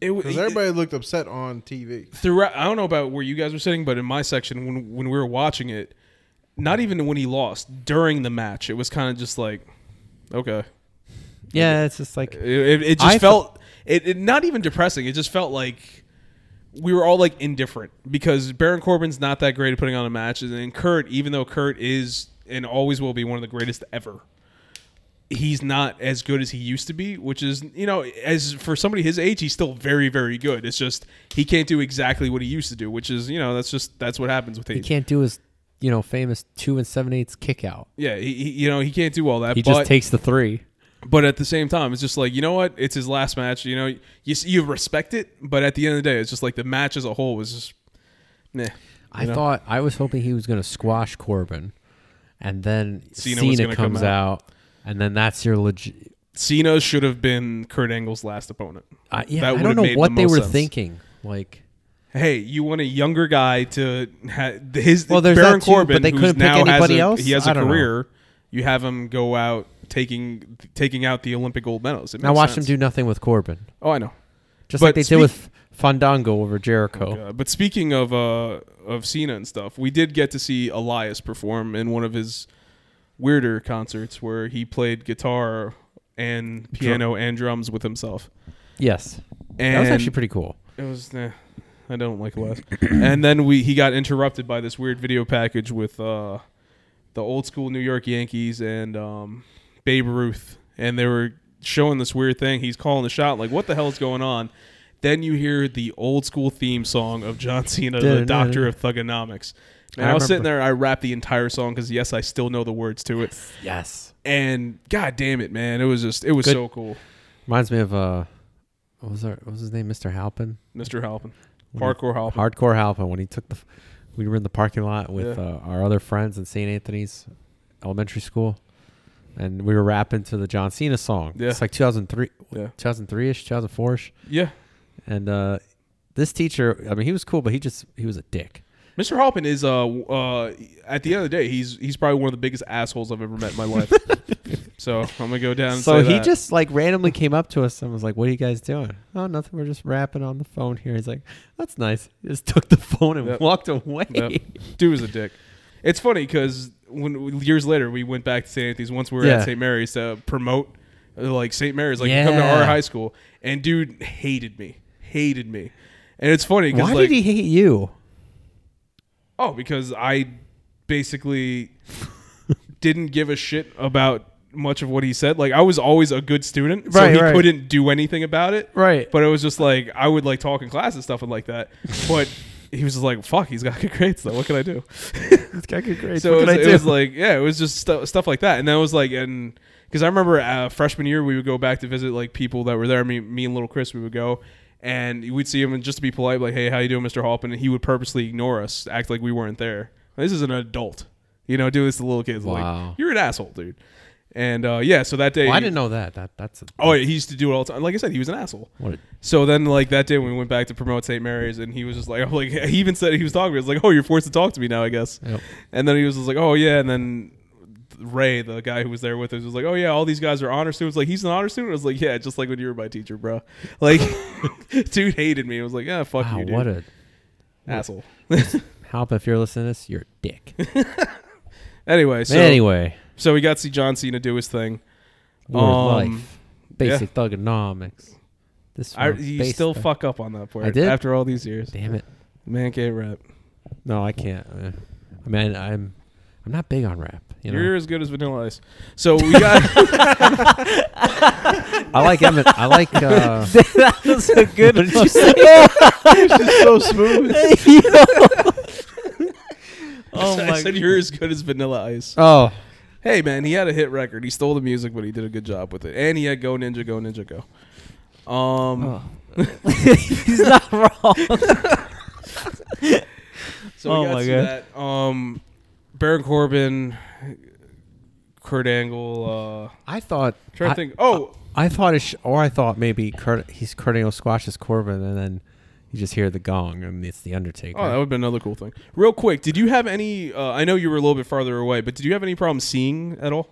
It was Because everybody looked upset on TV. throughout. I don't know about where you guys were sitting, but in my section, when when we were watching it, not even when he lost during the match, it was kind of just like, okay, Yeah, it's just like It, it, it I just fe- felt it, it not even depressing. It just felt like we were all like indifferent because Baron Corbin's not that great at putting on a match, and then Kurt, even though Kurt is and always will be one of the greatest ever, he's not as good as he used to be. Which is, you know, as for somebody his age, he's still very, very good. It's just he can't do exactly what he used to do, which is, you know, that's just that's what happens with He age. can't do his, you know, famous two and seven eighths kick out. Yeah, he, he, you know, he can't do all that. He but, just takes the three. But at the same time, it's just like you know what? It's his last match. You know, you you respect it, but at the end of the day, it's just like the match as a whole was just, meh. I you know? thought I was hoping he was going to squash Corbin, and then Cena Cena, was gonna come comes out. and then that's your legit. Cena should have been Kurt Angle's last opponent. I yeah, That I would've don't know made the what they most were sense. thinking. Like, Hey, you want a younger guy to ha- his Well, there's Baron that too, Corbin, but they who's couldn't pick now has anybody a- else? He has a I don't know. career. You have him go out taking taking out the Olympic gold medals. It now makes watch sense. him do nothing with Corbin, Oh, I know. just But like they speak- did with Fandango over Jericho. Uh, but speaking of uh, of Cena and stuff, we did get to see Elias perform in one of his weirder concerts where he played guitar and piano and drums with himself. yes, And that was actually pretty cool. It was. Nah, I don't like Elias. and then we he got interrupted by this weird video package with uh, the old school New York Yankees and um, Babe Ruth, and they were showing this weird thing. He's calling the shot, like, "What the hell is going on?" Then you hear the old school theme song of John Cena, the Doctor of Thugonomics. And I, I was sitting remember. there, I rapped the entire song because yes, I still know the words to it. Yes, And god damn it, man, it was just it was Good. so cool, reminds me of uh, what was our, what was his name, Mister Halpin, Mister Halpin, When he- hardcore Halpin. hardcore Halpin when he took the. f- We were in the parking lot with Yeah. uh, our other friends in St. Anthony's Elementary School, and we were rapping to the John Cena song. Yeah. It's like 2003, Yeah. 2003 ish, 2004 ish, yeah, and uh, this teacher. I mean, he was cool, but he just he was a dick. Mr. Halpin is uh w- uh at the end of the day he's he's probably one of the biggest assholes I've ever met in my life. so I'm gonna go down. And so say he that. just like randomly came up to us and was like, "What are you guys doing?" Oh, nothing. We're just rapping on the phone here. He's like, "That's nice." He just took the phone and Yep. walked away. Yep. dude was a dick. It's funny because when years later we went back to St. Anthony's once we were at Yeah. St. Mary's to promote uh, like St. Mary's like come to Yeah. our high school and dude hated me hated me and it's funny because Why like did he hate you? oh because I basically didn't give a shit about much of what he said like I was always a good student so Right, he right. couldn't do anything about it Right. But it was just like I would like talk in class and stuff and like that. But he was just like, "Fuck, he's got good grades though. What can I do?" This guy could great. so what it was, can I it do? was like, yeah, it was just stu- stuff like that. And then it was like, and because I remember uh, freshman year we would go back to visit like people that were there. Me, me and little Chris, we would go. And we'd see him, and just to be polite, like, "Hey, how you doing, Mr. Halpin?" And he would purposely ignore us, act like we weren't there. This is an adult, you know, do this to little kids. Wow. Like, you're an asshole, dude. And uh, yeah, so that day, Well, I didn't know that. That that's a, Oh, yeah, he used to do it all the time. Like I said, he was an asshole. what a, So then, like that day when we went back to promote St. Mary's, and he was just like, I'm like he even said he was talking. to me. He was like, "Oh, you're forced to talk to me now, I guess." Yep. And then he was just like, "Oh yeah." And then Ray, the guy who was there with us, was like, "Oh yeah, all these guys are honor students." Like he's an honor student. I was like, "Yeah, just like when you were my teacher, bro." Like, dude hated me. I was like, "Yeah, fuck wow, you, dude. what a asshole." help if you're listening to this, you're a dick. Anyway, so anyway, so we got to see John Cena do his thing. Word um, life, basic thugonomics. This I, one, you basic still thug- fuck up on that word. I did? after all these years. Damn it! Man can't rap. No, I can't. Uh, I mean, I'm I'm not big on rap. You know, You're as good as Vanilla Ice. So we got. I like Emin. I like. Uh, that was a good What did you one. It's so smooth. Oh I my said you're as good as Vanilla Ice. oh, Hey man, he had a hit record. He stole the music, but he did a good job with it. And he had Go Ninja, Go Ninja, Go. Um, Oh. He's not wrong. so we oh got my to God. that. Um, Baron Corbin, Kurt Angle. Uh, I thought. trying I, to think. Oh, I thought, it sh- or I thought maybe Kurt, he's Kurt Angle squashes Corbin, and then you just hear the gong, and it's the Undertaker. oh, that would have been another cool thing. Real quick, did you have any? Uh, I know you were a little bit farther away, but did you have any problem seeing at all?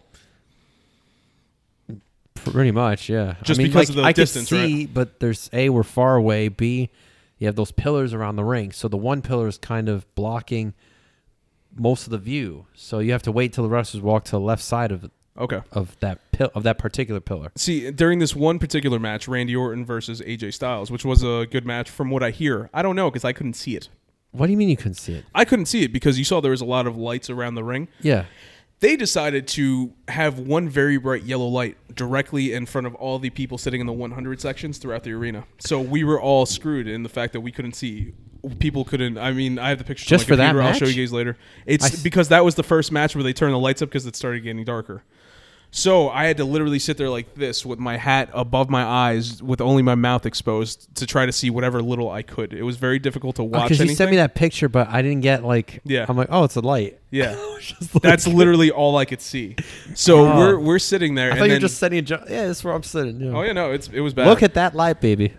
Pretty much, yeah. Just I mean, because like, of the I could distance, right? see, But there's a we're far away. B, you have those pillars around the ring, so the one pillar is kind of blocking most of the view. So you have to wait till the wrestlers walk to the left side of Okay. of that pill of that particular pillar. See, during this one particular match, Randy Orton versus AJ Styles, which was a good match from what I hear. I don't know because I couldn't see it. What do you mean you couldn't see it? I couldn't see it because you saw there was a lot of lights around the ring. Yeah. They decided to have one very bright yellow light directly in front of all the people sitting in the 100 sections throughout the arena. So we were all screwed in the fact that we couldn't see. People couldn't. I mean, I have the picture. Just for that I'll show match? you guys later. It's I s- because that was the first match where they turned the lights up because it started getting darker. So I had to literally sit there like this with my hat above my eyes, with only my mouth exposed, to try to see whatever little I could. It was very difficult to watch. Because Oh, Uh, you anything. sent me that picture, but I didn't get like. Yeah. I'm like, oh, it's a light. Yeah, Just like- that's literally all I could see. So we're we're sitting there, I and thought you then were just sending. A jo- yeah, that's where I'm sitting. Yeah. oh yeah, no, it's it was bad. Look at that light, baby.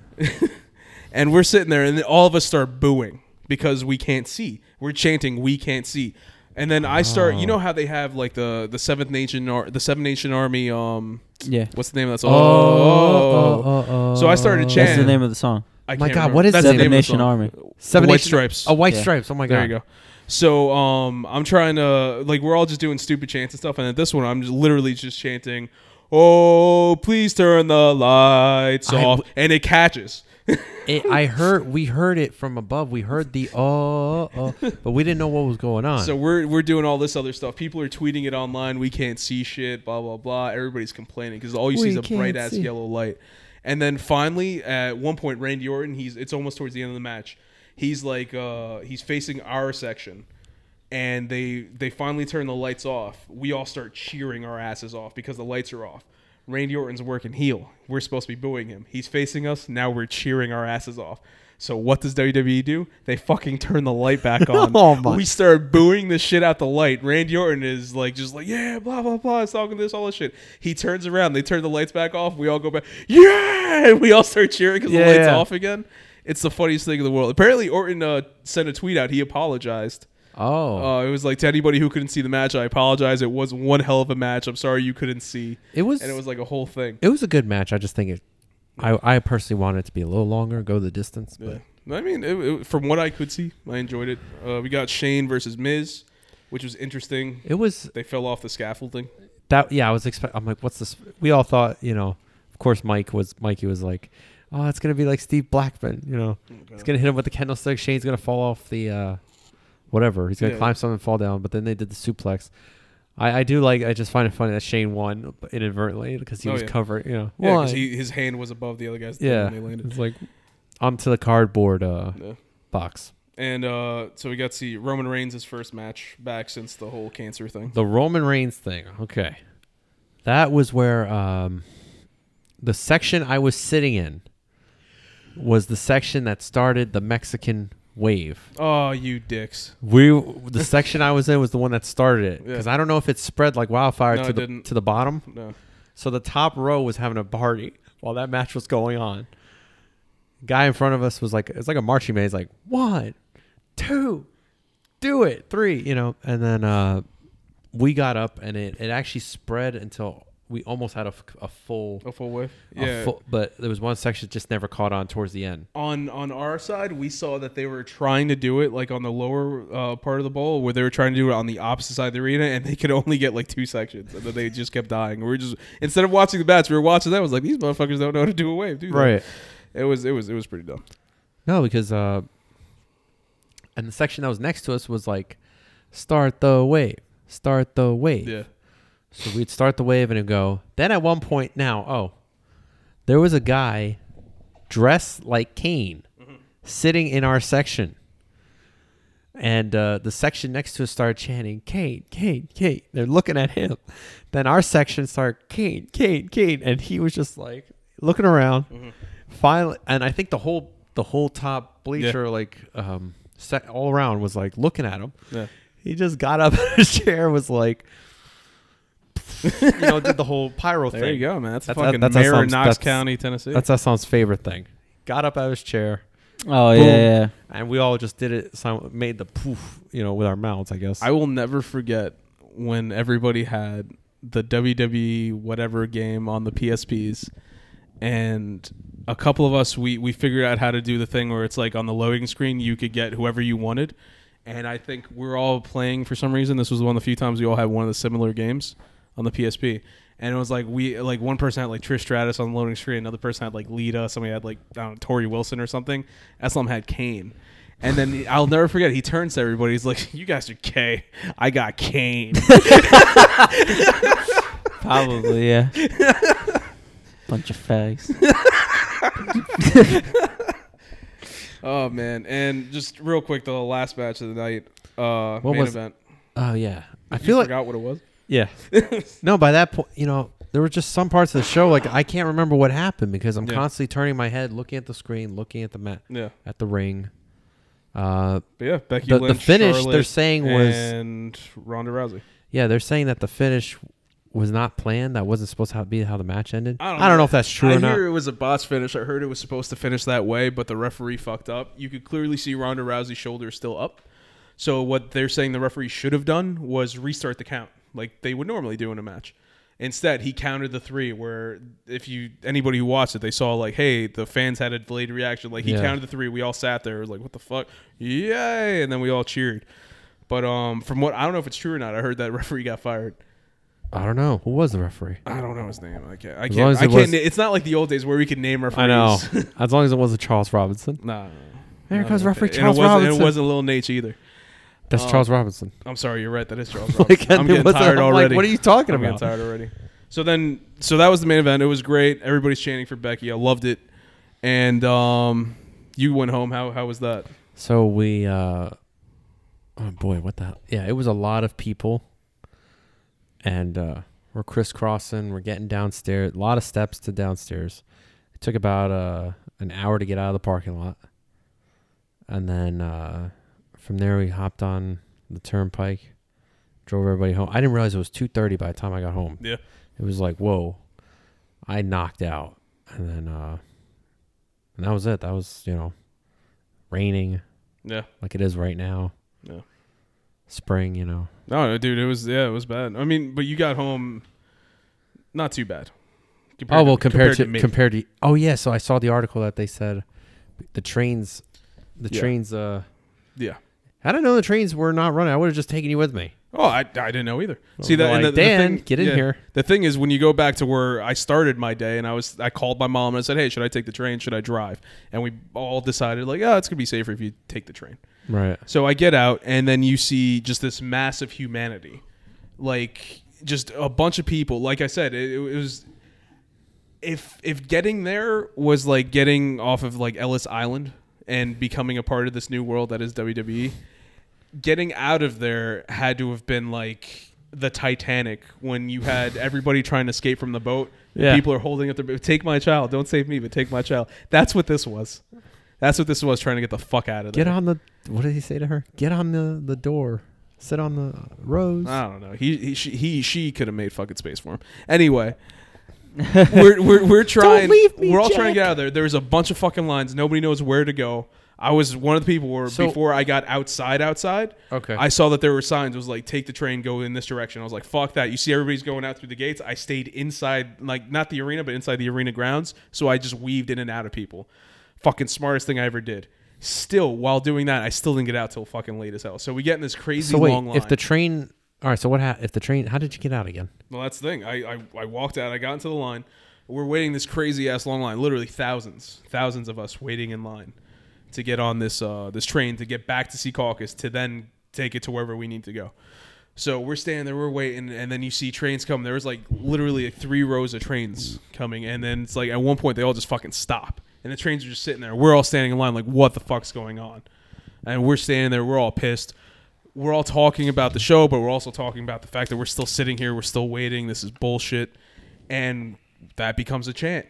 and we're sitting there, and then all of us start booing because we can't see. We're chanting, "We can't see," and then I start. Oh. You know how they have like the the Seventh Nation or the Seven Nation Army. Um, Yeah. what's the name of that song? Oh, oh, oh, so I started oh. chanting. That's the name of the song. I My can't God, remember. what is That's that? the name of the Nation song. Army. Seven The White Nation- Stripes. Oh, white Yeah. stripes. Oh my god. There you go. So um, I'm trying to like we're all just doing stupid chants and stuff, and at this one I'm just literally just chanting, "Oh, please turn the lights I- off," and it catches. It, I heard. We heard it from above. We heard the oh, oh, but we didn't know what was going on. So we're we're doing all this other stuff. People are tweeting it online. We can't see shit. Blah blah blah. Everybody's complaining because all you see We is a can't bright ass see. yellow light. And then finally, at one point, Randy Orton. He's it's almost towards the end of the match. He's like uh, he's facing our section, and they they finally turn the lights off. We all start cheering our asses off because the lights are off. Randy Orton's working heel. We're supposed to be booing him. He's facing us. Now we're cheering our asses off. So what does WWE do? They fucking turn the light back on. Oh my We start booing the shit out the light. Randy Orton is like just like, yeah, blah, blah, blah. It's talking this, all this shit. He turns around, they turn the lights back off, we all go back, yeah, and we all start cheering because Yeah, the lights yeah. off again. It's the funniest thing in the world. Apparently Orton uh, sent a tweet out, he apologized. oh, Uh, it was like to anybody who couldn't see the match, I apologize. It was one hell of a match. I'm sorry you couldn't see. it was. And it was like a whole thing. It was a good match. I just think it. I, I personally wanted it to be a little longer, go the distance, but I mean, it, it- from what I could see, I enjoyed it. Uh, we got Shane versus Miz, which was interesting. it was They fell off the scaffolding. that. Yeah, I was expect. I'm like, what's this? We all thought, you know, of course, Mike was Mikey was like, oh, it's gonna be like Steve Blackman, you know, it's gonna hit him with the candlestick. Shane's gonna fall off the, uh, whatever. He's gonna Yeah. climb something, and fall down. But then they did the suplex. I, I do like. I just find it funny that Shane won inadvertently because he Oh, was yeah. covered. You know, Yeah, because Why? his hand was above the other guy's thing yeah. when they landed. It's like onto the cardboard uh, Yeah. box. And uh, so we got to see Roman Reigns' his first match back since the whole cancer thing. The Roman Reigns thing. Okay. That was where um, the section I was sitting in was the section that started the Mexican wave. Oh, you dicks. We the section I was in was the one that started it Yeah. because I don't know if it spread like wildfire No, to it the didn't. to the bottom. No. So the top row was having a party while that match was going on. Guy in front of us was like, it's like a marching band. He's like, one, two, do it, three, you know. And then uh, we got up and it, it actually spread until we almost had a, f- a full. A full wave. a Oh, Yeah. full- but there was one section that just never caught on towards the end. on on our side, we saw that they were trying to do it like on the lower uh, part of the bowl, where they were trying to do it on the opposite side of the arena, and they could only get like two sections, and then they just kept dying. We were just instead of watching the bats, we were watching that. I was like, these motherfuckers don't know how to do a wave, dude. It was it was it was pretty dumb. No, because uh, and the section that was next to us was like, start the wave, start the wave. Yeah. So we'd start the wave and it'd go. Then at one point now, oh, there was a guy dressed like Kane sitting in our section. And uh, the section next to us started chanting, Kane, Kane, Kane. They're looking at him. Then our section started, Kane, Kane, Kane. And he was just like looking around. Finally, and I think the whole the whole top bleacher, like um, set all around, was like looking at him. Yeah. He just got up out of his chair, and was like, you know, did the whole pyro thing. There you go, man. That's, That's- fucking that's- that's mayor of sounds- Knox that's- County, Tennessee. That's Hassan's favorite thing. Got up out of his chair, Oh Boom. yeah, yeah. and we all just did it. Some made the poof, you know, with our mouths. I guess. I will never forget when everybody had the WWE whatever game on the PSPs, and a couple of us we we figured out how to do the thing where it's like on the loading screen you could get whoever you wanted, and I think we're all playing for some reason. This was one of the few times we all had one of the similar games. on the PSP. And it was like we like one person had like Trish Stratus on the loading screen, another person had like Lita, somebody had like I don't know, Tori Wilson or something. Eslam had Kane. And then he- I'll never forget. He turns to everybody. He's like, "You guys are K. I got Kane." Probably, yeah. Bunch of fags. oh man! And just real quick, the last match of the night, uh, What main was- event. Oh yeah, I You feel like forgot what it was. yeah. no, by that point, you know, there were just some parts of the show like I can't remember what happened because I'm Yeah. constantly turning my head, looking at the screen, looking at the mat, Yeah, at the ring. Uh, but yeah, Becky The- the Lynch. finish they're Charlotte, saying was- and Ronda Rousey. yeah, they're saying that the finish was not planned. That wasn't supposed to be how the match ended. I I don't don't, know. know if that's true I or not. hear it was a botch finish. I heard it was supposed to finish that way, but the referee fucked up. You could clearly see Ronda Rousey's shoulder still up. So what they're saying the referee should have done was restart the count, like they would normally do in a match. Instead, he counted the three. Where if you anybody who watched it, they saw like, hey, the fans had a delayed reaction. Like he Yeah. counted the three. We all sat there, like, what the fuck, yay! And then we all cheered. But um, from what I don't know if it's true or not, I heard that referee got fired. I don't know who was the referee. I don't know his name. I can't. I long can't. as I it can't. was- na- it's not like the old days where we could name referees. I know. as long as it wasn't Charles Robinson. Nah. There Not goes like referee that. And Charles it wasn't, and Robinson. It wasn't Lil Nate either. That's Oh. Charles Robinson. I'm sorry, you're right. That is Charles Like, Robinson. I'm it getting wasn't- tired I'm like, already. what are you talking I'm about? getting tired already. So then, so that was the main event. It was great. Everybody's chanting for Becky. I loved it. And um, you went home. How how was that? So we, uh, oh boy, what the hell? Yeah, it was a lot of people. And uh, we're crisscrossing, we're getting downstairs, a lot of steps to downstairs. It took about uh, an hour to get out of the parking lot. And then uh, from there, we hopped on the turnpike, drove everybody home. I didn't realize it was 2.30 by the time I got home. Yeah. It was like, whoa, I knocked out. And then, uh, and that was it. That was, you know, raining Yeah. like it is right now. Yeah. Spring, you know. No, no, dude. It was yeah. It was bad. I mean, but you got home. Not too bad. Compared oh well, to- compared, to, me. compared to oh yeah. So I saw the article that they said the trains, the Yeah. trains. uh yeah. I don't know the trains were not running. I would have just taken you with me. Oh, I, I didn't know either. See they're that, and like, the- the "Dan, thing- get in yeah. here." The thing is, when you go back to where I started my day, and I was, I called my mom and I said, "Hey, should I take the train? Should I drive?" And we all decided, like, "Oh, it's gonna be safer if you take the train." Right. So I get out, and then you see just this massive humanity, like just a bunch of people. Like I said, it, it was if if getting there was like getting off of like Ellis Island and becoming a part of this new world that is WWE, getting out of there had to have been like the Titanic when you had everybody trying to escape from the boat. Yeah. People are holding up their bo- take my child, don't save me, but take my child. That's what this was. That's what this was trying to get the fuck out of there. Get on the. What did he say to her? Get on the the door. Sit on the rose. I don't know. He he she, he, she could have made fucking space for him. Anyway, we're we're, we're trying. leave me, we're all trying to Jack. get out of there. There's a bunch of fucking lines. Nobody knows where to go. I was one of the people where So- before I got outside, outside. Okay. I saw that there were signs. It was like take the train, go in this direction. I was like, fuck that. You see everybody's going out through the gates. I stayed inside, like not the arena, but inside the arena grounds. So I just weaved in and out of people. Fucking smartest thing I ever did. Still, while doing that, I still didn't get out till fucking late as hell. So we get in this crazy so long wait, line. if the train. All right. So what? Ha- if the train? How did you get out again? Well, that's the thing. I, I, I walked out. I got into the line. We're waiting this crazy ass long line. Literally thousands, thousands of us waiting in line to get on this uh, this train to get back to Sea Caucus to then take it to wherever we need to go. So we're standing there, we're waiting, and then you see trains come. There was like literally like three rows of trains coming, and then it's like at one point they all just fucking stop, and the trains are just sitting there. We're all standing in line, like what the fuck's going on? And we're standing there, we're all pissed we're all talking about the show, but we're also talking about the fact that we're still sitting here, we're still waiting. This is bullshit, and that becomes a chant.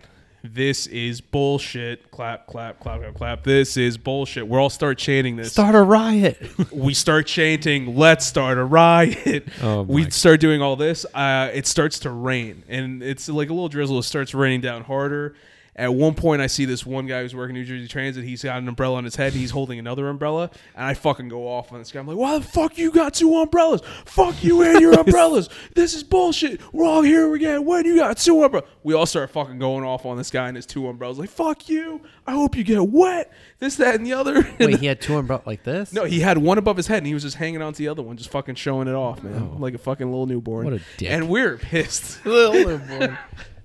This is bullshit. Clap, clap, clap, clap, clap. This is bullshit. We all start chanting this. Start a riot. We start chanting, "Let's start a riot." Oh, we my. start doing all this. Uh, it starts to rain, and it's like a little drizzle. It starts raining down harder, At one point, I see this one guy who's working New Jersey Transit. He's got an umbrella on his head. He's holding another umbrella, and I fucking go off on this guy. I'm like, "Why the fuck you got two umbrellas? Fuck you and your umbrellas. This is bullshit. We're all here again. When you got two umbrellas, we all start fucking going off on this guy and his two umbrellas. Like, fuck you. I hope you get wet. This, that, and the other. Wait, he had two umbrellas like this? No, he had one above his head and he was just hanging on to the other one, just fucking showing it off, man. Like a fucking little newborn. Oh. What a dick. And we're pissed. Little boy.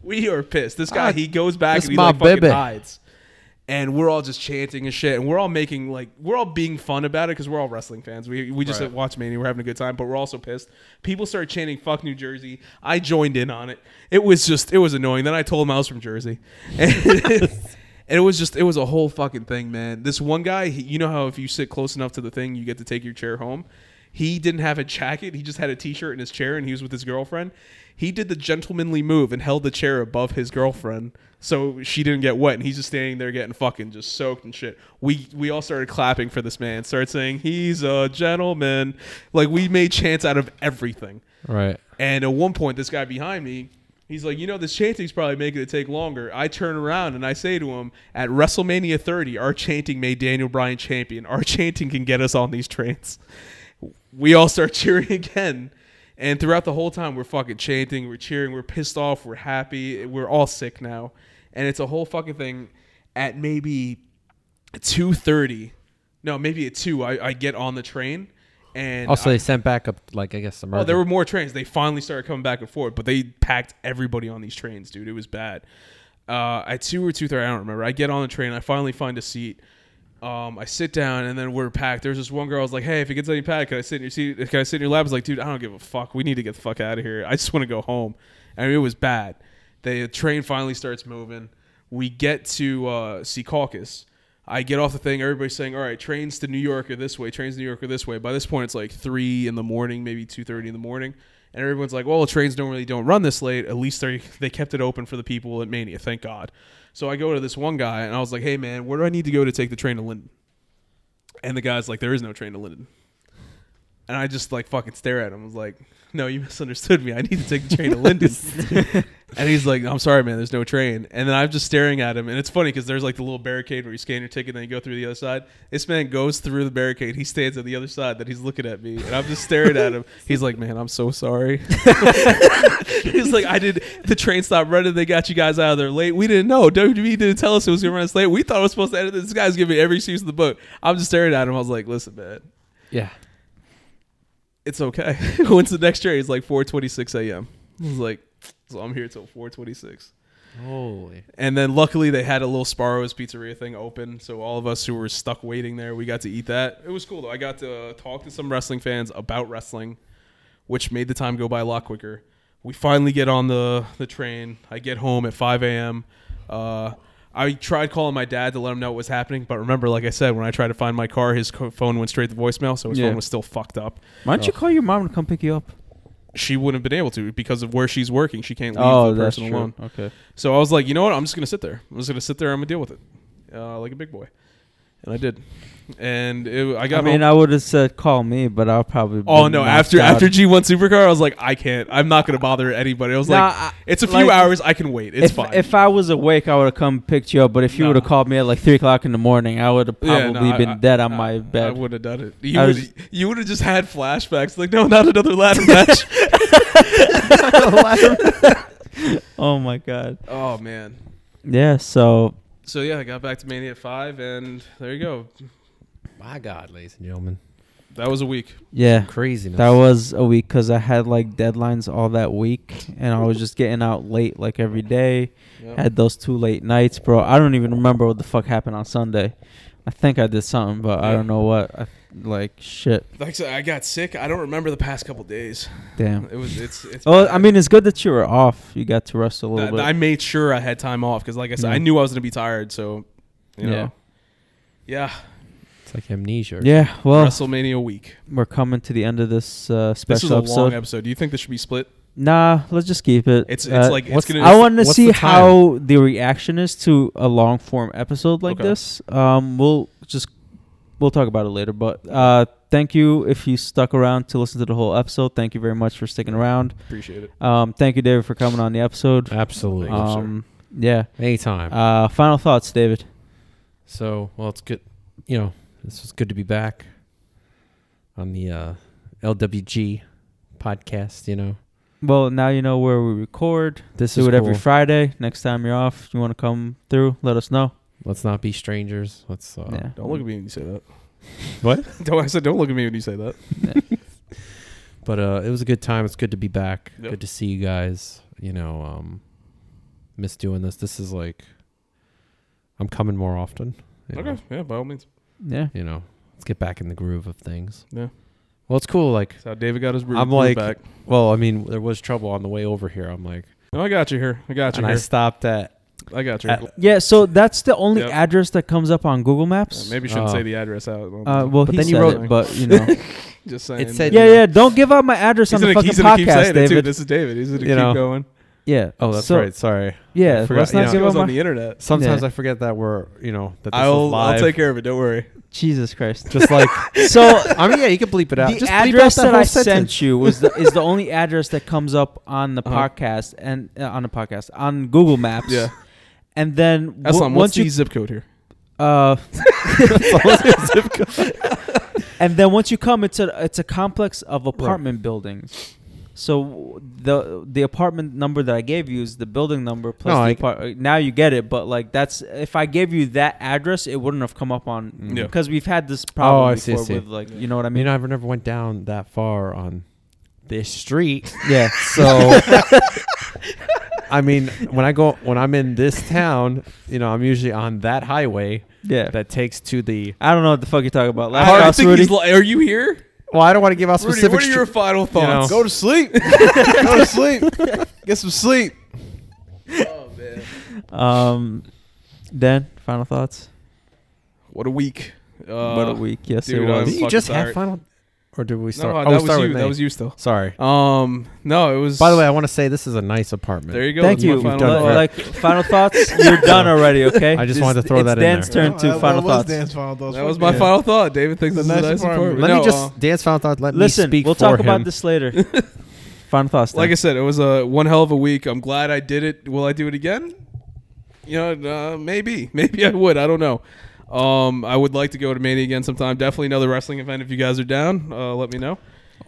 we are pissed. This guy, Ah, he goes back that's and he my like fucking baby. hides. And we're all just chanting and shit. And we're all making like we're all being fun about it because we're all wrestling fans. We we just watch Mania, we're having a good time, but we're also pissed. People started chanting "fuck New Jersey." I joined in on it. It was just it was annoying. Then I told him I was from Jersey, and, and it was just it was a whole fucking thing, man. This one guy, he, you know how if you sit close enough to the thing, you get to take your chair home. He didn't have a jacket. He just had a t-shirt in his chair, and he was with his girlfriend. He did the gentlemanly move and held the chair above his girlfriend, so she didn't get wet. And he's just standing there getting fucking just soaked and shit. We we all started clapping for this man. Started saying he's a gentleman. Like we made chants out of everything. Right. And at one point, this guy behind me, he's like, you know, this chanting's probably making it take longer. I turn around and I say to him, at WrestleMania 30, our chanting made Daniel Bryan champion. Our chanting can get us on these trains. We all start cheering again. And throughout the whole time, we're fucking chanting, we're cheering, we're pissed off, we're happy, we're all sick now. And it's a whole fucking thing. At maybe 2.30, no, maybe at 2, I, I get on the train. And Also, I- they sent back up, like, I guess, some. Oh, there were more trains. They finally started coming back and forth, but they packed everybody on these trains, dude. It was bad. Uh, I two or two thirty, I don't remember. I get on the train. I finally find a seat. Um, I sit down, and then we're packed. There's this one girl. I was like, "Hey, if it gets any packed, can I sit in your seat? Can I sit in your lap?" I was like, "Dude, I don't give a fuck. We need to get the fuck out of here. I just want to go home." I mean, it was bad. The train finally starts moving. We get to uh, see caucus. I get off the thing. Everybody's saying, "All right, trains to New York are this way. Trains to New York are this way." By this point, it's like three in the morning, maybe two thirty in the morning, and everyone's like, "Well, trains normally don't run this late. At least they they kept it open for the people at Mania. Thank God." So I go to this one guy, and I was like, "Hey, man, where do I need to go to take the train to Linden?" And the guy's like, "There is no train to Linden." And I just like fucking stare at him. I was like, "No, you misunderstood me. I need to take the train to Linden." And he's like, I'm sorry, man, there's no train. And then I'm just staring at him. And it's funny because there's like the little barricade where you scan your ticket and then you go through the other side. This man goes through the barricade. He stands on the other side that he's looking at me. And I'm just staring at him. He's like, man, I'm so sorry. he's like, I did. The train stopped running. They got you guys out of there late. We didn't know. WWE didn't tell us it was going to run us late. We thought it was supposed to edit this. This guy's giving me every excuse in the book. I'm just staring at him. I was like, listen, man, Yeah. it's okay. When's the next train? It's like 4.26 a.m. I was like, so I'm here till 4.26. Holy. And then luckily they had a little Sparrow's Pizzeria thing open, so all of us who were stuck waiting there, we got to eat that. It was cool though. I got to talk to some wrestling fans about wrestling, which made the time go by a lot quicker. We finally get on the the train. I get home at 5 a.m. Uh, I tried calling my dad to let him know what was happening, but remember, like I said, when I tried to find my car, his co- phone went straight to voicemail, so his Yeah. phone was still fucked up. Why don't you call your mom to come pick you up? She wouldn't have been able to because of where she's working. She can't leave the person alone. Oh, Okay. So I was like, you know what? I'm just gonna sit there. I'm just gonna sit there. I'm gonna deal with it, uh, like a big boy. And I did. And it, I I got. mean, home. I would have said call me, but I'll probably. oh been no! knocked After out. after G1 Supercar, I was like, I can't. I'm not gonna bother anybody. I was Nah, like, I- it's a few like, hours. I can wait. It's if, fine. If I was awake, I would have come picked you up. But if you Nah. would have called me at like three o'clock in the morning, I would have probably Yeah, no, I- been I- dead on I- my I bed. would have done it. You I would was- you would have just had flashbacks. Like, no, not another ladder match. oh my god. oh man. Yeah. So So yeah, I got back to Mania at five, and there you go. My God, ladies and gentlemen. That was a week. yeah, Craziness. that was a week because I had like deadlines all that week, and I was just getting out late like every day. Had those two late nights, bro. I don't even remember what the fuck happened on Sunday. I think I did something, but I Yeah. don't know what. I, like shit. Like I said, I got sick. I don't remember the past couple days. Damn. It was it's it's. Oh, bad. I mean, it's good that you were off. You got to rest a little Th- bit. I made sure I had time off because, like I said, Yeah. I knew I was gonna be tired. So, you Yeah. know, yeah, It's like amnesia. yeah. Well, WrestleMania week. we're coming to the end of this uh, This special is a episode. long episode. Do you think this should be split? Nah, let's just keep it. It's it's Uh, like it's what's- gonna. I want to what's see the how the reaction is to a long form episode like Okay. this. Um, we'll just we'll talk about it later. But uh, thank you if you stuck around to listen to the whole episode. Thank you very much for sticking around. appreciate it. Um, thank you, David, for coming on the episode. Absolutely. Thank you, sir. Um, Yeah. Anytime. Uh, final thoughts, David. So, well, it's good. You know, this was good to be back on the uh, LWG podcast. You know, Well, now you know where we record. this Do is it every cool. Friday. Next time you're off, you want to come through, let us know. Let's not be strangers. Let's. Uh, yeah. Don't look at me when you say that. What? Don't I said don't look at me when you say that. But uh, it was a good time. It's good to be back. Yep. Good to see you guys. You know, um, miss doing this. This is like, I'm coming more often. you know. Okay. Yeah. By all means. Yeah. you know, let's get back in the groove of things. Yeah. Well, it's cool. Like, That's how David got his root. I'm root like- back. well, I mean, there was trouble on the way over here. I'm like, No, I got you here. I got you and I here. stopped at. I, got you. at- here. Yeah, so that's the only Yep. address that comes up on Google Yeah, Maps. maybe you shouldn't Oh. say the address out. uh, well, But he then you said wrote- it, but you know. just saying. it said- yeah, yeah. Don't give out my address He's on the gonna, fucking he's gonna keep podcast, saying it too. David. This is David. He's gonna You keep know. going. Yeah. Oh, that's so, right. Sorry. Yeah, I forgot- let's yeah. not It give was out on my. the internet. Sometimes Yeah. I forget that we're, you know, that this is I'll live. I'll take care of it. Don't worry. Jesus Christ. Just like, So I mean, yeah, you can bleep it out. the Just bleep out address that, whole I sentence. sent you was the, is the only address that comes up on the Uh-huh. podcast and uh, on the podcast on Google Maps. Yeah. And then That's wo- on. What's once the you zip code here? uh, and then once you come, it's a it's a complex of apartment buildings. So the the apartment number that I gave you is the building number plus No, the I- apart- now you get it. But like that's if I gave you that address, it wouldn't have come up on Yeah. because we've had this Oh, problem I see, I before see. with like you know what I I mean, mean? I've never went down that far on this street. yeah. So I mean, when I go when I'm in this town, you know, I'm usually on that highway Yeah. that takes to the I don't know what the fuck you're talking about. Last I, I house, think Rudy. he's. Li- are you here? Well, I don't want to give out Rudy, specific what are your final thoughts? Go to sleep. Go to sleep. Get some sleep. Oh, um, Dan, final thoughts. What a week. Uh, About a week. Yes, dude, it I'm was. Did you fucking just have tired. final or did we start? No, uh, oh, we that was start you. with That me. was you still. Sorry. Um, no, it was. By the way, I want to say this is a nice apartment. there you go. Thank That's my you. We've final done it. thought. Like final thoughts. You're done already. Okay. I just It's- wanted to throw it's that in Dan's there. turn to That- final that was thoughts. Dan's final thoughts. that Fuck was my yeah. final thought. David thinks The this is a nice nice apartment. apartment. Let No, me uh, just dance final thought. Let me Listen, speak we'll for talk about him. this later. final thoughts. Dan. like I said, it was a one hell of a week. I'm glad I did it. Will I do it again? You know, uh, maybe, maybe I would. I don't know. Um, I would like to go to Mania again sometime. Definitely another wrestling event if you guys are down. Uh, let me know.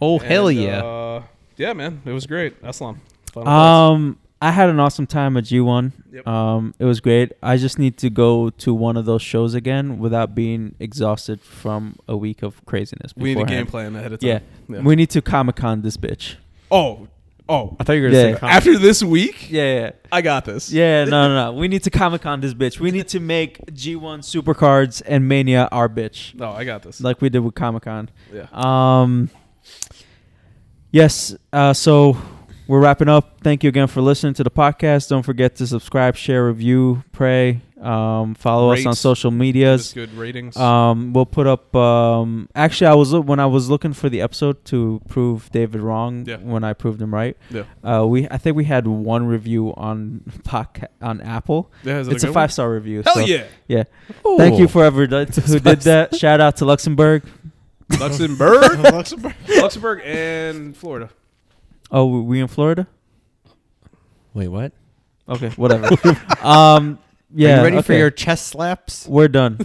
Oh hell And, yeah! Uh, yeah, man, it was great. Aslam. Final thoughts. Um, I had an awesome time at G1. Yep. Um, it was great. I just need to go to one of those shows again without being exhausted from a week of craziness. we need a game beforehand. plan ahead of time. Yeah. Yeah. We need to Comic Con this bitch. oh, oh. I thought you were gonna yeah. say com- After this week, Yeah, yeah. I got this. Yeah, no, no, no. We need to Comic Con this bitch. We need to make G1 Supercards and Mania our bitch, No, I got this. like we did with Comic Con. Yeah. Um, yes. Uh, so we're wrapping up. Thank you again for listening to the podcast. Don't forget to subscribe, share, review, pray, um, follow us Rate. on social Just medias. good ratings. Um, we'll put up. Um, actually, I was loo- when I was looking for the episode to prove David wrong. Yeah. When I proved him right. Yeah. Uh, we I think we had one review on podcast on Apple. Yeah, is it It's a, good one? five star review. Hell so- yeah. Yeah. Thank Ooh. you for ever did, who did that. Shout out to Luxembourg. Luxembourg, Luxembourg. Luxembourg, and Florida. Oh, we- we in Florida? Wait, what? Okay, whatever. um, yeah. Are you ready for okay. your chest slaps? We're done.